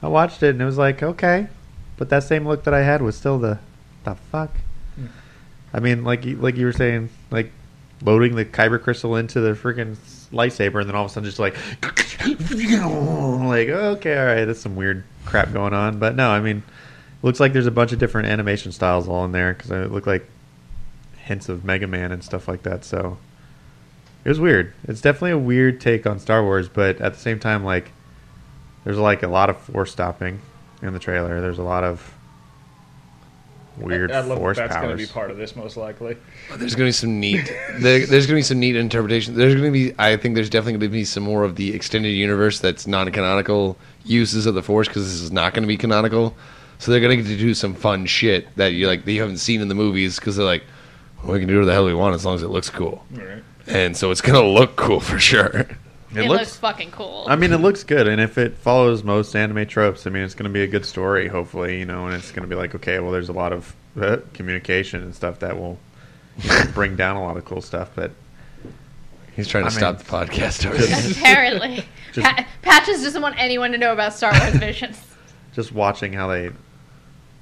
I watched it and it was like, okay, but that same look that I had was still the, the fuck. I mean, like you- like you were saying, like loading the kyber crystal into the freaking lightsaber and then all of a sudden just like, like okay, all right, that's some weird crap going on. But no, I mean, looks like there's a bunch of different animation styles all in there because it looked like hints of Mega Man and stuff like that. So it was weird. It's definitely a weird take on Star Wars, but at the same time, like there's like a lot of force stopping in the trailer. There's a lot of weird
I love
force
that that's going to
powers.
be part of this most likely.
But there's going to be some neat. There, there's going to be some neat interpretation. There's going to be. I think there's definitely going to be some more of the extended universe that's non-canonical uses of the Force because this is not going to be canonical. So they're going to get to do some fun shit that you like that you haven't seen in the movies because they're like, we can do whatever the hell we want as long as it looks cool.
Right.
And so it's going to look cool for sure.
It, looks, fucking cool.
I mean, it looks good, and if it follows most anime tropes, I mean, it's going to be a good story, hopefully, you know, and it's going to be like, okay, well, there's a lot of uh, communication and stuff that will you know, bring down a lot of cool stuff, but
He's trying to
I
stop
mean-
the podcast already.
Apparently.
Just-
Pa- Patches doesn't want anyone to know about Star Wars Visions.
just watching how they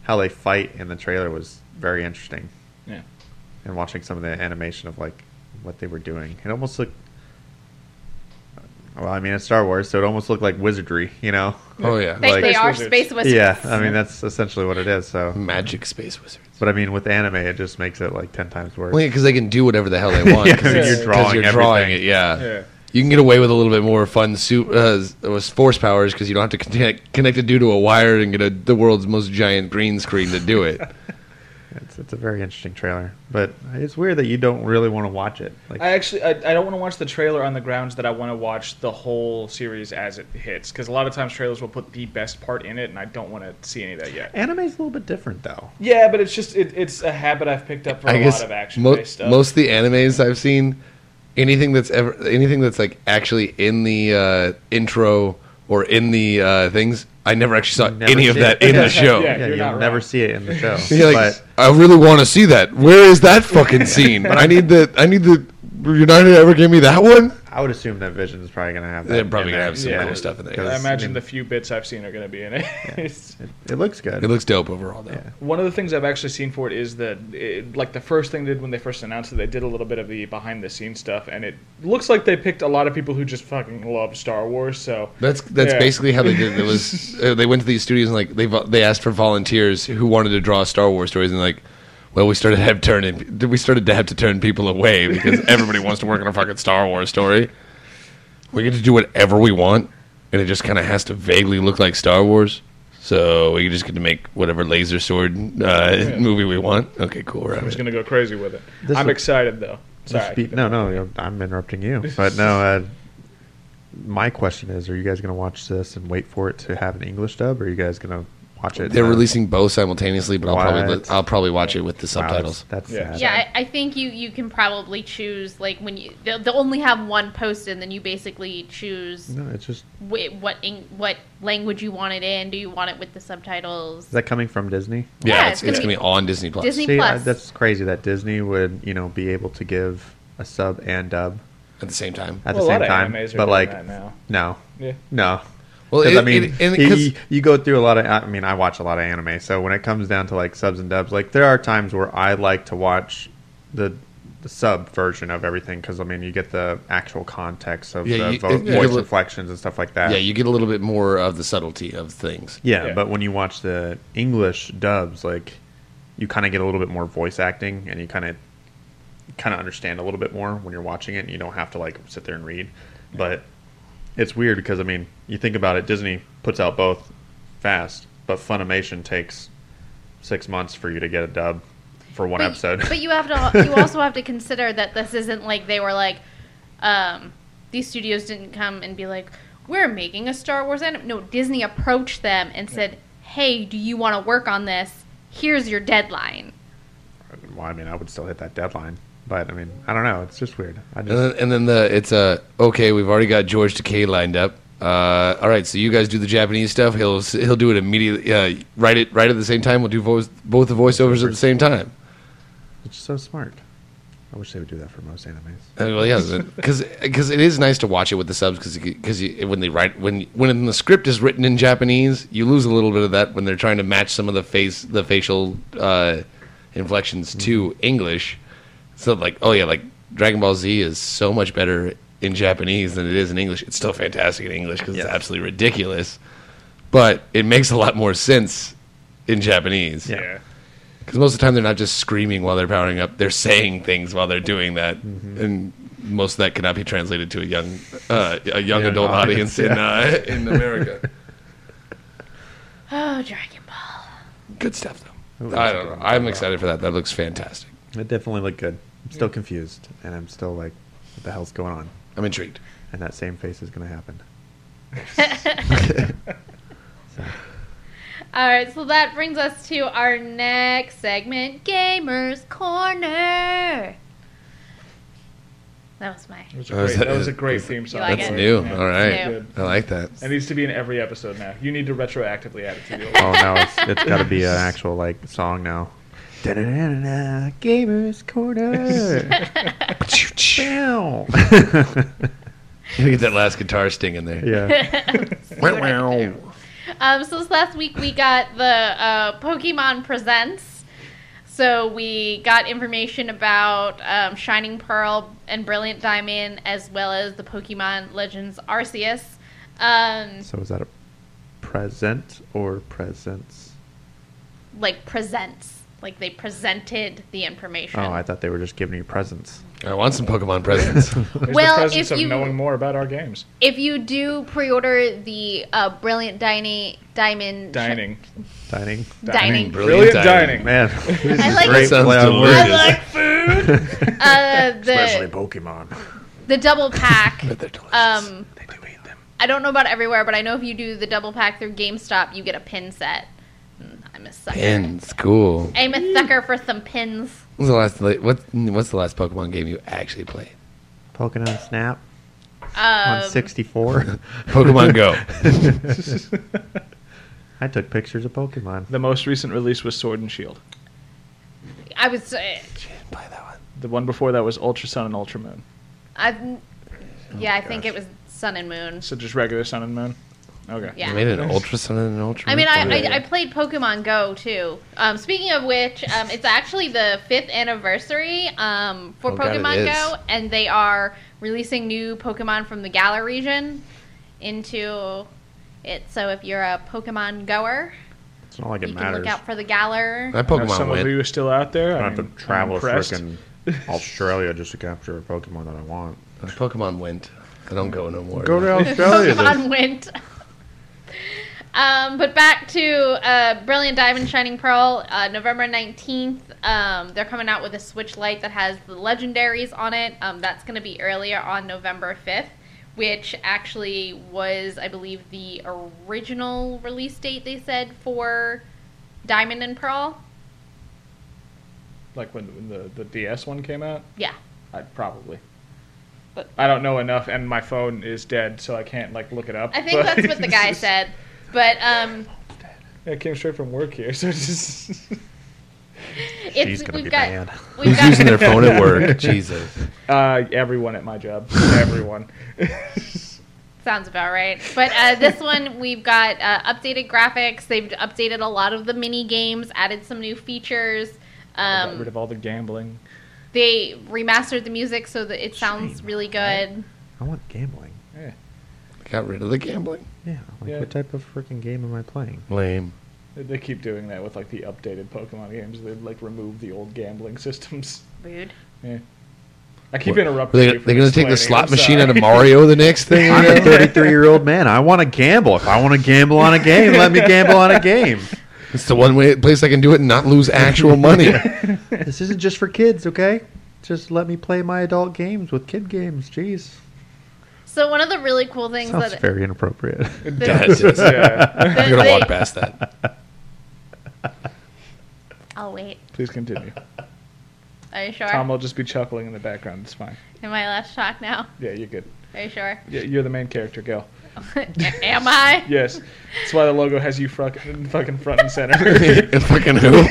how they fight in the trailer was very interesting,
Yeah.
and watching some of the animation of like what they were doing, it almost looked. Well, I mean, it's Star Wars, so it almost looked like wizardry, you know?
oh yeah,
They,
Like-
they are
Space
space wizards.
Yeah, I mean, that's essentially what it is. So,
magic space wizards.
but I mean, with anime, it just makes it like ten times worse.
Well, yeah, because they can do whatever the hell they want.
Yeah,
because
I mean,
it's-
you're
'cause
drawing
you're drawing
everything.
it. Yeah.
Yeah.
you can get away with a little bit more fun suit uh, with force powers because you don't have to connect, connect a dude to a wire and get a, the world's most giant green screen to do it.
It's, it's a very interesting trailer, but it's weird that you don't really want to watch it. Like,
I actually I, I don't want to watch the trailer on the grounds that I want to watch the whole series as it hits because a lot of times trailers will put the best part in it and I don't want to see any of that yet.
anime's a little bit different, though.
Yeah, but it's just it, it's a habit I've picked up for
I
a
guess
lot of action
mo-
based stuff.
most of the animes I've seen, anything that's ever anything that's like actually in the uh, intro or in the uh, things, I never actually saw
Never
any of
see
that
it.
in the show.
Yeah,
Yeah,
you're
you'll
not
never
wrong.
see it in the show.
You're like,
but
I really want to see that. Where is that fucking scene? But I need the I need the United ever gave me that one.
I would assume that Vision is probably going to have that.
They're probably
in
gonna
there.
have some
Yeah.
cool stuff in there.
I imagine
I mean-
the few bits I've seen are going to be in it. It's-
It, it looks good.
It looks dope overall though.
Yeah.
One of the things I've actually seen for it is that, it, like the first thing they did when they first announced it, they did a little bit of the behind the scenes stuff, and it looks like they picked a lot of people who just fucking love Star Wars. So
That's that's
Yeah.
basically how they did it. it. Was uh, they went to these studios and like they vo- they asked for volunteers who wanted to draw Star Wars stories and like, well, we started to have turning we started to have to turn people away because everybody wants to work on a fucking Star Wars story. We get to do whatever we want, and it just kind of has to vaguely look like Star Wars. So we just get to make whatever laser sword uh, movie we want. Okay, cool. We're
I'm
out
just
of
gonna go crazy with it.
This
I'm
will-
excited though.
Let's
Sorry.
be- no, no, you're- I'm interrupting you. But no, uh, my question is: Are you guys going to watch this and wait for it to have an English dub, or are you guys going to watch it?
They're
uh,
releasing both simultaneously, but I'll probably
What?
I'll probably watch it with the
wow, that's-
subtitles.
That's,
Yeah.
sad.
Yeah, I, I think you you can probably choose like when you they'll, they'll only have one post and then you basically choose
No, it's just
wh- what eng- what language you want it in. Do you want it with the subtitles?
is that coming from Disney?
yeah,
Yeah,
it's,
it's gonna
it's gonna
be-
be on Disney Plus.
Disney
See, I,
Plus.
that's crazy that Disney would you know be able to give a sub and dub.
at the same time.
at
Well, a
the
lot
same
of
time.
animes are
But
doing
like,
that now.
no,
Yeah.
no.
Well,
'Cause,
it-
I mean,
it- and-
you-
'cause-
you, you go through a lot of. I mean, I watch a lot of anime, so when it comes down to like subs and dubs, like there are times where I like to watch the the sub version of everything because I mean, you get the actual context of
Yeah,
the
you-
vo-
it- yeah.
voice
Yeah.
inflections and stuff like that.
Yeah, you get a little bit more of the subtlety of things.
Yeah,
Yeah.
but when you watch the English dubs, like you kind of get a little bit more voice acting, and you kind of kind of understand a little bit more when you're watching it. And you don't have to like sit there and read, but it's weird because I mean, you think about it, Disney puts out both fast, but Funimation takes six months for you to get a dub for one
but,
episode.
But you have to. You also have to consider that this isn't like they were like, um, these studios didn't come and be like, we're making a Star Wars anime. No, Disney approached them and said, hey, do you want to work on this? Here's your deadline.
well, I mean, I would still hit that deadline, but I mean, I don't know. It's just weird. I
And
just
then, and then the it's uh, okay. We've already got George Takei lined up. Uh, all right, so you guys do the Japanese stuff. He'll s- he'll do it immediately. Uh, right it right at the same time. We'll do voice, both the voiceovers at the same time.
it's so smart. I wish they would do that for most animes.
Uh, well, yeah, because it is nice to watch it with the subs because because when they write when when the script is written in Japanese, you lose a little bit of that when they're trying to match some of the face the facial uh, inflections
Mm-hmm.
to English. So like, oh yeah, like Dragon Ball Z is so much better in Japanese than it is in English. It's still fantastic in English because
Yes.
it's absolutely ridiculous, but it makes a lot more sense in Japanese.
Yeah.
Yeah.
Because most of the time they're not just screaming while they're powering up; they're saying things while they're doing that, and most of that cannot be translated to a young uh, a young
Yeah,
adult
an audience,
audience, in uh, in America.
Oh, Dragon Ball.
Good stuff, though.
Ooh,
I
that's
don't
a
know.
good one.
I'm excited for that. That looks fantastic.
It definitely looked good. I'm still confused, and I'm still like, what the hell's going on?
I'm intrigued.
And that same face is going to happen.
All right, so that brings us to our next segment, Gamers Corner. That was my.
That was a
That was-
great, Oh, that was a great theme song.
like
That's
it.
new.
Yeah.
All right,
New.
I like that.
It needs to be in every episode now. You need to retroactively add it to the old.
Oh no, it's, it's got to be an actual like song now. Da-da-da-da-da, Gamers Corner. Meow.
You get that last guitar sting in there.
yeah.
Um, so this last week we got the uh, Pokemon Presents. So we got information about um, Shining Pearl and Brilliant Diamond, as well as the Pokemon Legends Arceus. Um,
So is that a present or presents?
like presents, like they presented the information.
Oh, I thought they were just giving you presents.
I want some Pokemon presents.
There's
Well,
the presence
if
of
you-
knowing more about our games.
if you do pre-order the uh, Brilliant Dini- Diamond,
Dining.
Dining.
dining,
Brilliant, dining.
Man, this
I
is
like-
great
Sounds
play on
delicious.
I
words.
like food. uh,
Especially
the
Pokemon.
the double pack.
They're delicious.
Um,
They do eat them.
I don't know about everywhere, but I know if you do the double pack through GameStop, you get a pin set. Mm, I'm a sucker.
Pins, cool.
I'm a sucker for some pins.
What's the last like, what? What's the last Pokemon game you actually played?
Pokemon Snap on
Um,
64.
Pokemon Go.
I took pictures of Pokemon.
The most recent release was Sword and Shield.
I was. Uh,
Play that one.
The one before that was Ultra Sun and Ultra Moon.
I've. Yeah, I think
Oh, gosh.
it was Sun and Moon.
So just regular Sun and Moon. Okay.
Yeah.
You made an Ultra Sun and an Ultra.
I mean,
Moon?
I, I, I played Pokemon Go too. Um, speaking of which, um, it's actually the fifth anniversary um, for
Oh, God, it
Pokemon
is.
Go, and they are releasing new Pokemon from the Galar region into it. So if you're a Pokemon goer,
It's not like it
you can
matters.
look out for the Galar.
That
I know
Pokemon
some
went.
of you are still out there.
I
I
don't
mean,
have to travel
I'm
to
impressed.
freaking Australia just to capture a Pokemon that I want.
that Pokemon went. I don't go no more.
Pokemon went. Um, but back to uh, Brilliant Diamond Shining Pearl, uh, November 19th. Um, they're coming out with a Switch Lite that has the legendaries on it. Um, that's going to be earlier on November 5th, which actually was, I believe, the original release date they said for Diamond and Pearl.
Like when, when the, the DS one came out,
Yeah.
I probably.
But-
I don't know enough, and my phone is dead, so I can't like look it up.
I think
but-
that's what the guy said. But um,
It came straight from work here, so it's just.
It's,
She's gonna
we've
be
got,
mad.
We've
Who's
got,
using their phone at work? Jesus.
Uh, everyone at my job. Everyone.
Sounds about right. But uh, this one, we've got uh, updated graphics. They've updated a lot of the mini games, added some new features.
Got rid
Um,
of all the gambling.
they remastered the music so that it sounds
Shame,
really
right?
good.
I want gambling.
Yeah.
Got rid of the gambling.
Yeah. Like,
Yeah.
what type of freaking game am I playing?
Lame.
They- They keep doing that with like the updated Pokemon games. They like remove the old gambling systems.
Rude.
Yeah. I keep
What-
interrupting.
They,
you for
they're going to take the
explaining,
slot
I'm
machine
sorry.
out of Mario the next thing?
I'm
you
a
know?
33 year old man. I want to gamble. If I want to gamble on a game, let me gamble on a game.
It's the one way place I can do it and not lose actual money.
This isn't just for kids, okay? Just let me play my adult games with kid games. Jeez.
So one of the really cool things
Sounds
that
very inappropriate.
that-
Yes, yes, yes.
Yeah.
You're going to
they-
walk past that.
I'll wait.
Please continue.
Are you sure?
Tom will just be chuckling in the background. It's fine.
Am I allowed to talk now?
Yeah, you're good.
Are you sure?
Yeah, you're the main character. Go.
Am I?
Yes. That's why the logo has you fucking fucking front and center.
Fucking who?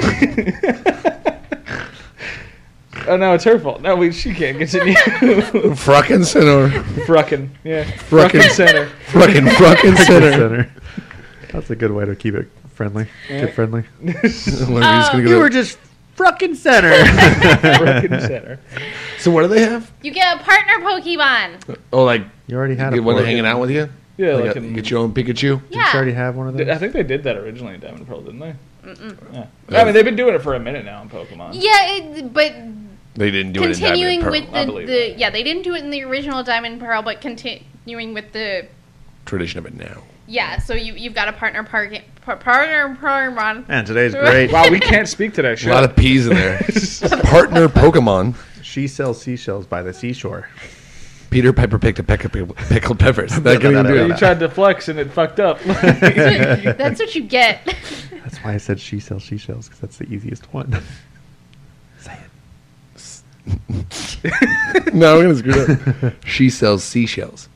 oh no, it's her fault. No, we, she can't continue.
Fruckin' center.
Fruckin. Yeah.
Fruckin'.
Fruckin center.
Fucking fucking center.
Center. That's a good way to keep it friendly.
Yeah.
Kid friendly.
Larry's
Uh,
gonna go
You
to-
were just fucking center.
Fruckin center.
so what do they have?
You get a partner Pokemon.
Oh, like
you already had
you
a
want to
board.
hanging out with you?
Yeah,
Like
like
a-
in-
get your own Pikachu.
Didn't you already
Yeah.
have one of those?
I think they did that originally in Diamond and Pearl, didn't they? Mm-mm. Yeah. I mean, they've been doing it for a minute now in Pokemon.
Yeah, it, but
They didn't do
continuing
it in
with
with
I
the,
believe
the yeah, they didn't do it in the original Diamond and Pearl, but continuing with the
tradition of it now.
yeah. So you you've got a partner par- par- partner Pokemon.
And today's great.
Wow, we can't speak today.
A lot of P's in there. Partner Pokemon.
She sells seashells by the seashore.
Peter Piper picked a peck of pickle- pickled peppers. That can even do
you
it.
tried to flex and it fucked up.
That's what you get.
That's why I said she sells seashells because that's the easiest one. Say it.
No, we're gonna screw up. She sells seashells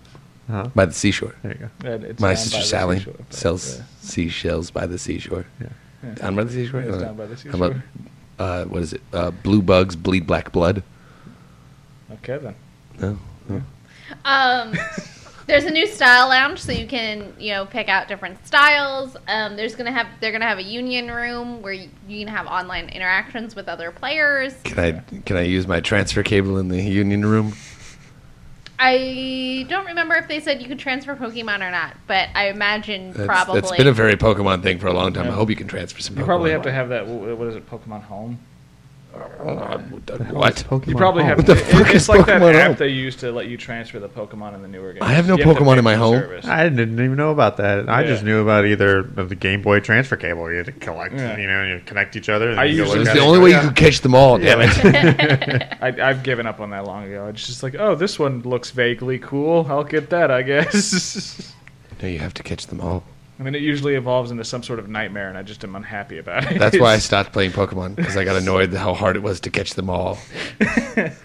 Uh-huh.
by the seashore.
There you go.
And it's
My
down by
sister
the
Sally
seashore, but,
sells
yeah.
seashells by the seashore.
Yeah.
Down by the seashore.
It's
Uh,
down by the
How about uh, what is it? Uh, blue bugs bleed black blood.
Okay then.
No.
Um, there's a new style lounge, so you can you know pick out different styles. Um, there's gonna have they're gonna have a union room where you, you can have online interactions with other players.
Can I can I use my transfer cable in the union room?
I don't remember if they said you could transfer Pokemon or not, but I imagine
That's,
probably.
that's been a very Pokemon thing for a long time.
Yeah.
I hope you can transfer some.
You probably have to have that. wh- What is it? Pokemon Home.
have
It's
what?
Pokemon
You probably
Home.
have.
What the
to,
fuck is
it- it's like that
Pokemon
app
Home?
they use to let you transfer the Pokemon in the newer games.
I have no
You to
Pokemon
pay
in my
for the
home.
service.
I didn't even know about that. I just
Yeah.
knew about either of the Game Boy transfer cable. You had to collect,
Yeah.
you know, and you connect each other. And
I
you go
usually-
look
It's
at
the
it.
only way you can catch them all. Damn it!
I, I've given up on that long ago. It's just like, oh, this one looks vaguely cool. I'll get that, I guess.
no, you have to catch them all.
I mean, it usually evolves into some sort of nightmare, and I just am unhappy about it.
That's why I stopped playing Pokemon because I got annoyed how hard it was to catch them all.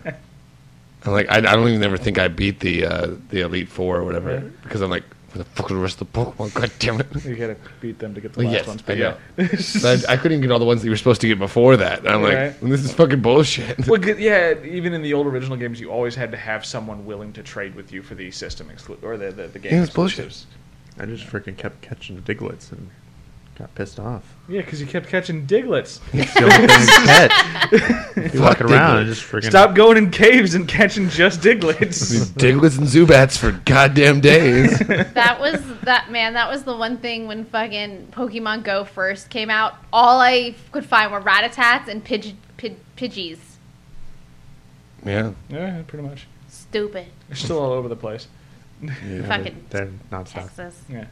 I'm like, I, I don't even ever think I beat the uh, the Elite Four or whatever
Yeah.
because I'm like, where the fuck are the rest of the Pokemon? God damn it!
you gotta beat them to get the
Well,
last
yes,
ones. But
I
yeah,
know. But I, I couldn't even get all the ones that you were supposed to get before that. And I'm like,
Right.
this is fucking bullshit.
well, good- yeah. Even in the old original games, you always had to have someone willing to trade with you for the system exclu- or the the, the game
Yeah, it's bullshit.
exclusives.
I just freaking kept catching diglets and got pissed off.
Yeah, because you kept catching Diglets.
It's the only thing I could catch. You walk
Fuck
around and
Diglett.
just freaking
Stop going in caves and catching just Diglets.
These Diglets and Zubats for goddamn days.
that was that man. That was the one thing when fucking Pokemon Go first came out. All I could find were Ratatats and Pidge, Pid, Pidgeys.
yeah.
yeah, pretty much.
Stupid
They're still all over the place.
fucking
They're nonstop.
Texas.
Yeah.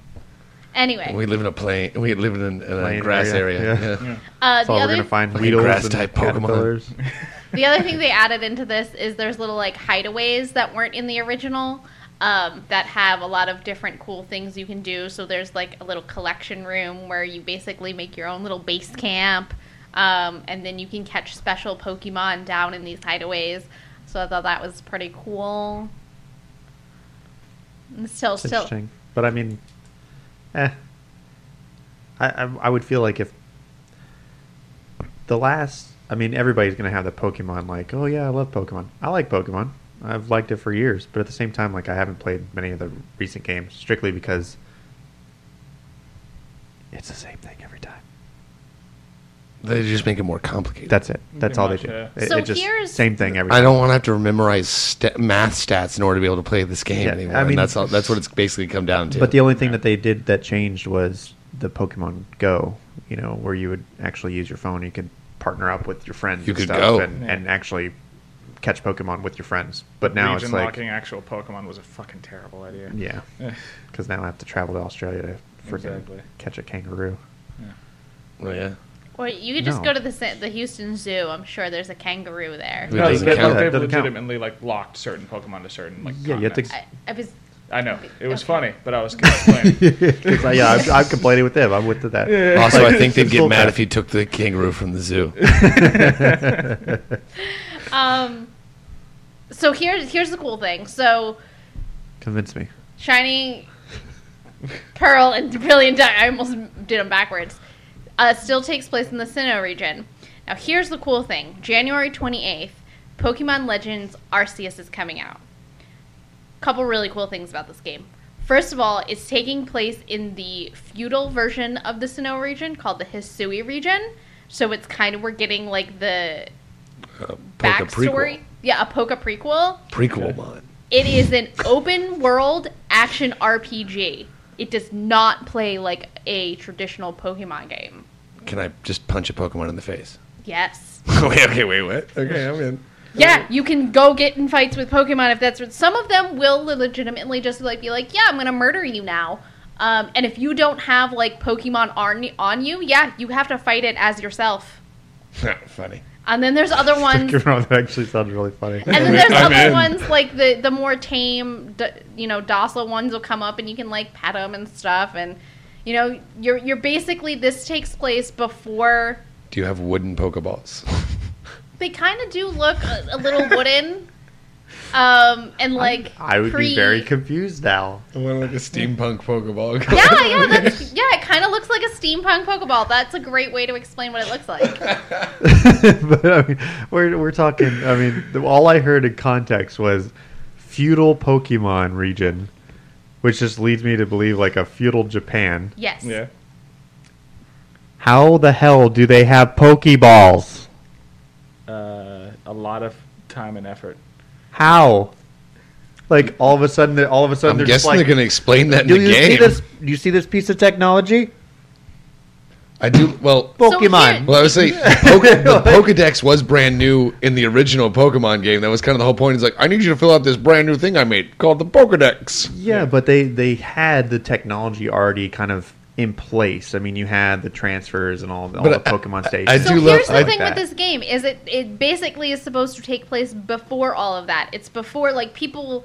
Anyway,
We live in a plain. We live in, a- in a
Plain
grass
area,
area.
yeah.
yeah.
uh,
That's
the
all we're
other
gonna find.
Fucking
Weedles and
grass-type Pokemon.
caterpillars.
The other thing they added into this is there's little like hideaways that weren't in the original um, that have a lot of different cool things you can do. So there's like a little collection room where you basically make your own little base camp, um, and then you can catch special Pokemon down in these hideaways. So I thought that was pretty cool. And Still,
It's
still,
interesting. But I mean, eh. I, I I would feel like if the last I mean, everybody's gonna have the Pokemon. Like, oh yeah, I love Pokemon. I like Pokemon. I've liked it for years, but at the same time, like I haven't played many of the recent games strictly because it's the same thing every time.
They just make it more complicated.
That's it. That's
Pretty
all they
much,
do.
yeah.
It,
So
it just
here's-
same thing every.
I
time.
don't want to have to memorize st- math stats in order to be able to play this game
Yeah,
anymore.
I
and
mean-
that's all, that's what it's basically come down to.
But the only thing that they did that changed was the Pokemon Go. You know, where you would actually use your phone. You could partner up with your friends.
You
and
could
stuff
go.
and,
Yeah.
and actually catch Pokemon with your friends. But now
Legion
it's like,
locking actual Pokemon was a fucking terrible idea.
yeah, because now I have to travel to Australia to freaking
Exactly.
catch a kangaroo.
oh, yeah.
Or you could just
No.
go to the sa- the Houston Zoo. I'm count. there's a kangaroo there.
It
No,
doesn't
they,
count.
like, they've
Doesn't count.
legitimately like locked certain Pokemon to certain like.
Yeah, you have to-
continents.
I, I was
I know it was
Okay.
funny, but I was complaining.
'Cause I- yeah, I've, I've complaining with them. I'm with that.
Also, I think they'd get
Full
mad
time.
if he took the kangaroo from the zoo. Uh,
um. So here's here's the cool thing. So
Convince me.
Shining Pearl and Brilliant Diamond. I almost did them backwards. Uh, still takes place in the Sinnoh region. Now, here's the cool thing January 28th, Pokemon Legends Arceus is coming out. Couple really cool things about this game. First of all, it's taking place in the feudal version of the Sinnoh region called the Hisui region. So it's kind of, we're getting like the
Uh, poke a
backstory. Yeah, a Poke prequel.
Prequel, prequel mod.
It is an open world action RPG. It does not play like a traditional Pokemon game.
Can I just punch a Pokemon in the face?
Yes.
wait, okay, wait, what? Okay, I'm in.
Yeah, you can go get in fights with Pokemon if that's what some of them will legitimately just like be like, yeah, I'm gonna murder you now. Um, and if you don't have like Pokemon on on you, yeah, you have to fight it as yourself.
Ah, Funny.
And then there's other ones
Pokemon, that actually sounded really funny.
And then there's
I'm
other
in.
ones like the the more tame, d- you know, docile ones will come up and you can like pet them and stuff, and you know, you're you're basically this takes place before
Do you have wooden Pokeballs?
they kind of do look a, a little wooden, um, and like
I would
pre-
be very confused now.
I want like a steampunk Pokeball.
Yeah, yeah, that's, yeah. It kind of looks like a steampunk Pokeball. That's a great way to explain what it looks like.
but I mean, we're we're talking. I mean, the, all I heard in context was feudal Pokemon region, which just leads me to believe like a feudal Japan.
Yes.
yeah.
How the hell do they have Pokeballs?
Uh, a lot of time and effort.
How? Like all of a sudden, they're- all of a
I'm
sudden, they're just
guessing
like,
they're going to explain that in
do
the
you see
game.
this? Do you see this piece of technology?
I do. Well,
So
Pokemon.
here-
Well, I would say the, Poke, the Pokedex was brand new in the original Pokemon game. That was kind of the whole point. Is like, I need you to fill out this brand new thing I made called the Pokedex.
Yeah, but they they had the technology already kind of in place. I mean, you had the transfers and all, all the
But I-
Pokemon stations.
I
So
do love-
here's the
I-
thing
that.
with this game is it it basically is supposed to take place before all of that. It's before like people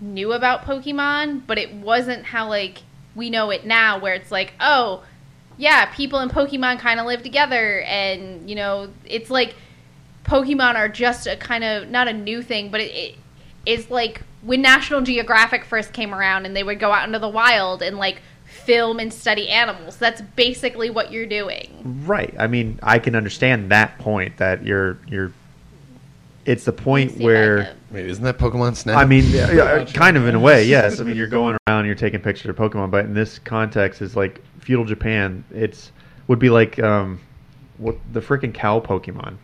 knew about Pokemon, but it wasn't how like we know it now where it's like, "Oh, yeah, people and Pokemon kind of live together and, you know, it's like Pokemon are just a kind of not a new thing, but it, it is like when National Geographic first came around and they would go out into the wild and like film and study animals. That's basically what you're doing.
Right. I mean, I can understand that point that you're you're. It's the
See
point
if I
where
can-
Wait, isn't that Pokemon Snap?
I mean, yeah, yeah, kind of in a way, yes. I mean, you're going around, you're taking pictures of Pokemon, but in this context, is like feudal Japan. It's would be like um, what the freaking cow Pokemon.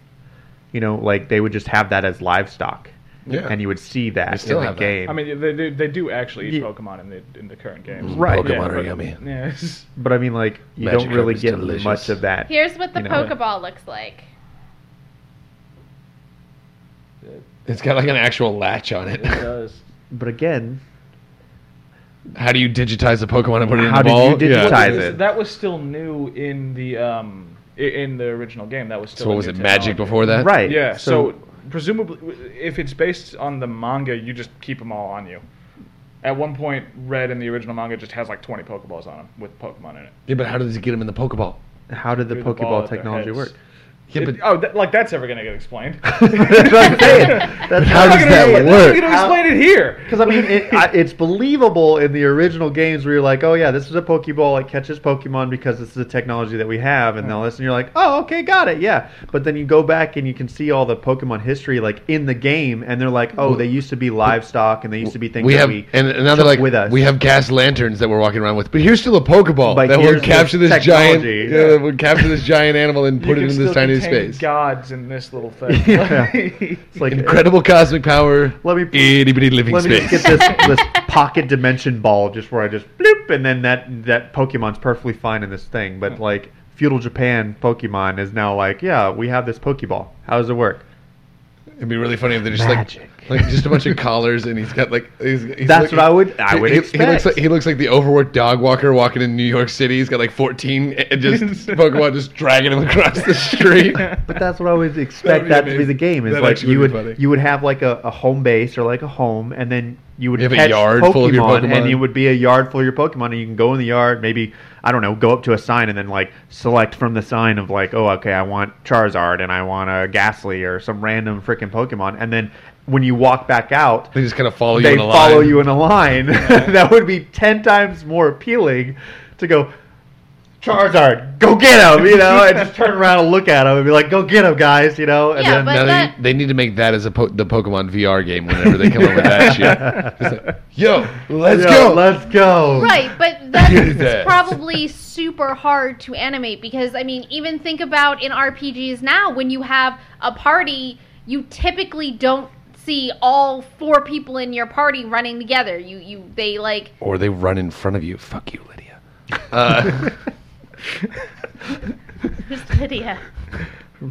You know, like they would just have that as livestock,
Yeah.
and you would see
They
that
still
in the
have that.
game.
I mean, they do, they do actually eat
Ye-
Pokemon in the in the current game.
Right.
Mm, Pokemon
Yeah,
are
but-
yummy.
Yeah.
but I mean, like you
Magikarp
don't really
is
get
delicious.
much of that.
Here's what the
You know.
Pokeball looks like.
It's got like an actual latch on it.
does.
But again,
How do you digitize a Pokemon and put it in
How
a
did
ball?
you digitize
Yeah.
it?
This- That was still new in the um i- in the original game. That was still.
So
a
what was
new
it? Magic
technology.
before that?
right?
Yeah. So, presumably, if it's based on the manga, you just keep them all on you. At one point, Red in the original manga just has like 20 Pokeballs on him with Pokemon in it.
Yeah, but how does he get him in the Pokeball?
how did the
Threw the ball
Pokeball
at their
technology
heads.
work?
Yeah, but
It- oh, that, like that's ever gonna get explained.
That's what I'm saying. That's
I'm
how
not
does
gonna
that
be able-
work?
I'm gonna explain it here.
Because I mean, it, I, it's believable in the original games where you're like, oh yeah, this is a Pokeball. It catches Pokemon because this is the technology that we have, and all this, and you're like, oh okay, got it, yeah. But then you go back and you can see all the Pokemon history like in the game, and they're like, oh, they used to be livestock, and they used to be things
we
that
have
we
and and now they're
took
like
with us.
we have gas lanterns that we're walking around with, but here's still a Pokeball
But
that would
here's the
capture this giant,
technology.
yeah, that would capture this giant animal and
You
put
can
it in
still
this tiny
contain
space.
Gods in this little
Yeah.
thing.
It's like
Incredible cosmic power.
Let me-
itty bitty living
Let me
space.
just get this, this pocket dimension ball, just where I just bloop, and then that that Pokemon's perfectly fine in this thing. But like feudal Japan Pokemon is now like, yeah, we have this Pokeball. How does it work?
It'd be really funny if they're just
Magic.
like like just a bunch of collars and he's got like he's, he's
That's
looking-
what I would- I would
he, He
expect.
looks like he looks like the overworked dog walker walking in New York City. He's got like fourteen and just Pokemon just dragging him across the street.
But that's what I would expect
be
that to be
amazing.
the game. Is
That
like
actually
you
would
would
be funny.
you would have like a, a home base or like a home, and then you would
You have a
catch
yard
Pokemon,
full of your
and
Pokemon.
you would be a yard full of your Pokemon, and you can go in the yard, maybe I don't know, go up to a sign and then like select from the sign of like, oh, okay, I want Charizard and I want a Ghastly or some random freaking Pokemon, and then when you walk back out,
They just kind of follow you.
they
in a
follow
line.
you in a line. that would be ten times more appealing to go. Charizard, go get him! You know, and just turn around and look at him and be like, "Go get him, guys!" You know, and
Yeah,
then
but-
Now
that-
they, they need to make that as a po- the Pokemon VR game whenever they come up with that shit. Just like, Yo, let's
Yo,
go.
let's go.
Right, but
Yeah.
that's probably super hard to animate because I mean, even think about in RPGs now when you have a party, you typically don't see all four people in your party running together. You you they like
or they run in front of you. Fuck you, Lydia. Uh,
who's Lydia?
From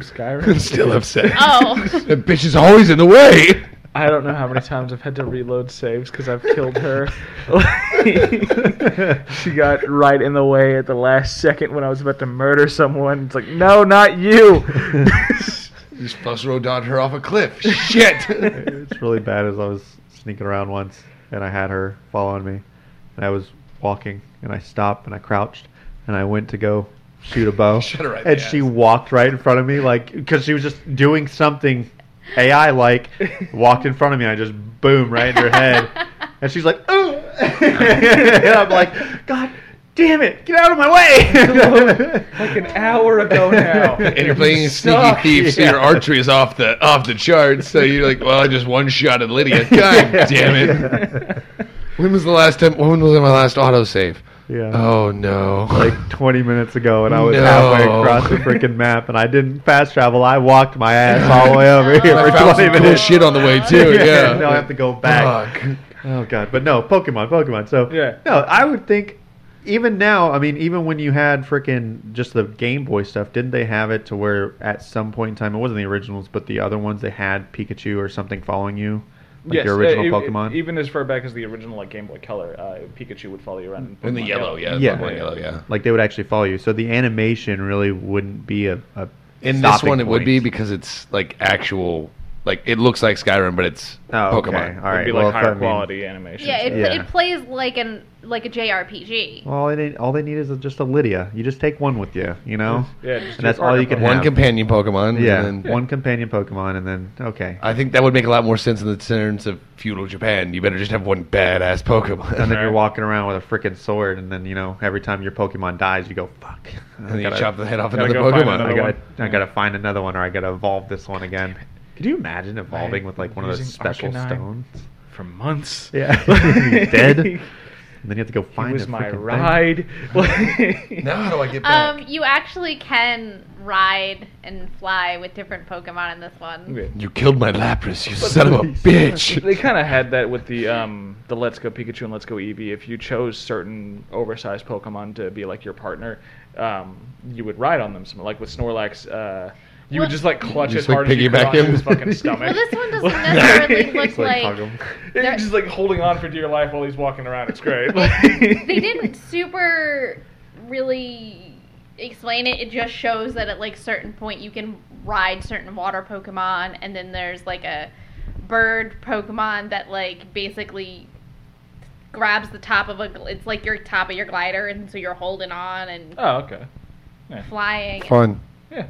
I'm
Skyrim.
still upset.
Oh.
that bitch is always in the way.
I don't know how many times I've had to reload saves because I've killed her. she got right in the way at the last second when I was about to murder someone. It's like, no, not you.
Just Buster dodged her off a cliff. Shit.
It's really bad as I was sneaking around once and I had her following me, and I was walking and I stopped and I crouched and I went to go shoot a bow,
Shot her right in
and
the
she
ass.
walked right in front of me, like because she was just doing something AI like, walked in front of me and I just boom right in her head, and she's like, "Ooh," and I'm like, God. Damn it! Get out of my way!
like an hour ago now.
and you're playing sneaky
Suck,
thief, so your
yeah.
archery is off the off the charts. So you're like, well, I just one shot at Lydia. God damn it! When was the last time? When was my last autosave?
Yeah.
Oh no.
like 20 minutes ago and I was
No.
halfway across the freaking map and I didn't fast travel. I walked my ass all the way over here
I
for
found
20
some cool
minutes.
shit on the way too. Yeah.
now I have to go back.
Fuck.
Oh god, but no, Pokemon, Pokemon. So
Yeah.
no, I would think even now, I mean, even when you had freaking just the Game Boy stuff, didn't they have it to where at some point in time it wasn't the originals, but the other ones they had Pikachu or something following you, like your original
e- e-
Pokemon?
even as far back as the original like Game Boy Color, uh, Pikachu would follow you around. in
In the
Pokemon
yellow, yeah.
Yeah.
Pokemon yellow, yeah.
like they would actually follow you. So the animation really wouldn't be a. a
In this
stopping
one, it would
point.
be because it's like actual, like it looks like Skyrim, but it's
Oh, okay.
Pokemon.
All
It'd
right.
be like
well, if I
higher
mean-
quality animation.
Yeah, it,
Yeah.
it plays like an like a JRPG.
well, it ain't, all they need is a, just a Lydia. You just take one with you, you know,
yeah, just
and that's
your
all you
partner
can
One
have.
companion Pokemon.
yeah,
And then
one companion Pokemon, and then okay,
I think that would make a lot more sense in the terms of feudal Japan. You better just have one badass Pokemon.
and then you're
Right.
walking around with a freaking sword, and then you know every time your Pokemon dies, you go fuck. I
And then you
gotta-
chop the head off
Gotta
another
go find
Pokemon.
another
I
one.
gotta, I gotta find another one, or I gotta evolve this one again. Could you imagine evolving with like one of those
Using
special
Arcanine.
stones?
for months.
Yeah, He's dead. And then you have to go
He
find
was
the
my
freaking thing.
ride.
Now how do I get back?
Um, you actually can ride and fly with different Pokemon in this one.
Okay.
you killed my Lapras, you son of a
They
bitch.
kind of had that with the um, the Let's Go Pikachu and Let's Go Eevee. If you chose certain oversized Pokemon to be like your partner, um, you would ride on them. Some like with Snorlax, uh, you
Well-
would just like clutch
You
as
just, like,
hard as you could
piggyback
onto
him.
his fucking stomach.
Well, this one doesn't necessarily look
It's like, hug
like
'em.
You're
They're-
just like holding on for dear life while he's walking around. It's great.
they didn't super really explain it. It just shows that at like certain point you can ride certain water Pokemon, and then there's like a bird Pokemon that like basically grabs the top of a. gl- It's like your top of your glider, and so you're holding on and
Oh, okay.
flying.
Fun.
Yeah.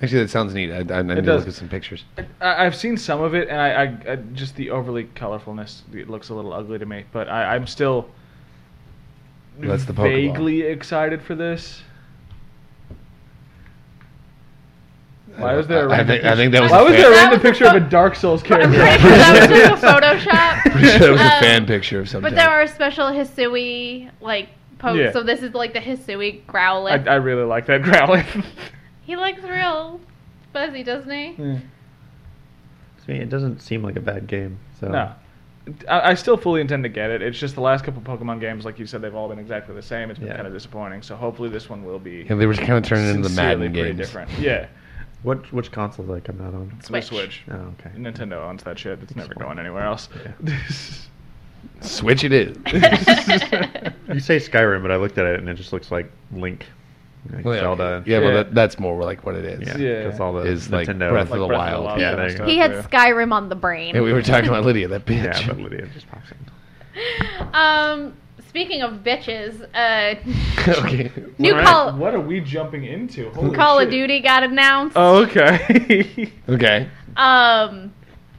Actually, that sounds neat. I, I, I need to
does.
look at some pictures.
I, I've seen some of it, and I, I, I just the overly colorfulness it looks a little ugly to me. But I, I'm still
That's the Pokeball.
vaguely excited for this. Why was there a
I, I,
random
think, I
picture-
think that was.
Why
a
was
fan-
there a
That
random
was a
picture of a
pho-
Dark Souls
I'm
character?
pretty sure that was just a Photoshop.
Pretty sure that was a
Um,
fan picture of something.
But there are special Hisui like posts.
Yeah.
So this is like the Hisui Growlithe.
I, I really like that Growlithe.
he looks real fuzzy, doesn't he?
Yeah.
To me, it doesn't seem like a bad game. So
No. I, I still fully intend to get it. It's just the last couple Pokemon games, like you said, they've all been exactly the same. It's been
Yeah.
kind of disappointing. So hopefully this one will be
Yeah, they were kind of turning into the
sincerely
Madden
pretty
games.
different. Yeah,
what which console like I'm not on?
Switch.
Switch.
Switch.
Oh, okay.
Nintendo owns that shit. It's never
Switch.
going anywhere else.
Switch it in.
You say Skyrim, but I looked at it and it just looks like Link, like
Well, yeah,
Zelda.
Yeah,
Yeah.
well, that, that's more like what it is.
yeah,
Yeah.
that's all the
Is like
Nintendo.
Breath of
Like
the
Breath of the
Wild.
Wild.
Yeah,
Yeah, there
He
Oh,
had
yeah.
Skyrim on the brain.
Yeah, we were talking about Lydia, that bitch.
yeah, but Lydia just pops in.
um, speaking of bitches, uh,
okay.
new
Alright,
Call
What are we jumping into? Holy
Call of
Oh, shit.
Duty got announced.
Oh, okay.
Okay.
Um,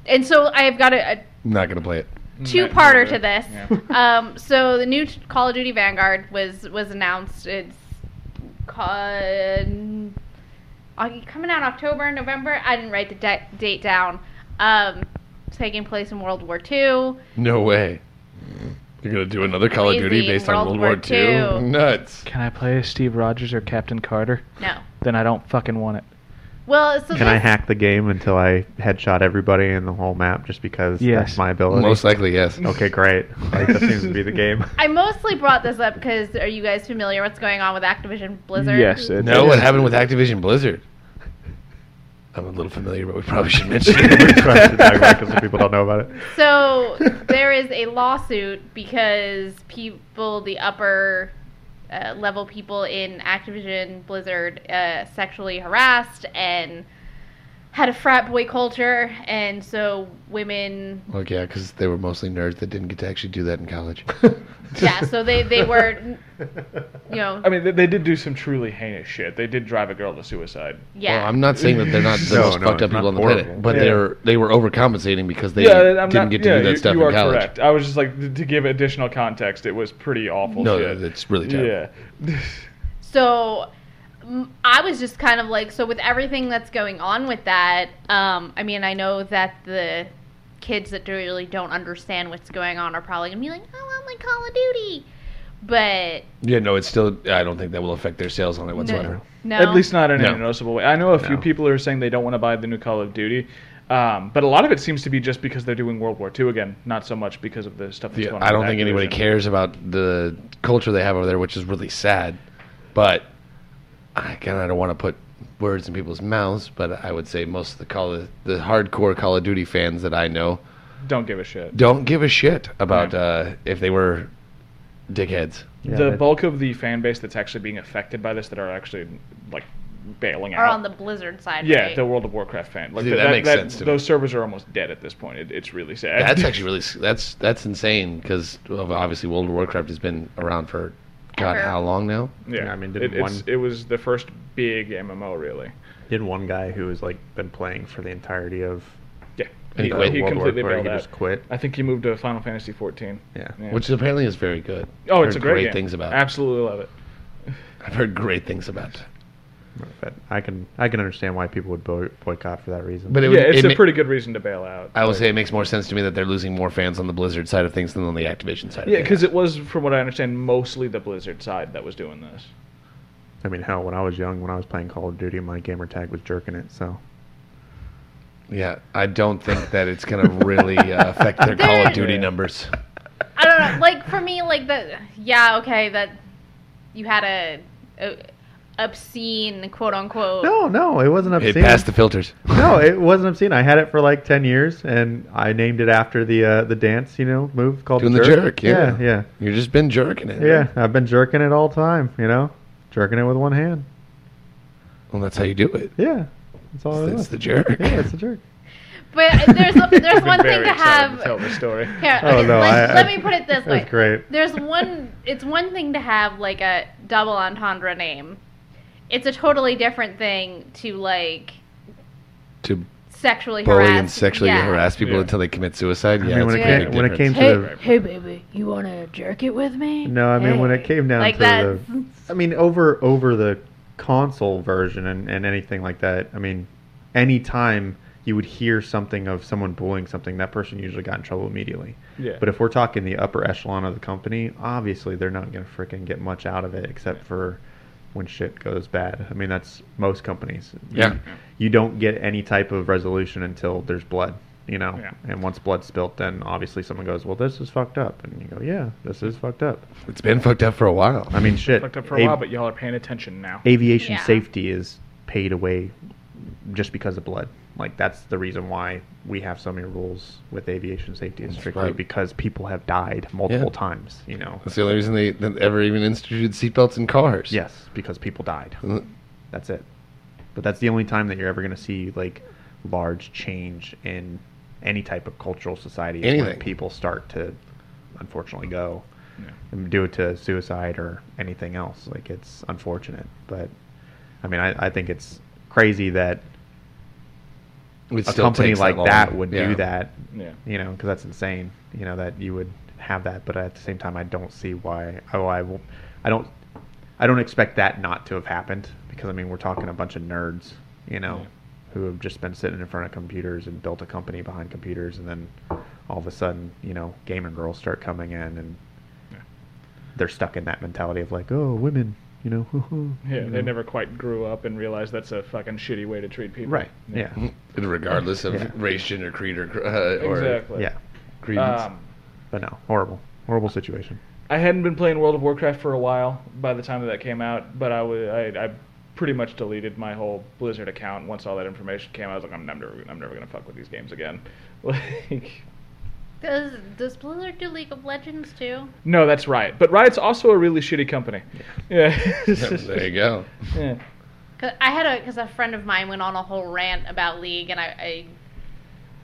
and so I've got a, a
I'm not gonna play it.
two-parter to this.
Yeah.
Um, so the new t- Call of Duty Vanguard was was announced. It's con- uh, coming out October, November. I didn't write the da- date down. Um, it's taking place in World War II.
No way. You're gonna do another Call of Duty
Crazy.
based
World
on World
War
War II?
II.
Nuts.
Can I play as Steve Rogers or Captain Carter?
No.
Then I don't fucking want it.
Well, so
Can I
this-
hack the game until I headshot everybody in the whole map just because
Yes.
that's my ability?
Most likely, yes.
Okay, great. Like, that seems to be the game.
I mostly brought this up because are you guys familiar what's going on with Activision Blizzard?
Yes, it-
No, what happened with Activision Blizzard? I'm a little familiar, but we probably should mention it.
Because people don't know about it.
So there is a lawsuit because people, the upper uh, level people in Activision Blizzard, uh, sexually harassed and had a frat boy culture, and so women,
well, yeah, because they were mostly nerds that didn't get to actually do that in college.
yeah, so they they were, you know,
I mean, they, they did do some truly heinous shit. They did drive a girl to suicide.
yeah.
Well, I'm not saying that they're not the
No,
most
no,
fucked up
it's not
people on the
horrible.
planet, but
Yeah.
they're they were overcompensating because they
yeah, I'm
didn't
not,
get to
yeah,
do that
you,
stuff
you
in
are
college.
correct. I was just like th- to give additional context. It was pretty awful.
No,
shit.
it's really terrible.
yeah.
So m- I was just kind of like, so with everything that's going on with that, um, I mean, I know that the kids that really don't understand what's going on are probably gonna be like, oh, I'm like Call of Duty, but
Yeah, no, it's still. I don't think that will affect their sales on it whatsoever.
no, no,
At least not in
No.
any noticeable way. I know a few
No.
people are saying they don't want to buy the new Call of Duty, um, but a lot of it seems to be just because they're doing World War II again, not so much because of the stuff that's
Yeah,
going on.
I don't
with
think anybody
Activision.
cares about the culture they have over there, which is really sad. But I kind of don't want to put words in people's mouths, but I would say most of the Call of, the hardcore Call of Duty fans that I know
Don't give a shit.
don't give a shit about uh, if they were dickheads.
Yeah,
the
that-
bulk of the fan base that's actually being affected by this, that are actually like bailing
are
out.
on the Blizzard side,
yeah,
right?
the World of Warcraft fan. Like
Dude, that makes sense to me.
Those servers are almost dead at this point. It, it's really sad.
That's actually really s- that's that's insane because obviously World of Warcraft has been around for God
Ever.
how long now?
Yeah,
Yeah, I mean,
it,
didn't
it's-
one-
it was the first big MMO, really.
Did one guy who has like been playing for the entirety of
Yeah,
And he
he,
quit
he
World War
completely
where
bailed
he
out.
just quit.
I think he moved to Final Fantasy 14.
Yeah.
Yeah.
Which apparently is very good.
oh,
I've
it's a
heard
great, game.
things about.
Absolutely love it.
I've heard great things about. it.
But I can I can understand why people would boy, boycott for that reason.
But it,
yeah,
would-
it's
it
a
ma-
pretty good reason to bail out.
I would say it makes more sense to me that they're losing more fans on the Blizzard side of things than on the Activision side.
yeah,
of
because
things.
it was, from what I understand, mostly the Blizzard side that was doing this.
I mean, hell, when I was young, when I was playing Call of Duty, my gamer tag was jerking it. So
yeah, I don't think that it's going to really uh, affect their Call of Duty
Yeah.
numbers.
I don't know. Like for me, like the yeah, okay, that you had a, a obscene quote unquote.
no, no, it wasn't
It
obscene.
passed the filters.
no, it wasn't obscene. I had it for like ten years, and I named it after the uh, the dance, you know, move called
Doing
the
the
jerk.
jerk, yeah.
yeah,
You've just been jerking it.
yeah, yeah. I've been jerking it all the time, you know, jerking it with one hand.
Well, that's how you do it.
Yeah, that's all it
It's
was.
the jerk.
yeah, it's a jerk.
But there's there's
I've
one
been
thing
very
to
excited
have.
to tell the story.
Here,
Oh,
okay,
no,
let,
I-
let
I-
me put it this way.
That's great.
There's one. It's one thing to have like a double entendre name. it's a totally different thing to like
to
sexually
bully
harass
and sexually
yeah.
harass people
Yeah.
until they commit suicide.
I
Yeah,
mean,
it's
when it
a pretty
came-
big
when it
difference.
came to
Hey,
the-
hey, baby, you want to jerk it with me?
No, I mean when it
Hey.
came down
like
to
that,
the, I mean over over the console version and, and anything like that. I mean, any time you would hear something of someone bullying something, that person usually got in trouble immediately.
Yeah.
But if we're talking the upper echelon of the company, obviously they're not going to freaking get much out of it except for when shit goes bad. I mean, that's most companies.
Yeah.
You, you don't get any type of resolution until there's blood, you know?
Yeah.
And once blood's spilt, then obviously someone goes, well, this is fucked up. And you go, yeah, this is fucked up.
It's been fucked up for a while.
I mean, shit.
Fucked up for a
av-
while, but y'all are paying attention now.
aviation
Yeah.
safety is paid away just because of blood. Like that's the reason why we have so many rules with aviation safety is strictly
right.
because people have died multiple
Yeah.
times. You know.
That's the only reason they they ever even instituted seatbelts in cars.
Yes, because people died.
Mhm.
That's it. But that's the only time that you're ever going to see like large change in any type of cultural society. is when
Anything.
people start to unfortunately go
Yeah.
and due to suicide or anything else. Like it's unfortunate, but I mean, I, I think it's crazy that
It
a
still
company
takes
like
long.
that would
Yeah.
do that.
Yeah.
You know, because that's insane. You know that you would have that, but at the same time, I don't see why. Oh, I will. I don't. I don't expect that not to have happened because I mean we're talking a bunch of nerds, you know,
Yeah.
who have just been sitting in front of computers and built a company behind computers, and then all of a sudden, you know, gamer girls start coming in, and
Yeah.
they're stuck in that mentality of like, oh, women, you know,
Yeah,
you
they
Mm-hmm.
know.
never quite grew up and realized that's a fucking shitty way to treat people.
right, yeah, yeah.
regardless of
Yeah.
race, gender, creed, or cr- uh, or
Exactly.
credence.
Um,
but no, horrible, horrible situation.
I hadn't been playing World of Warcraft for a while by the time that that came out, but I was I, I pretty much deleted my whole Blizzard account once all that information came. out. I was like, I'm never I'm never gonna fuck with these games again. Like,
Does does Blizzard do League of Legends too?
no, that's Riot, but Riot's also a really shitty company. Yeah.
there you go.
Yeah.
'Cause I had a because a friend of mine went on a whole rant about League, and I, I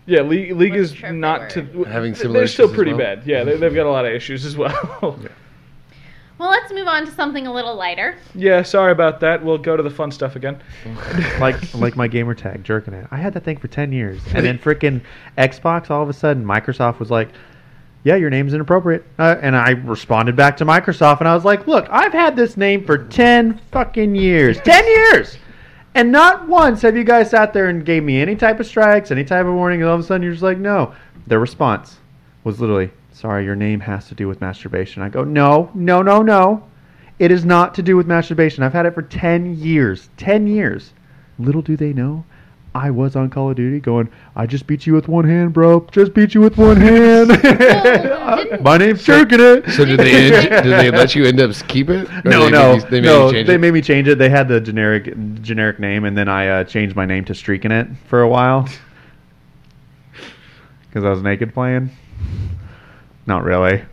Yeah, League, League
Wasn't
is
sure if they
not
were-
to. w-
Having
th-
similar
They're still
issues as
pretty
well.
bad. Yeah, they, they've got a lot of issues as well. Yeah.
well, let's move on to something a little lighter.
sorry about that. We'll go to the fun stuff again.
like like my gamer tag jerking it. I had that thing for ten years, and then freaking Xbox. All of a sudden, Microsoft was like, "Yeah, your name's inappropriate," uh, and I responded back to Microsoft, and I was like, "Look, I've had this name for ten fucking years, ten years." And not once have you guys sat there and gave me any type of strikes, any type of warning, and all of a sudden you're just like, no. Their response was literally, sorry, your name has to do with masturbation. I go, no, no, no, no. It is not to do with masturbation. I've had it for 10 years. 10 years. Little do they know, I was on Call of Duty going, I just beat you with one hand, bro. Just beat you with one hand.
didn't-
My name's jerking it.
So did they did they let you end up keep it? Or
No,
they
no,
made you- they made
no.
you change
they
it?
made me change it. They had the generic generic name, and then I uh, changed my name to Streaking It for a while because I was naked playing. Not really,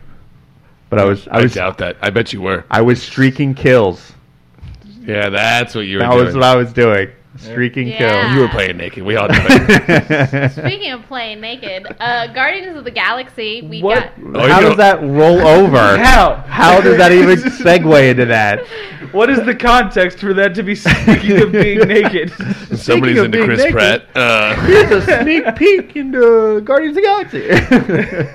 but I was. I
I
was.
doubt that. I bet you were.
I was streaking kills.
Yeah, that's what you were
That
doing.
was what I was doing. Streaking
Yeah.
you were playing naked. We all know it.
kills.
Speaking of playing naked, uh, Guardians of the Galaxy, we
What?
got
Oh, you
How
know-
does that roll over?
How?
How does that even segue into that?
What is the context for that to be speaking of being naked?
Somebody's
of
into
being
Chris
naked-
Pratt. Uh,
Here's a sneak peek into Guardians of the Galaxy.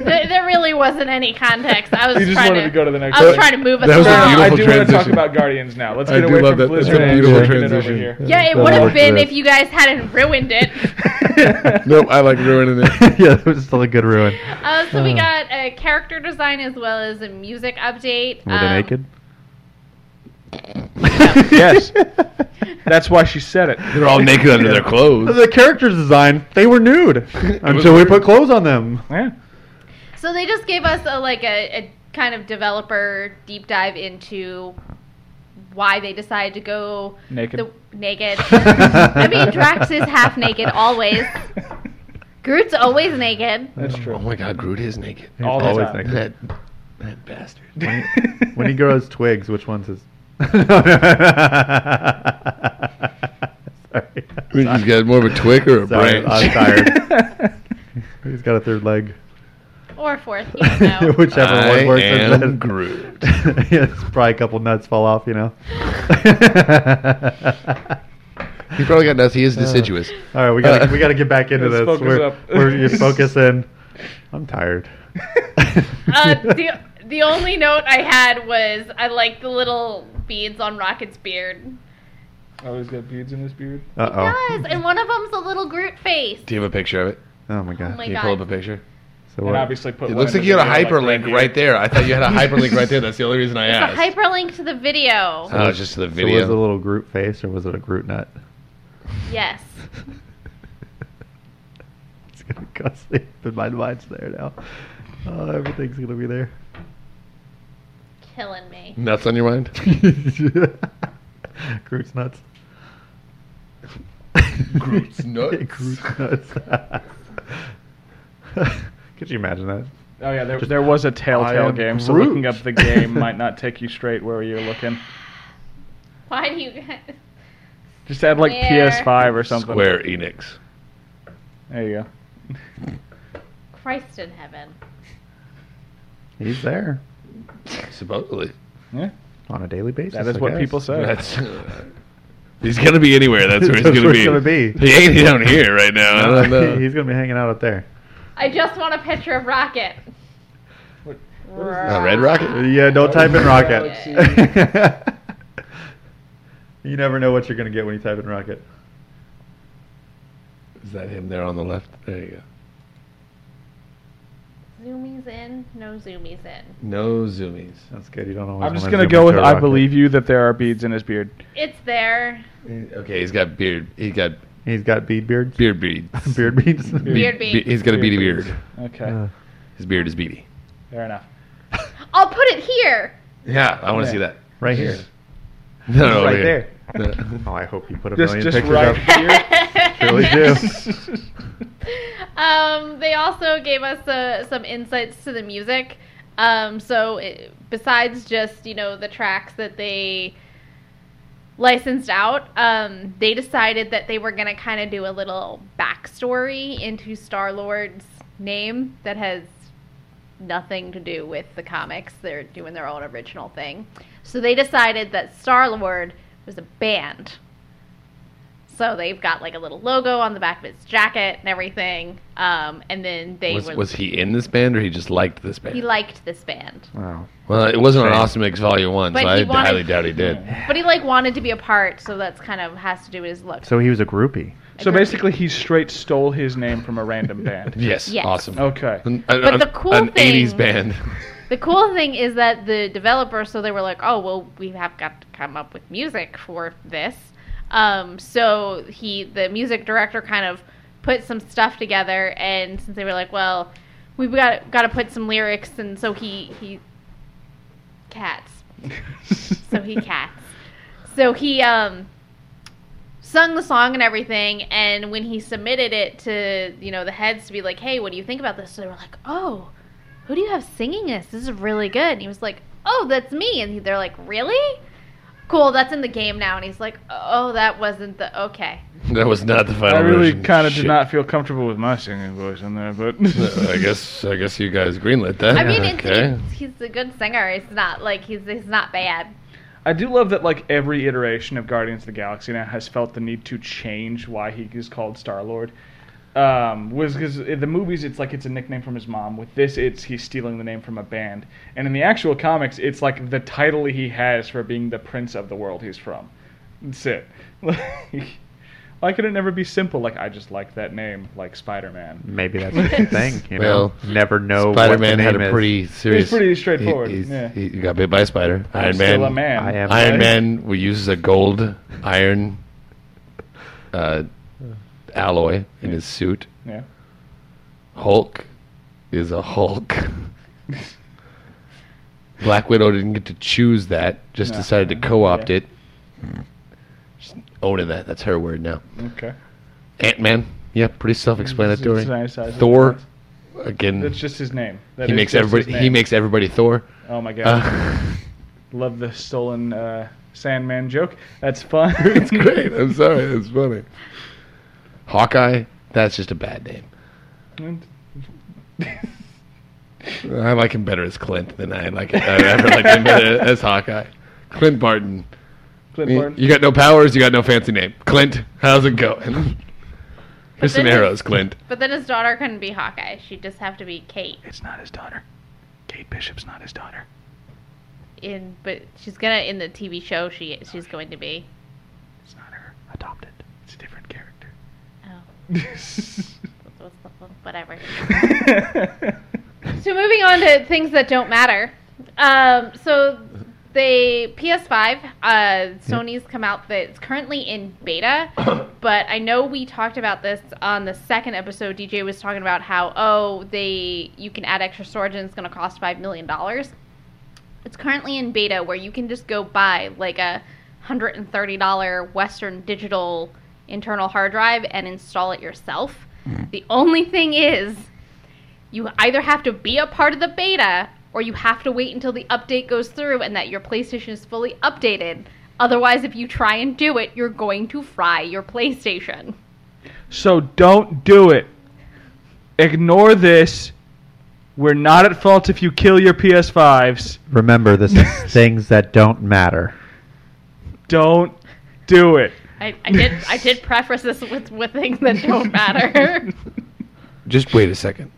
there, there really wasn't any context. I was
You just
trying
wanted to go to the next
I was
one.
trying to move us
That was a
along.
I
beautiful
do want to talk
transition.
about Guardians now. Let's
I
get
do
away
love
from
that. That's
Blizzard.
a
and
beautiful
taking it over
transition.
here.
yeah, it
That
would have
was
been
good.
if you guys hadn't ruined it.
nope, I like ruining it.
yeah, that was still a good ruin.
Uh, so we got a character design as well as a music update.
Were they
Um,
naked?
Yes. That's why she said it.
They're all naked under their clothes.
The characters design, they were nude until we put clothes on them.
Yeah.
So they just gave us a like a, a kind of developer deep dive into why they decided to go
Naked.
the, naked. I mean, Drax is half naked always. Groot's always naked.
That's
Oh
true.
my God, Groot is naked.
All the
Always
time.
naked.
That that bastard.
When he grows twigs, which one's his? no, no. Sorry.
He's got more of a twig or a
Sorry,
branch.
I'm tired. He's got a third leg.
or fourth. You don't know.
Whichever
I
one works
am
the best.
Groot.
yeah, it's probably a couple nuts fall off, you know.
He probably got nuts. He is deciduous.
All right, we got
Uh,
to we got to get back into
Let's
this.
focus
we're
up.
we're you focus in. I'm tired.
uh, the the only note I had was I like the little beads on Rocket's beard.
Oh, he's got beads in his beard.
Uh
Does
oh.
and one of them's a little Groot face.
Do you have a picture of it?
Oh my god.
my
Can you
God.
pull up a picture?
So
And
what?
obviously put.
It
one
looks
in
like
his
you had a
ear, like,
hyperlink
here.
right there. I thought you had a hyperlink right there. That's the only reason I
It's a
asked.
hyperlink to the video.
Oh, it's just the
So was it a
video.
little Groot face or was it a Groot nut?
Yes.
It's gonna cuss me, but my mind's there now. Oh, everything's gonna be there.
Killing me.
Nuts on your mind?
Groot's nuts.
Groot's nuts.
Groot's nuts. Could you imagine that?
Oh yeah, there,
Just,
there was a
"I
Telltale
am
game, so
Groot.
looking up the game might not take you straight where you're looking.
Why do you guys?
Just add like
Where?
PS5 or something.
Square Enix.
There you go.
Christ in heaven.
He's there
Supposedly.
Yeah,
on a daily basis.
that is
I
what
guess.
people say.
That's. uh, he's gonna be anywhere. That's where he's
That's
gonna
where
be.
he's gonna be.
He ain't down here right now. I don't know.
He's gonna be hanging out up there.
I just want a picture of Rocket.
What-
Uh, Red Rocket.
Yeah, don't type in rocket.
Galaxy.
you never know what you're gonna get when you type in rocket.
Is that him there on the left? There you go.
Zoomies in, no zoomies in.
No zoomies.
That's good. You don't always.
I'm just
wanna
gonna
zoom
go with
into a
I
rocket.
believe you that there are beads in his beard.
It's there.
Okay, he's got beard. He got
He's got bead beards.
beard beads.
Beard beads.
Beard
Be-
beads.
he's got a beady
Beard
beard.
Okay,
Uh,
His beard is beady.
fair enough.
I'll put it here.
Yeah, I want to
Yeah.
see that.
right here.
No, no,
right
over here.
Oh, I hope you put a
Just
million
just
pictures
right
up. Really do.
here.
Um, they also gave us uh, some insights to the music. Um, so it, besides just you know the tracks that they licensed out, um, they decided that they were gonna kind of do a little backstory into Star Lord's name that has nothing to do with the comics. They're doing their own original thing. So they decided that Star Lord was a band. So they've got like a little logo on the back of his jacket and everything. Um, and then they
was,
were
was he in this band or he just liked this band?
he liked this band,
Wow.
well, it wasn't on
Same.
Awesome X Volume One,
But
so
he
I
wanted-
highly doubt he did.
but he like wanted to be a part. So that's kind of has to do with his look.
So he was a groupie.
So basically, he straight stole his name from a random band.
Yes,
Yes.
awesome.
Okay.
An,
But the cool
an
thing-
80s band.
The cool thing is that the developer, so they were like, oh, well, we have got to come up with music for this. Um, so he, the music director, kind of put some stuff together, and since they were like, well, we've got got to put some lyrics, and so he he cats, so he cats, so he um sung the song and everything and when he submitted it to you know the heads to be like hey what do you think about this so they were like oh who do you have singing this this is really good and he was like oh that's me and they're like really cool that's in the game now and he's like oh that wasn't the okay
That was not the final
I really
version.
kind of did
Shit.
not feel comfortable with my singing voice in there, but
I guess I guess you guys greenlit that.
i mean it's,
okay.
it's- he's a good singer it's not like he's he's not bad
I do love that like every iteration of Guardians of the Galaxy now has felt the need to change why he is called Star Lord. Um, was because in the movies it's like it's a nickname from his mom. With this, it's he's stealing the name from a band, and in the actual comics, it's like the title he has for being the prince of the world he's from. That's it. Like, why could it never be simple? Like I just like that name, like Spider Man.
Maybe that's the thing. You
Well,
know, never know. what the
Spider-Man had
name
a
is.
pretty serious.
pretty straightforward,
He, he's-
yeah.
he got bit by a spider.
I'm
Iron Man.
still a man.
I am-
Iron
Right.
Man we uses a gold iron uh, alloy in his suit.
Yeah.
Hulk is a Hulk. Black Widow didn't get to choose that; just
No.
decided to co-opt
Yeah.
it. Just owning that. That's her word now.
Okay.
Ant Man. Yeah, pretty self-explanatory.
It's nice, I-
Thor. Again,
That's just his name. That
he
is
makes
just his
everybody. He
name.
makes everybody Thor.
Oh my god.
Uh,
Love the stolen uh, Sandman joke. That's fun.
Uh, it's great. I'm sorry. It's funny. Hawkeye. That's just a bad name. I like him better as Clint than I like I ever liked him better as Hawkeye. Clint Barton.
Clint
You,
Barton.
you got no powers. You got no fancy name. Clint, how's it going? Here's some
then-
arrows, Clint.
But then his daughter couldn't be Hawkeye. She'd just have to be Kate.
It's not his daughter. Kate Bishop's not his daughter.
In but she's gonna in the TV show. She she's going to be.
It's not her. Adopted. It's a different character.
Oh, what's the- whatever. So moving on to things that don't matter. Um, so the PS5, uh, Sony's come out that it's currently in beta, but I know we talked about this on the second episode. DJ was talking about how oh they you can add extra storage and it's going to cost five million dollars. It's currently in beta where you can just go buy like a hundred and thirty dollar Western Digital internal hard drive and install it yourself. The only thing is you either have to be a part of the beta or you have to wait until the update goes through and that your PlayStation is fully updated. Otherwise, if you try and do it, you're going to fry your PlayStation.
so don't do it. Ignore this. We're not at fault if you kill your PS5s.
Remember, this is things that don't matter.
Don't do it.
I, I did I did preface this with, with things that don't matter.
Just wait a second.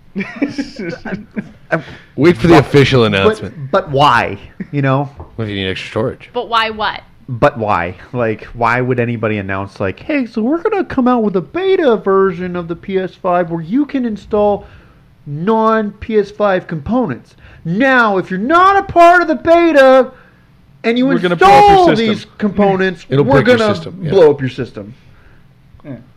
Wait for the official announcement.
But, but why? You know,
What if you need extra storage?
but why what?
but why? Like, why would anybody announce like, "Hey, so we're gonna come out with a beta version of the PS5 where you can install non PS5 components." Now, if you're not a part of the beta and you
We're gonna blow up your
install
system.
these components,
It'll
we're
break your
gonna
system, yeah.
blow up your system.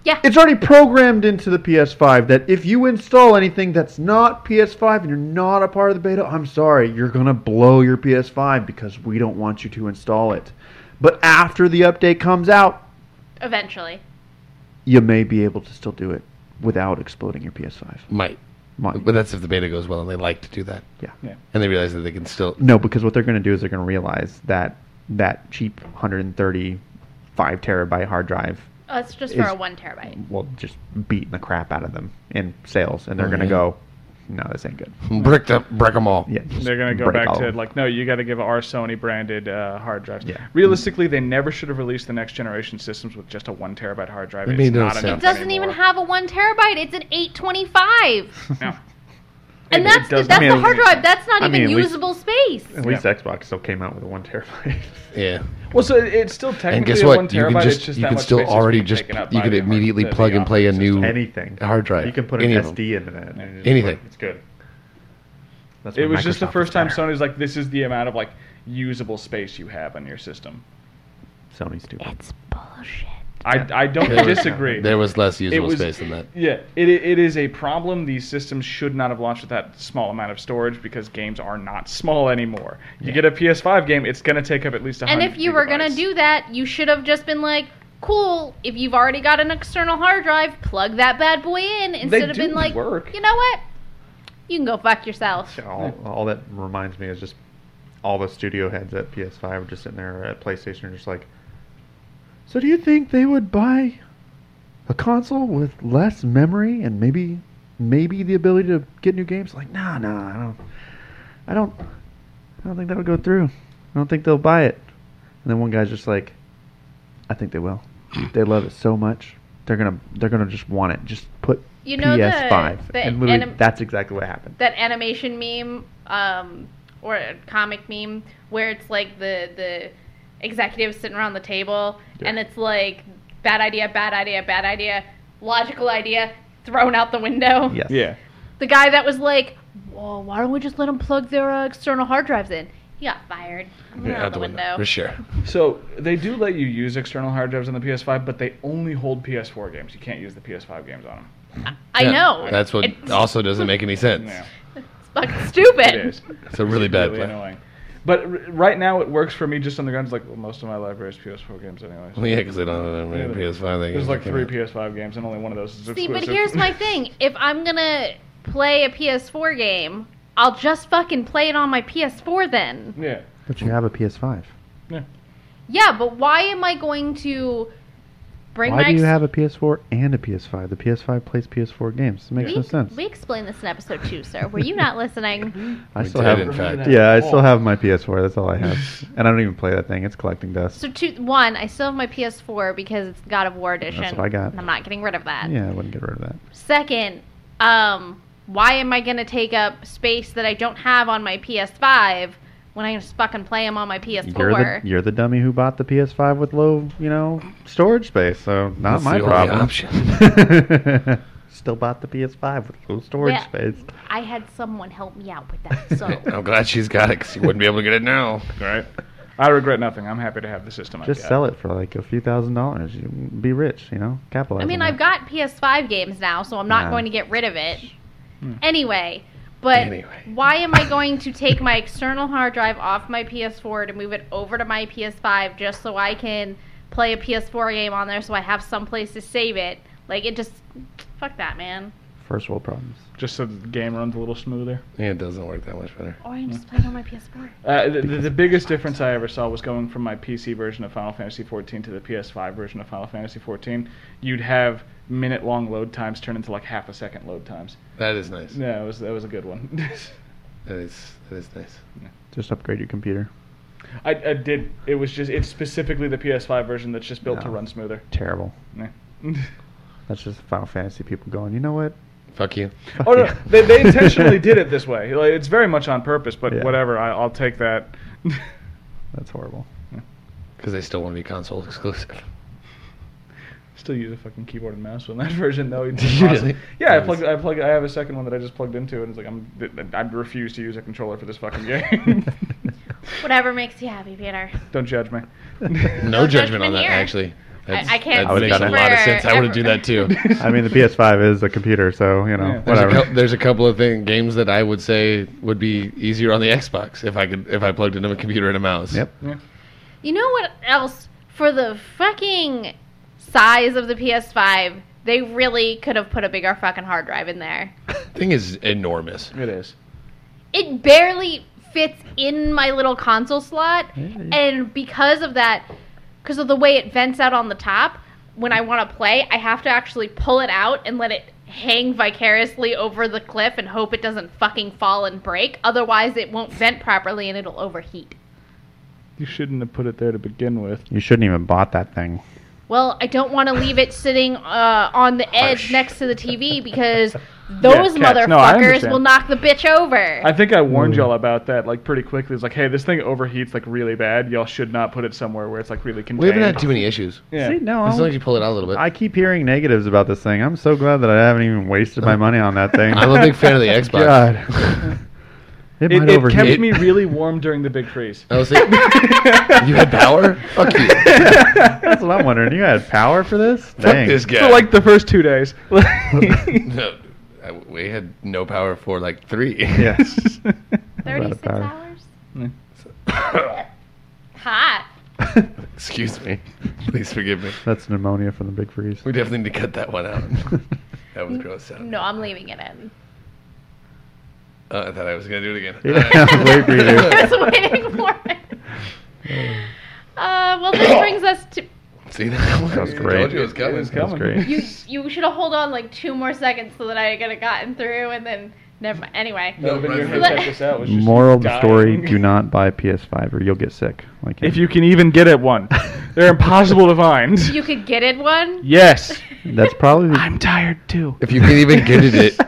Yeah.
It's already programmed into the PS5 that if you install anything that's not PS5 and you're not a part of the beta, I'm sorry, you're going to blow your PS5 because we don't want you to install it. But after the update comes out,
Eventually.
you may be able to still do it without exploding your PS5.
Might.
My-
But that's if the beta goes well and they like to do that.
Yeah.
Yeah.
And they realize that they can still.
No, because what they're going to do is they're going to realize that that cheap 135 terabyte hard drive
Oh, it's just for
Is-
a one terabyte.
will just beat the crap out of them in sales and they're
Oh,
going to
yeah.
go, "No, this ain't good."
Brick, the, brick them all.
Yeah. just
They're gonna go
break
back
all
to
of them.
like, no, you got to give our Sony branded uh, hard drives.
Yeah.
Realistically, they never should have released the next generation systems with just a one terabyte hard drive.
It
It's
made no
not
sense.
enough
It doesn't even
anymore.
have a one terabyte. It's an eight twenty five.
No.
And
It- it
that's the,
doesn't
that's
make
the hard
any
drive.
sense.
That's not
I
even
mean, at least-
usable space.
At least Xbox still came out with a one terabyte.
Yeah.
Well, so it- it's still technically
And guess
a
what?
one
You can
terabyte.
just,
it's just
you
that
can
much
still
space that's
already
being
just
taken up
you
by
could
the hard-
immediately
the- the
plug and play a
operating
new
system.
Anything.
hard drive.
You can put an
Any of them.
SD into that. and it's-
Anything.
It's good. That's
It
what
was just the
Microsoft
first
is
time
better.
Sony's like, this is the amount of like usable space you have on your system.
Sony's stupid.
It's bullshit.
I, I don't
Yeah.
disagree.
There was less usable
was-
space than that.
Yeah, it, it is a problem. These systems should not have launched with that small amount of storage because games are not small anymore. You get a PS5 game, it's going to take up at least a
And if you were going to do that, you should have just been like, cool, if you've already got an external hard drive, plug that bad boy in instead of
do
being like,
work.
you know what? You can go fuck yourself.
All, all that reminds me is just all the studio heads at PS5 were just sitting there at PlayStation, just like. So do you think they would buy a console with less memory and maybe maybe the ability to get new games? Like, nah, nah, I don't, I don't, I don't think that'll go through. I don't think they'll buy it. And then one guy's just like, I think they will. They love it so much. They're gonna, they're gonna just want it. Just put
You know the-
PS5,
the
and literally,
anim-
that's exactly what happened.
That animation meme um, or a comic meme where it's like the, the executives sitting around the table
Yeah.
and it's like, bad idea, bad idea, bad idea, logical idea thrown out the window.
Yes.
Yeah.
The guy that was like, "Well, why don't we just let him plug their uh, external hard drives in?" He got fired. I'm
Yeah,
out the window.
For sure.
So they do let you use external hard drives on the PS5, but they only hold PS4 games. You can't use the PS5 games on them.
I
Yeah.
know.
That's what
It's,
also doesn't make any sense.
Yeah,
it's fucking stupid.
it is.
It's a really bad
really
plan.
annoying. But r- right now it works for me just on the grounds like well, most of my library is PS4 games anyways.
Well, yeah, because they don't have
Yeah,
any
the-
PS5. They
There's
can-
like
they
three
can-
PS5 games and only one of those is
See,
exclusive.
but here's my thing: if I'm gonna play a PS4 game, I'll just fucking play it on my PS4 then.
yeah.
But you have a PS5.
Yeah.
Yeah, but why am I going to Bring my
Why do you
ex-
have a PS4 and a PS5? The PS5 plays PS4 games. It makes
we,
no sense.
We explained this in episode two, sir. Were you not listening?
I
We
still
did,
have.
in fact.
Yeah, I still have my PS4. That's all I have, and I don't even play that thing. It's collecting dust.
So two, one, I still have my PS4 because it's God of War edition.
That's what I got.
And I'm not getting rid of that.
Yeah, I wouldn't get rid of that.
Second, um, why am I going to take up space that I don't have on my PS5 when I can just fucking play them on my PS4?
You're the you're the dummy who bought the PS5 with low, you know, storage space. So
That's
not my
the only
problem.
option.
Still bought the PS5 with low storage
Yeah.
space.
I had someone help me out with that, so
I'm glad she's got it because you wouldn't be able to get it now.
Right. I regret nothing. I'm happy to have the system. I've
Just
got.
sell it for like a few thousand dollars. You be rich, you know. Capitalize.
I mean,
on
I've got
that.
PS5 games now, so I'm not
Nah.
going to get rid of it. Anyway, but
Anyway.
why am I going to take my external hard drive off my PS4 to move it over to my PS5 just so I can play a PS4 game on there so I have some place to save it? Like, it just. Fuck that, man.
first world problems.
Just so the game runs a little smoother.
Yeah, it doesn't work that much better.
Or Oh, I can just play it on my PS4.
Uh, the, the, the biggest difference I ever saw was going from my PC version of Final Fantasy XIV to the PS5 version of Final Fantasy XIV. You'd have minute-long load times turn into like half a second load times.
That is nice.
Yeah, it was that was a good one.
That is that is nice.
Just upgrade your computer.
I, I did. It was just it's specifically the PS5 version that's just built to
No.
run smoother. Oh,
Terrible.
Yeah.
That's just Final Fantasy people going. You know what?
Fuck you.
Fuck
oh no,
you."
they, they intentionally did it this way. Like, it's very much on purpose, but
Yeah.
whatever. I, I'll take that.
That's horrible.
Because they still want to be console exclusive.
Still use a fucking keyboard and mouse on that version though. It's
Do you
awesome.
really?
Yeah, I
Nice.
plug. I plug. I have a second one that I just plugged into, and it's like I'm. th- I refuse to use a controller for this fucking game.
Whatever makes you happy, Peter.
Don't judge me.
No,
No
judgment
judgment
on that
here.
actually.
I can't
That
speak
makes a lot of
for
sense. I would have do that too.
I mean, the PS5 is a computer, so you know,
Yeah.
There's a,
whatever.
cou- there's a couple of thing, games that I would say would be easier on the Xbox if I could if I plugged in a computer and a mouse.
Yep.
Yeah.
You know what else? For the fucking size of the PS5, they really could have put a bigger fucking hard drive in there.
Thing is enormous.
It is.
It barely fits in my little console slot,
Yeah, you-
and because of that, because of the way it vents out on the top, when I want to play, I have to actually pull it out and let it hang vicariously over the cliff and hope it doesn't fucking fall and break. Otherwise, it won't vent properly and it'll overheat.
You shouldn't have put it there to begin with.
You shouldn't even bought that thing.
Well, I don't want to leave it sitting uh, on the edge
Harsh.
next to the TV because those
cats. No,
motherfuckers
I understand.
will knock the bitch over.
I think I warned y'all about that like pretty quickly. It's like, hey, this thing overheats like really bad. Y'all should not put it somewhere where it's like really contained.
We haven't had too many issues.
Yeah.
See, no,
As long as
I,
you pull it out a little bit.
I keep hearing negatives about this thing. I'm so glad that I haven't even wasted my money on that thing.
I'm a big fan of the Xbox.
God. it
It,
might
it
overheat.
kept
It-
me really warm during the big freeze.
I was like, Oh, you had power? Fuck you.
That's what I'm wondering. You had power for this?
Fuck
Dang.
this guy.
For like the first two days.
No, I- we had no power for like three.
Yeah.
Thirty-six
About a power.
hours. Hot.
Excuse me. Please forgive me.
That's pneumonia from the big freeze.
We definitely need to cut that one out. That was gross. Sound.
No, I'm leaving it in.
Uh, I thought I was gonna do it again.
Yeah, I was waiting for you to-
I was waiting for it. Uh, well, this brings us to.
See that? That
was
I
great.
told you it was coming.
It was
That's
coming.
great.
You you should have hold on like two more seconds so that I could have gotten through and then never mind. Anyway.
No, but your
Let-
headset just out was just
Moral
you
of the
dying.
story: Do not buy PS5 or you'll get sick. Like
If you can even get at one, they're impossible to find.
You could get it one.
Yes.
That's probably
I'm tired too.
If you can even get it, it.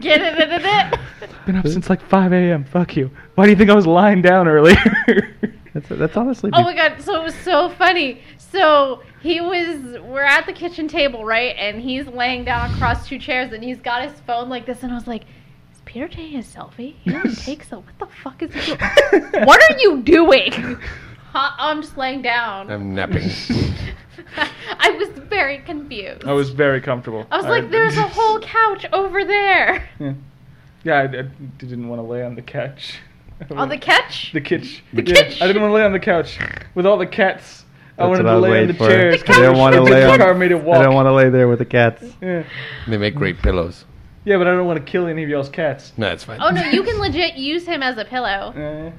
Get it, it, it, it.
Been up since like 5 a.m. Fuck you. Why do you think I was lying down earlier?
that's, that's honestly.
Oh my god, so it was so funny. So he was we're at the kitchen table, right? And he's laying down across two chairs and he's got his phone like this and I was like, Is Peter taking a selfie? He doesn't take so what the fuck is he doing? what are you doing? Huh? I'm just laying down.
I'm napping.
I was very confused.
I was very comfortable.
I was like, there's a whole couch over there.
Yeah, yeah I, I didn't want to lay on the couch.
On the couch?
The kitch.
The
Yeah,
kitch.
I didn't want to lay on the couch with all the cats. I
That's
wanted
what
to
was
lay on the
waiting for.
chairs.
The
I don't
couch.
want to
It
lay
took
on.
hard me to
I
walk.
don't want to lay there with the cats.
Yeah.
They make great pillows.
yeah, but I don't want to kill any of y'all's cats.
No, it's fine.
Oh no, you can legit use him as a pillow.
Uh,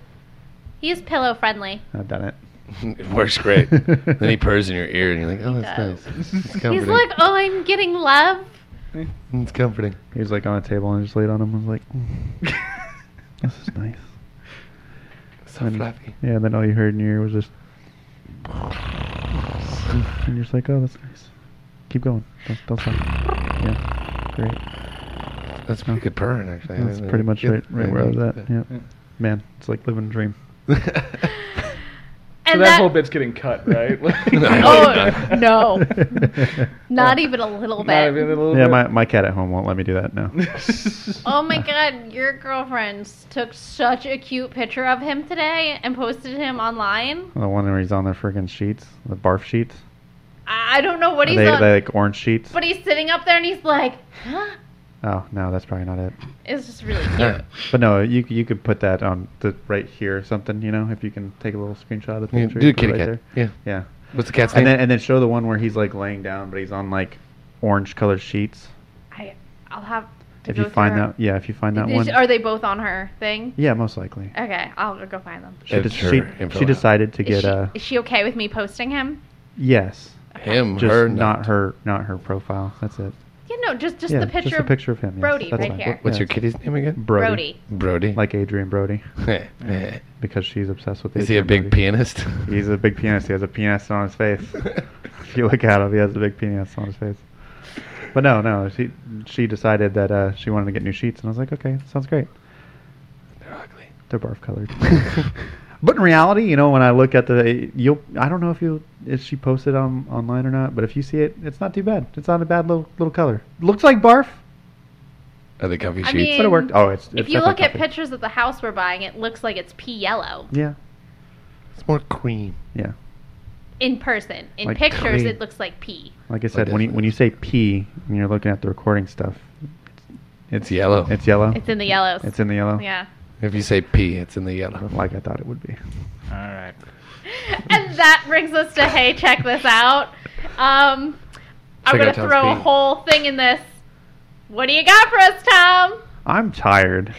He's pillow friendly.
I've done it.
It works great. then he purrs in your ear, and you're like, "Oh, that's
does.
nice. It's comforting.
He's like, oh, I'm getting love.
it's comforting."
He was like on a table and I just laid on him. I was like, "Mm, this is nice.
So fluffy.
Yeah, and then all you heard in your ear was just. And you're just like, oh, that's nice. Keep going. Don't, don't stop. Yeah, great.
That's pretty good purring, actually.
That's pretty much
Yep.
right, right where I was at. Yeah.
Yeah.
Man, it's like living a dream.
And
so that, whole bit's getting cut, right?
Oh, no. Not
Uh,
even a little bit.
Not even a little
Yeah,
bit.
my, my cat at home won't let me do that now.
Oh my god, your girlfriend took such a cute picture of him today and posted him online.
the one where he's on the friggin' sheets, the barf sheets.
I I don't know what
Are
he's
they,
on,
they like orange sheets.
but he's sitting up there and he's like, huh?
Oh no, that's probably not it.
It's just really
Yeah.
cute.
But no, you you could put that on the right here or something. You know, if you can take a little screenshot of the
Yeah,
picture.
do
you
a
put
kitty
it right
cat.
there.
Yeah.
Yeah,
What's the cat's
and
name?
then and then show the one where he's like laying down, but he's on like orange colored sheets.
I, I'll have to
If
go
you
through
find
her.
that, yeah, if you find that
Is-
one,
Are they both on her thing?
yeah, most likely.
Okay, I'll go find them.
She,
Edit
just,
her
she,
info
she
out.
decided to
Is
get uh,
she,
a
is she okay with me posting him?
yes,
Him,
just
her,
not
not
her, not her profile. That's it.
Yeah, no, just just
yeah,
the picture
just a picture of him. Yes,
Brody
that's
right
fine.
here.
What's
Yeah,
your
it's
kitty's name again?
Brody.
Brody.
Brody.
like Adrian Brody,
is
because she's obsessed with.
he a
Adrian
big
Brody.
pianist?
He's a big pianist. He has a pianist on his face. if you look at him, he has a big penis on his face. But no, no, she she decided that uh, she wanted to get new sheets, and I was like, okay, sounds great.
They're ugly.
They're barf colored. but in reality, you know, when I look at the, you'll, I don't know if you, if she posted on online or not, but if you see it, it's not too bad. It's not a bad little little color. Looks like barf,
Are they comfy
I
sheets?
mean-
but it worked. Oh, it's.
If
it's
you look
definitely
at
comfy.
pictures of the house we're buying, it looks like it's pea yellow.
Yeah,
it's more cream.
yeah.
In person, in
Like
pictures,
clean.
it looks like pea.
Like
Oh,
I said, when you when you say P and you're looking at the recording stuff,
It's yellow.
it's yellow.
It's in the yellows.
It's in the yellow.
yeah.
if you say P, it's in the yellow.
Like I thought it would be.
All right.
And that brings us to hey, check this out. Um, I'm
Check
gonna
out Tom's
throw a
pea.
whole thing in this. What do you got for us, Tom?
I'm tired.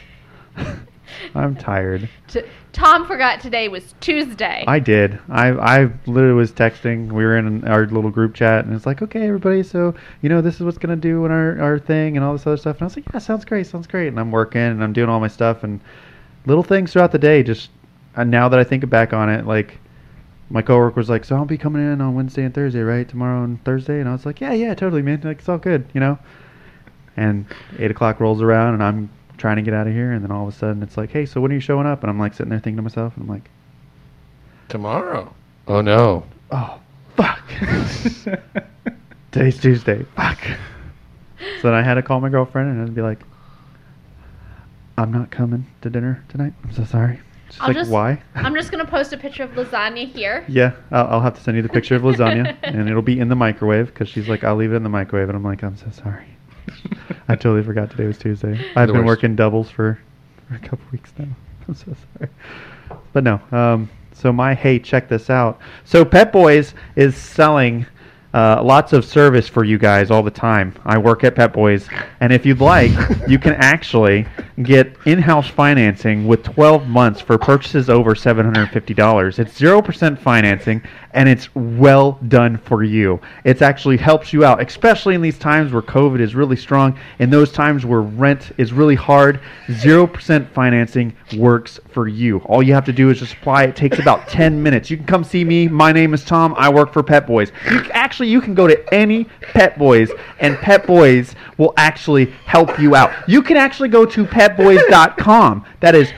I'm tired.
T- Tom forgot today was Tuesday.
I did. I I literally was texting. We were in our little group chat, and it's like, okay, everybody. So you know, this is what's gonna do in our our thing and all this other stuff. And I was like, yeah, sounds great, sounds great. And I'm working and I'm doing all my stuff and little things throughout the day. Just and now that I think back on it, like my coworker was like, so I'll be coming in on Wednesday and Thursday, right? Tomorrow and Thursday. And I was like, yeah, yeah, totally, man. Like it's all good, you know. And eight o'clock rolls around, and I'm trying to get out of here, and then all of a sudden it's like, hey, so when are you showing up? And I'm like sitting there thinking to myself, and I'm like.
Tomorrow. Oh no.
oh fuck today's tuesday fuck so then i had to call my girlfriend and i'd be like i'm not coming to dinner tonight i'm so sorry she's
I'll
like
just-
why
I'm just gonna post a picture of lasagna here.
yeah I'll, I'll have to send you the picture of lasagna and it'll be in the microwave because she's like i'll leave it in the microwave and i'm like i'm so sorry i totally forgot today was tuesday i've
The
been
worst.
working doubles for, for a couple weeks now i'm so sorry but no. Um, so my hey, check this out. So Pet Boys is selling uh, lots of service for you guys all the time. I work at Pet Boys, and if you'd like, you can actually get in-house financing with 12 months for purchases over $750. It's 0% financing, and it's well done for you. It actually helps you out, especially in these times where COVID is really strong, in those times where rent is really hard. 0% financing works for you. All you have to do is just apply. It takes about 10 minutes. You can come see me. My name is Tom. I work for Pet Boys. You, c- actually, you can go to any Pet Boys, and Pet Boys will actually help you out. You can actually go to petboys.com. That is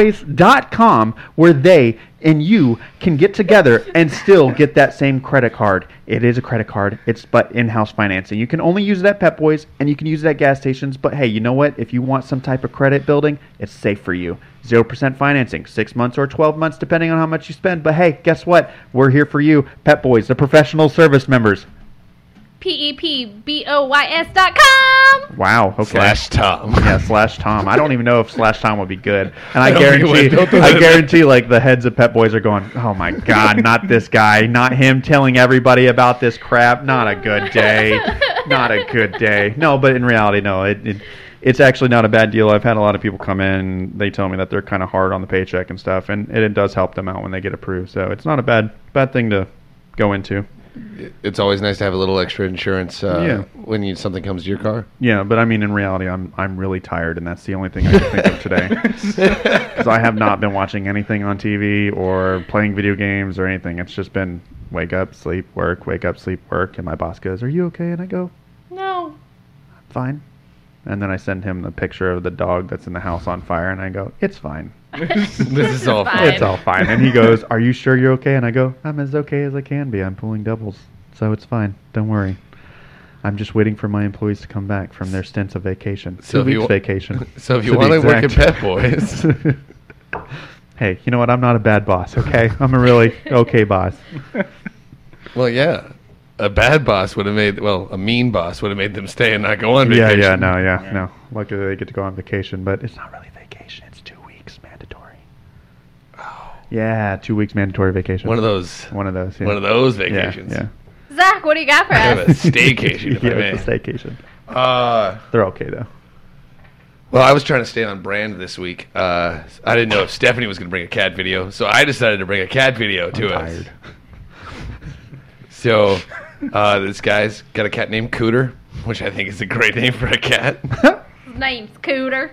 petboys.com, where they and you can get together and still get that same credit card. It is a credit card. It's but in-house financing. You can only use it at Pep Boys and you can use it at gas stations. But hey, you know what? If you want some type of credit building, it's safe for you. Zero percent financing, six months or twelve months, depending on how much you spend. But hey, guess what? We're here for you, Pep Boys, the professional service members.
P E P B O Y S dot com.
Wow. Okay.
Slash Tom.
Yeah, slash Tom. I don't even know if slash Tom would be good. And I,
I don't think it
guarantee,
would. Don't do
I
that.
guarantee, like the heads of Pet Boys are going, "Oh my God, not this guy, not him telling everybody about this crap. Not a good day, not a good day." No, but in reality, no. It it, it's actually not a bad deal. I've had a lot of people come in. They tell me that they're kind of hard on the paycheck and stuff, and it, it does help them out when they get approved. So it's not a bad bad thing to go into.
It's always nice to have a little extra insurance uh,
Yeah.
when you, something comes to your car.
Yeah, but I mean, in reality, I'm I'm really tired, and that's the only thing I can think of today because I have not been watching anything on TV or playing video games or anything. It's just been wake up, sleep, work, wake up, sleep, work, and my boss goes, "Are you okay?" And I go,
No.
"Fine." And then I send him the picture of the dog that's in the house on fire, and I go, "It's fine.
This is all
Fine.
It's all fine." And he goes, "Are you sure you're okay?" And I go, "I'm as okay as I can be. I'm pulling doubles, so it's fine. Don't worry." I'm just waiting for my employees to come back from their stints of vacation.
So
Two
if you
weeks
wa-
vacation.
So if you
to be
want to work at
exact.
Pet Boys,
hey, you know what? I'm not a bad boss, okay? I'm a really okay boss.
well, yeah, a bad boss would have made well, a mean boss would have made them stay and not go on
Yeah,
vacation.
yeah, no, yeah,
Yeah.
no. Luckily, they get to go on vacation, but it's not really vacation. It's two weeks mandatory. Oh. Yeah, two weeks mandatory vacation.
One of those,
One of those. Yeah.
one of those
Yeah,
vacations.
Yeah,
Zach, what do you got for
Kind of a
us?
yeah.
staycation, if I may.
it's a staycation.
Uh,
They're okay though.
well, I was trying to stay on brand this week. Uh, I didn't know if Stephanie was going to bring a cat video, so I decided to bring a cat video to
I'm
us.
tired.
So uh, this guy's got a cat named Cooter, which I think is a great name for a cat.
His name's Cooter.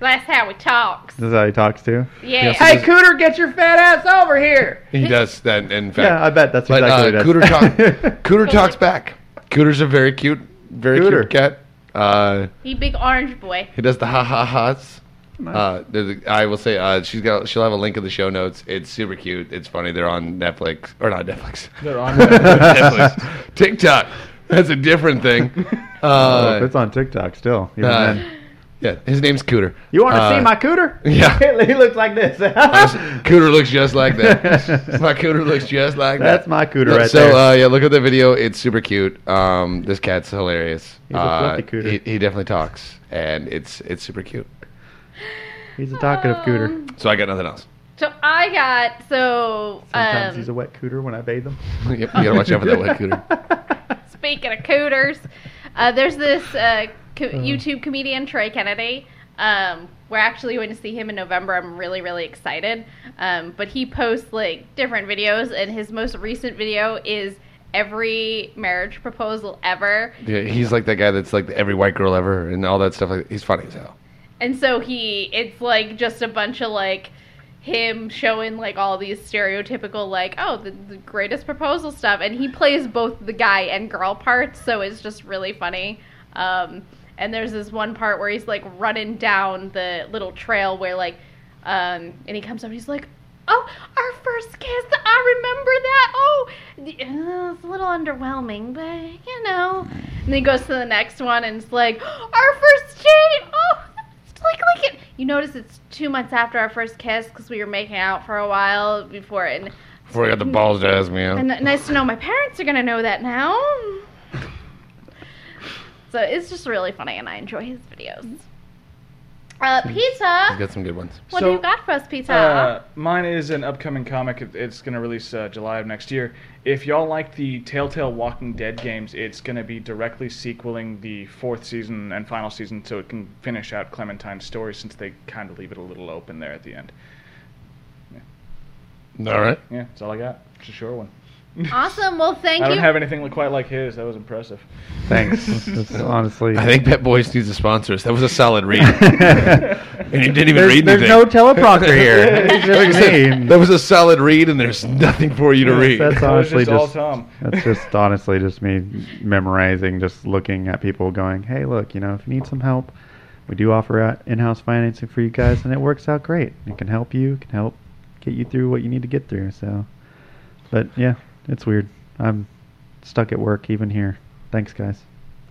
That's how he talks.
This is how he talks to.
Yeah.
Hey,
Cooter, get your fat ass over here.
He does that, in fact.
Yeah, I bet that's
But
exactly
uh,
what
Cooter,
he
talk,
does.
Cooter talks back. Cooter's a very cute, very
Cooter.
cute cat. Uh,
He big orange boy.
he does the ha ha ha's.
Nice.
Uh, there's a- I will say uh, she's got. She'll have a link in the show notes. It's super cute. It's funny. They're on Netflix or not Netflix.
They're on that.
Netflix. TikTok. That's a different thing.
Oh,
Uh,
if it's on TikTok still. Even
uh,
then.
yeah, his name's Cooter.
You want to
Uh,
see my cooter?
yeah.
he looks like this.
Cooter looks just like that. my Cooter looks just like
That's
that.
my cooter
Yeah,
right
so,
there.
uh, yeah, look at the video. It's super cute. Um, this cat's hilarious.
He's a
Uh,
fluffy cooter.
He, he definitely talks, and it's it's super cute.
he's a talkative cooter.
So I got nothing else.
So I got so
Sometimes
um,
he's a wet cooter when I bathe him.
Yep, you gotta watch out for that wet cooter.
Speaking of cooters, uh, there's this uh, co-
Uh-huh.
YouTube comedian Troy Kennedy. Um, we're actually going to see him in November. I'm really, really excited. Um, but he posts like different videos, and his most recent video is every marriage proposal ever.
Yeah, he's like that guy that's like every white girl ever, and all that stuff. Like, he's funny as hell.
And so he, it's like just a bunch of like him showing like all these stereotypical like oh the, the greatest proposal stuff and he plays both the guy and girl parts so it's just really funny um and there's this one part where he's like running down the little trail where like um and he comes up and he's like oh our first kiss i remember that oh the- uh, it's a little underwhelming but you know and then he goes to the next one and it's like our first date oh it's like like it. You notice it's two months after our first kiss because we were making out for a while before, and,
Before I got the balls to ask me out.
Mm-hmm. and nice to know my parents are gonna know that now. so it's just really funny, and I enjoy his videos. Uh,
He's
pizza.
got some good ones.
What do
So,
you got for us, pizza?
Uh, mine is an upcoming comic. It- It's going to release uh, July of next year. If y'all like the Telltale Walking Dead games, it's going to be directly sequeling the fourth season and final season so it can finish out Clementine's story since they kind of leave it a little open there at the end.
All right.
Yeah, that's all I got. It's a short one.
awesome. Well, thank
I don't
you.
have anything li- quite like his. That was impressive.
Thanks. That's honestly.
I think Pet Boys needs to sponsor us. That was a solid read, and you didn't even
there's
read
there's
anything.
no teleprompter here. It's
Like I
just
said,
me.
that was a solid read, and there's nothing for you to read.
That's
That was
honestly
just all
just.
Tom.
That's just honestly just me memorizing, just looking at people going, "Hey, look, you know, if you need some help, we do offer out in-house financing for you guys, and it works out great. It can help you, can help get you through what you need to get through." So, but yeah, it's weird. I'm stuck at work even here. Thanks, guys.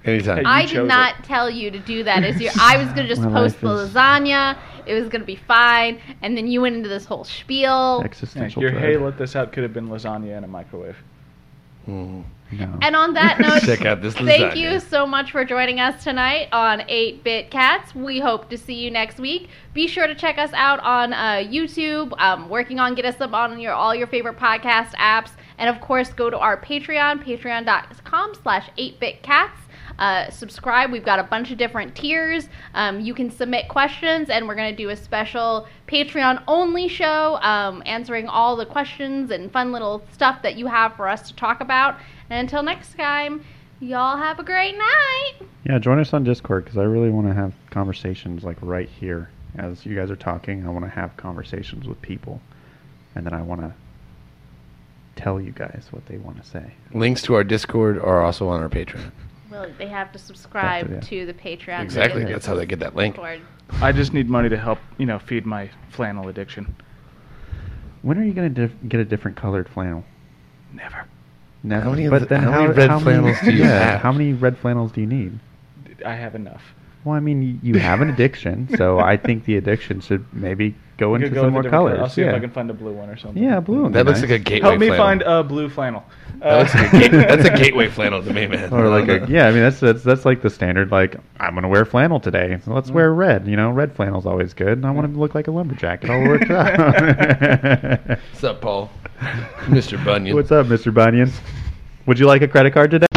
Anytime.
Hey,
I
You chose
did
it.
not tell you to do that. It's your, I was gonna just
My
post
life
the
is-
lasagna. It was gonna be fine, and then you went into this whole spiel.
Yeah,
Existential
your hey,
dread.
let this out could have been lasagna in a microwave.
Mm.
No.
And on that note,
Check out this
Thank
lasagna.
you so much for joining us tonight on 8 Bit Cats. We hope to see you next week. Be sure to check us out on uh, YouTube. Um, working on get us up on your all your favorite podcast apps, and of course, go to our Patreon, patreon.com/slash 8 Bit Cats. uh, subscribe. We've got a bunch of different tiers. Um, you can submit questions, and we're going to do a special Patreon only show um, answering all the questions and fun little stuff that you have for us to talk about. And until next time, y'all have a great night.
Yeah, join us on Discord because I really want to have conversations like right here as you guys are talking. I want to have conversations with people, and then I want to tell you guys what they want to say.
Links to our Discord are also on our Patreon.
Well, they have to subscribe
That's it,
to the Patreon. to
Exactly.
get the
That's how they get that link.
Discord.
I just need money to help, you know, feed my flannel addiction.
When are you going to dif- get a different colored flannel?
Never.
Never.
How many of
but
the-
then
how many red flannels do you
yeah,
have?
How many red flannels do you need?
I have enough.
Well, I mean, you you have an addiction, so I think the addiction should maybe go
We could
into
go with a
some more
different color.
colors.
I'll see
yeah.
if I can find a blue one or something.
yeah, blue. would be
That looks
nice.
like a gateway.
Help me
flannel.
uh,
find a blue flannel. Uh,
That
Oh,
looks like a gate- that's a gateway flannel to me, man.
Or like a yeah, I mean that's that's that's like the standard. Like I'm gonna wear flannel today, so let's wear red. You know, red flannel's always good, and I want to look like a lumberjack. It all works out.
What's up, Paul? Mr. Bunyan.
What's up, Mr. Bunyan? Would you like a credit card today?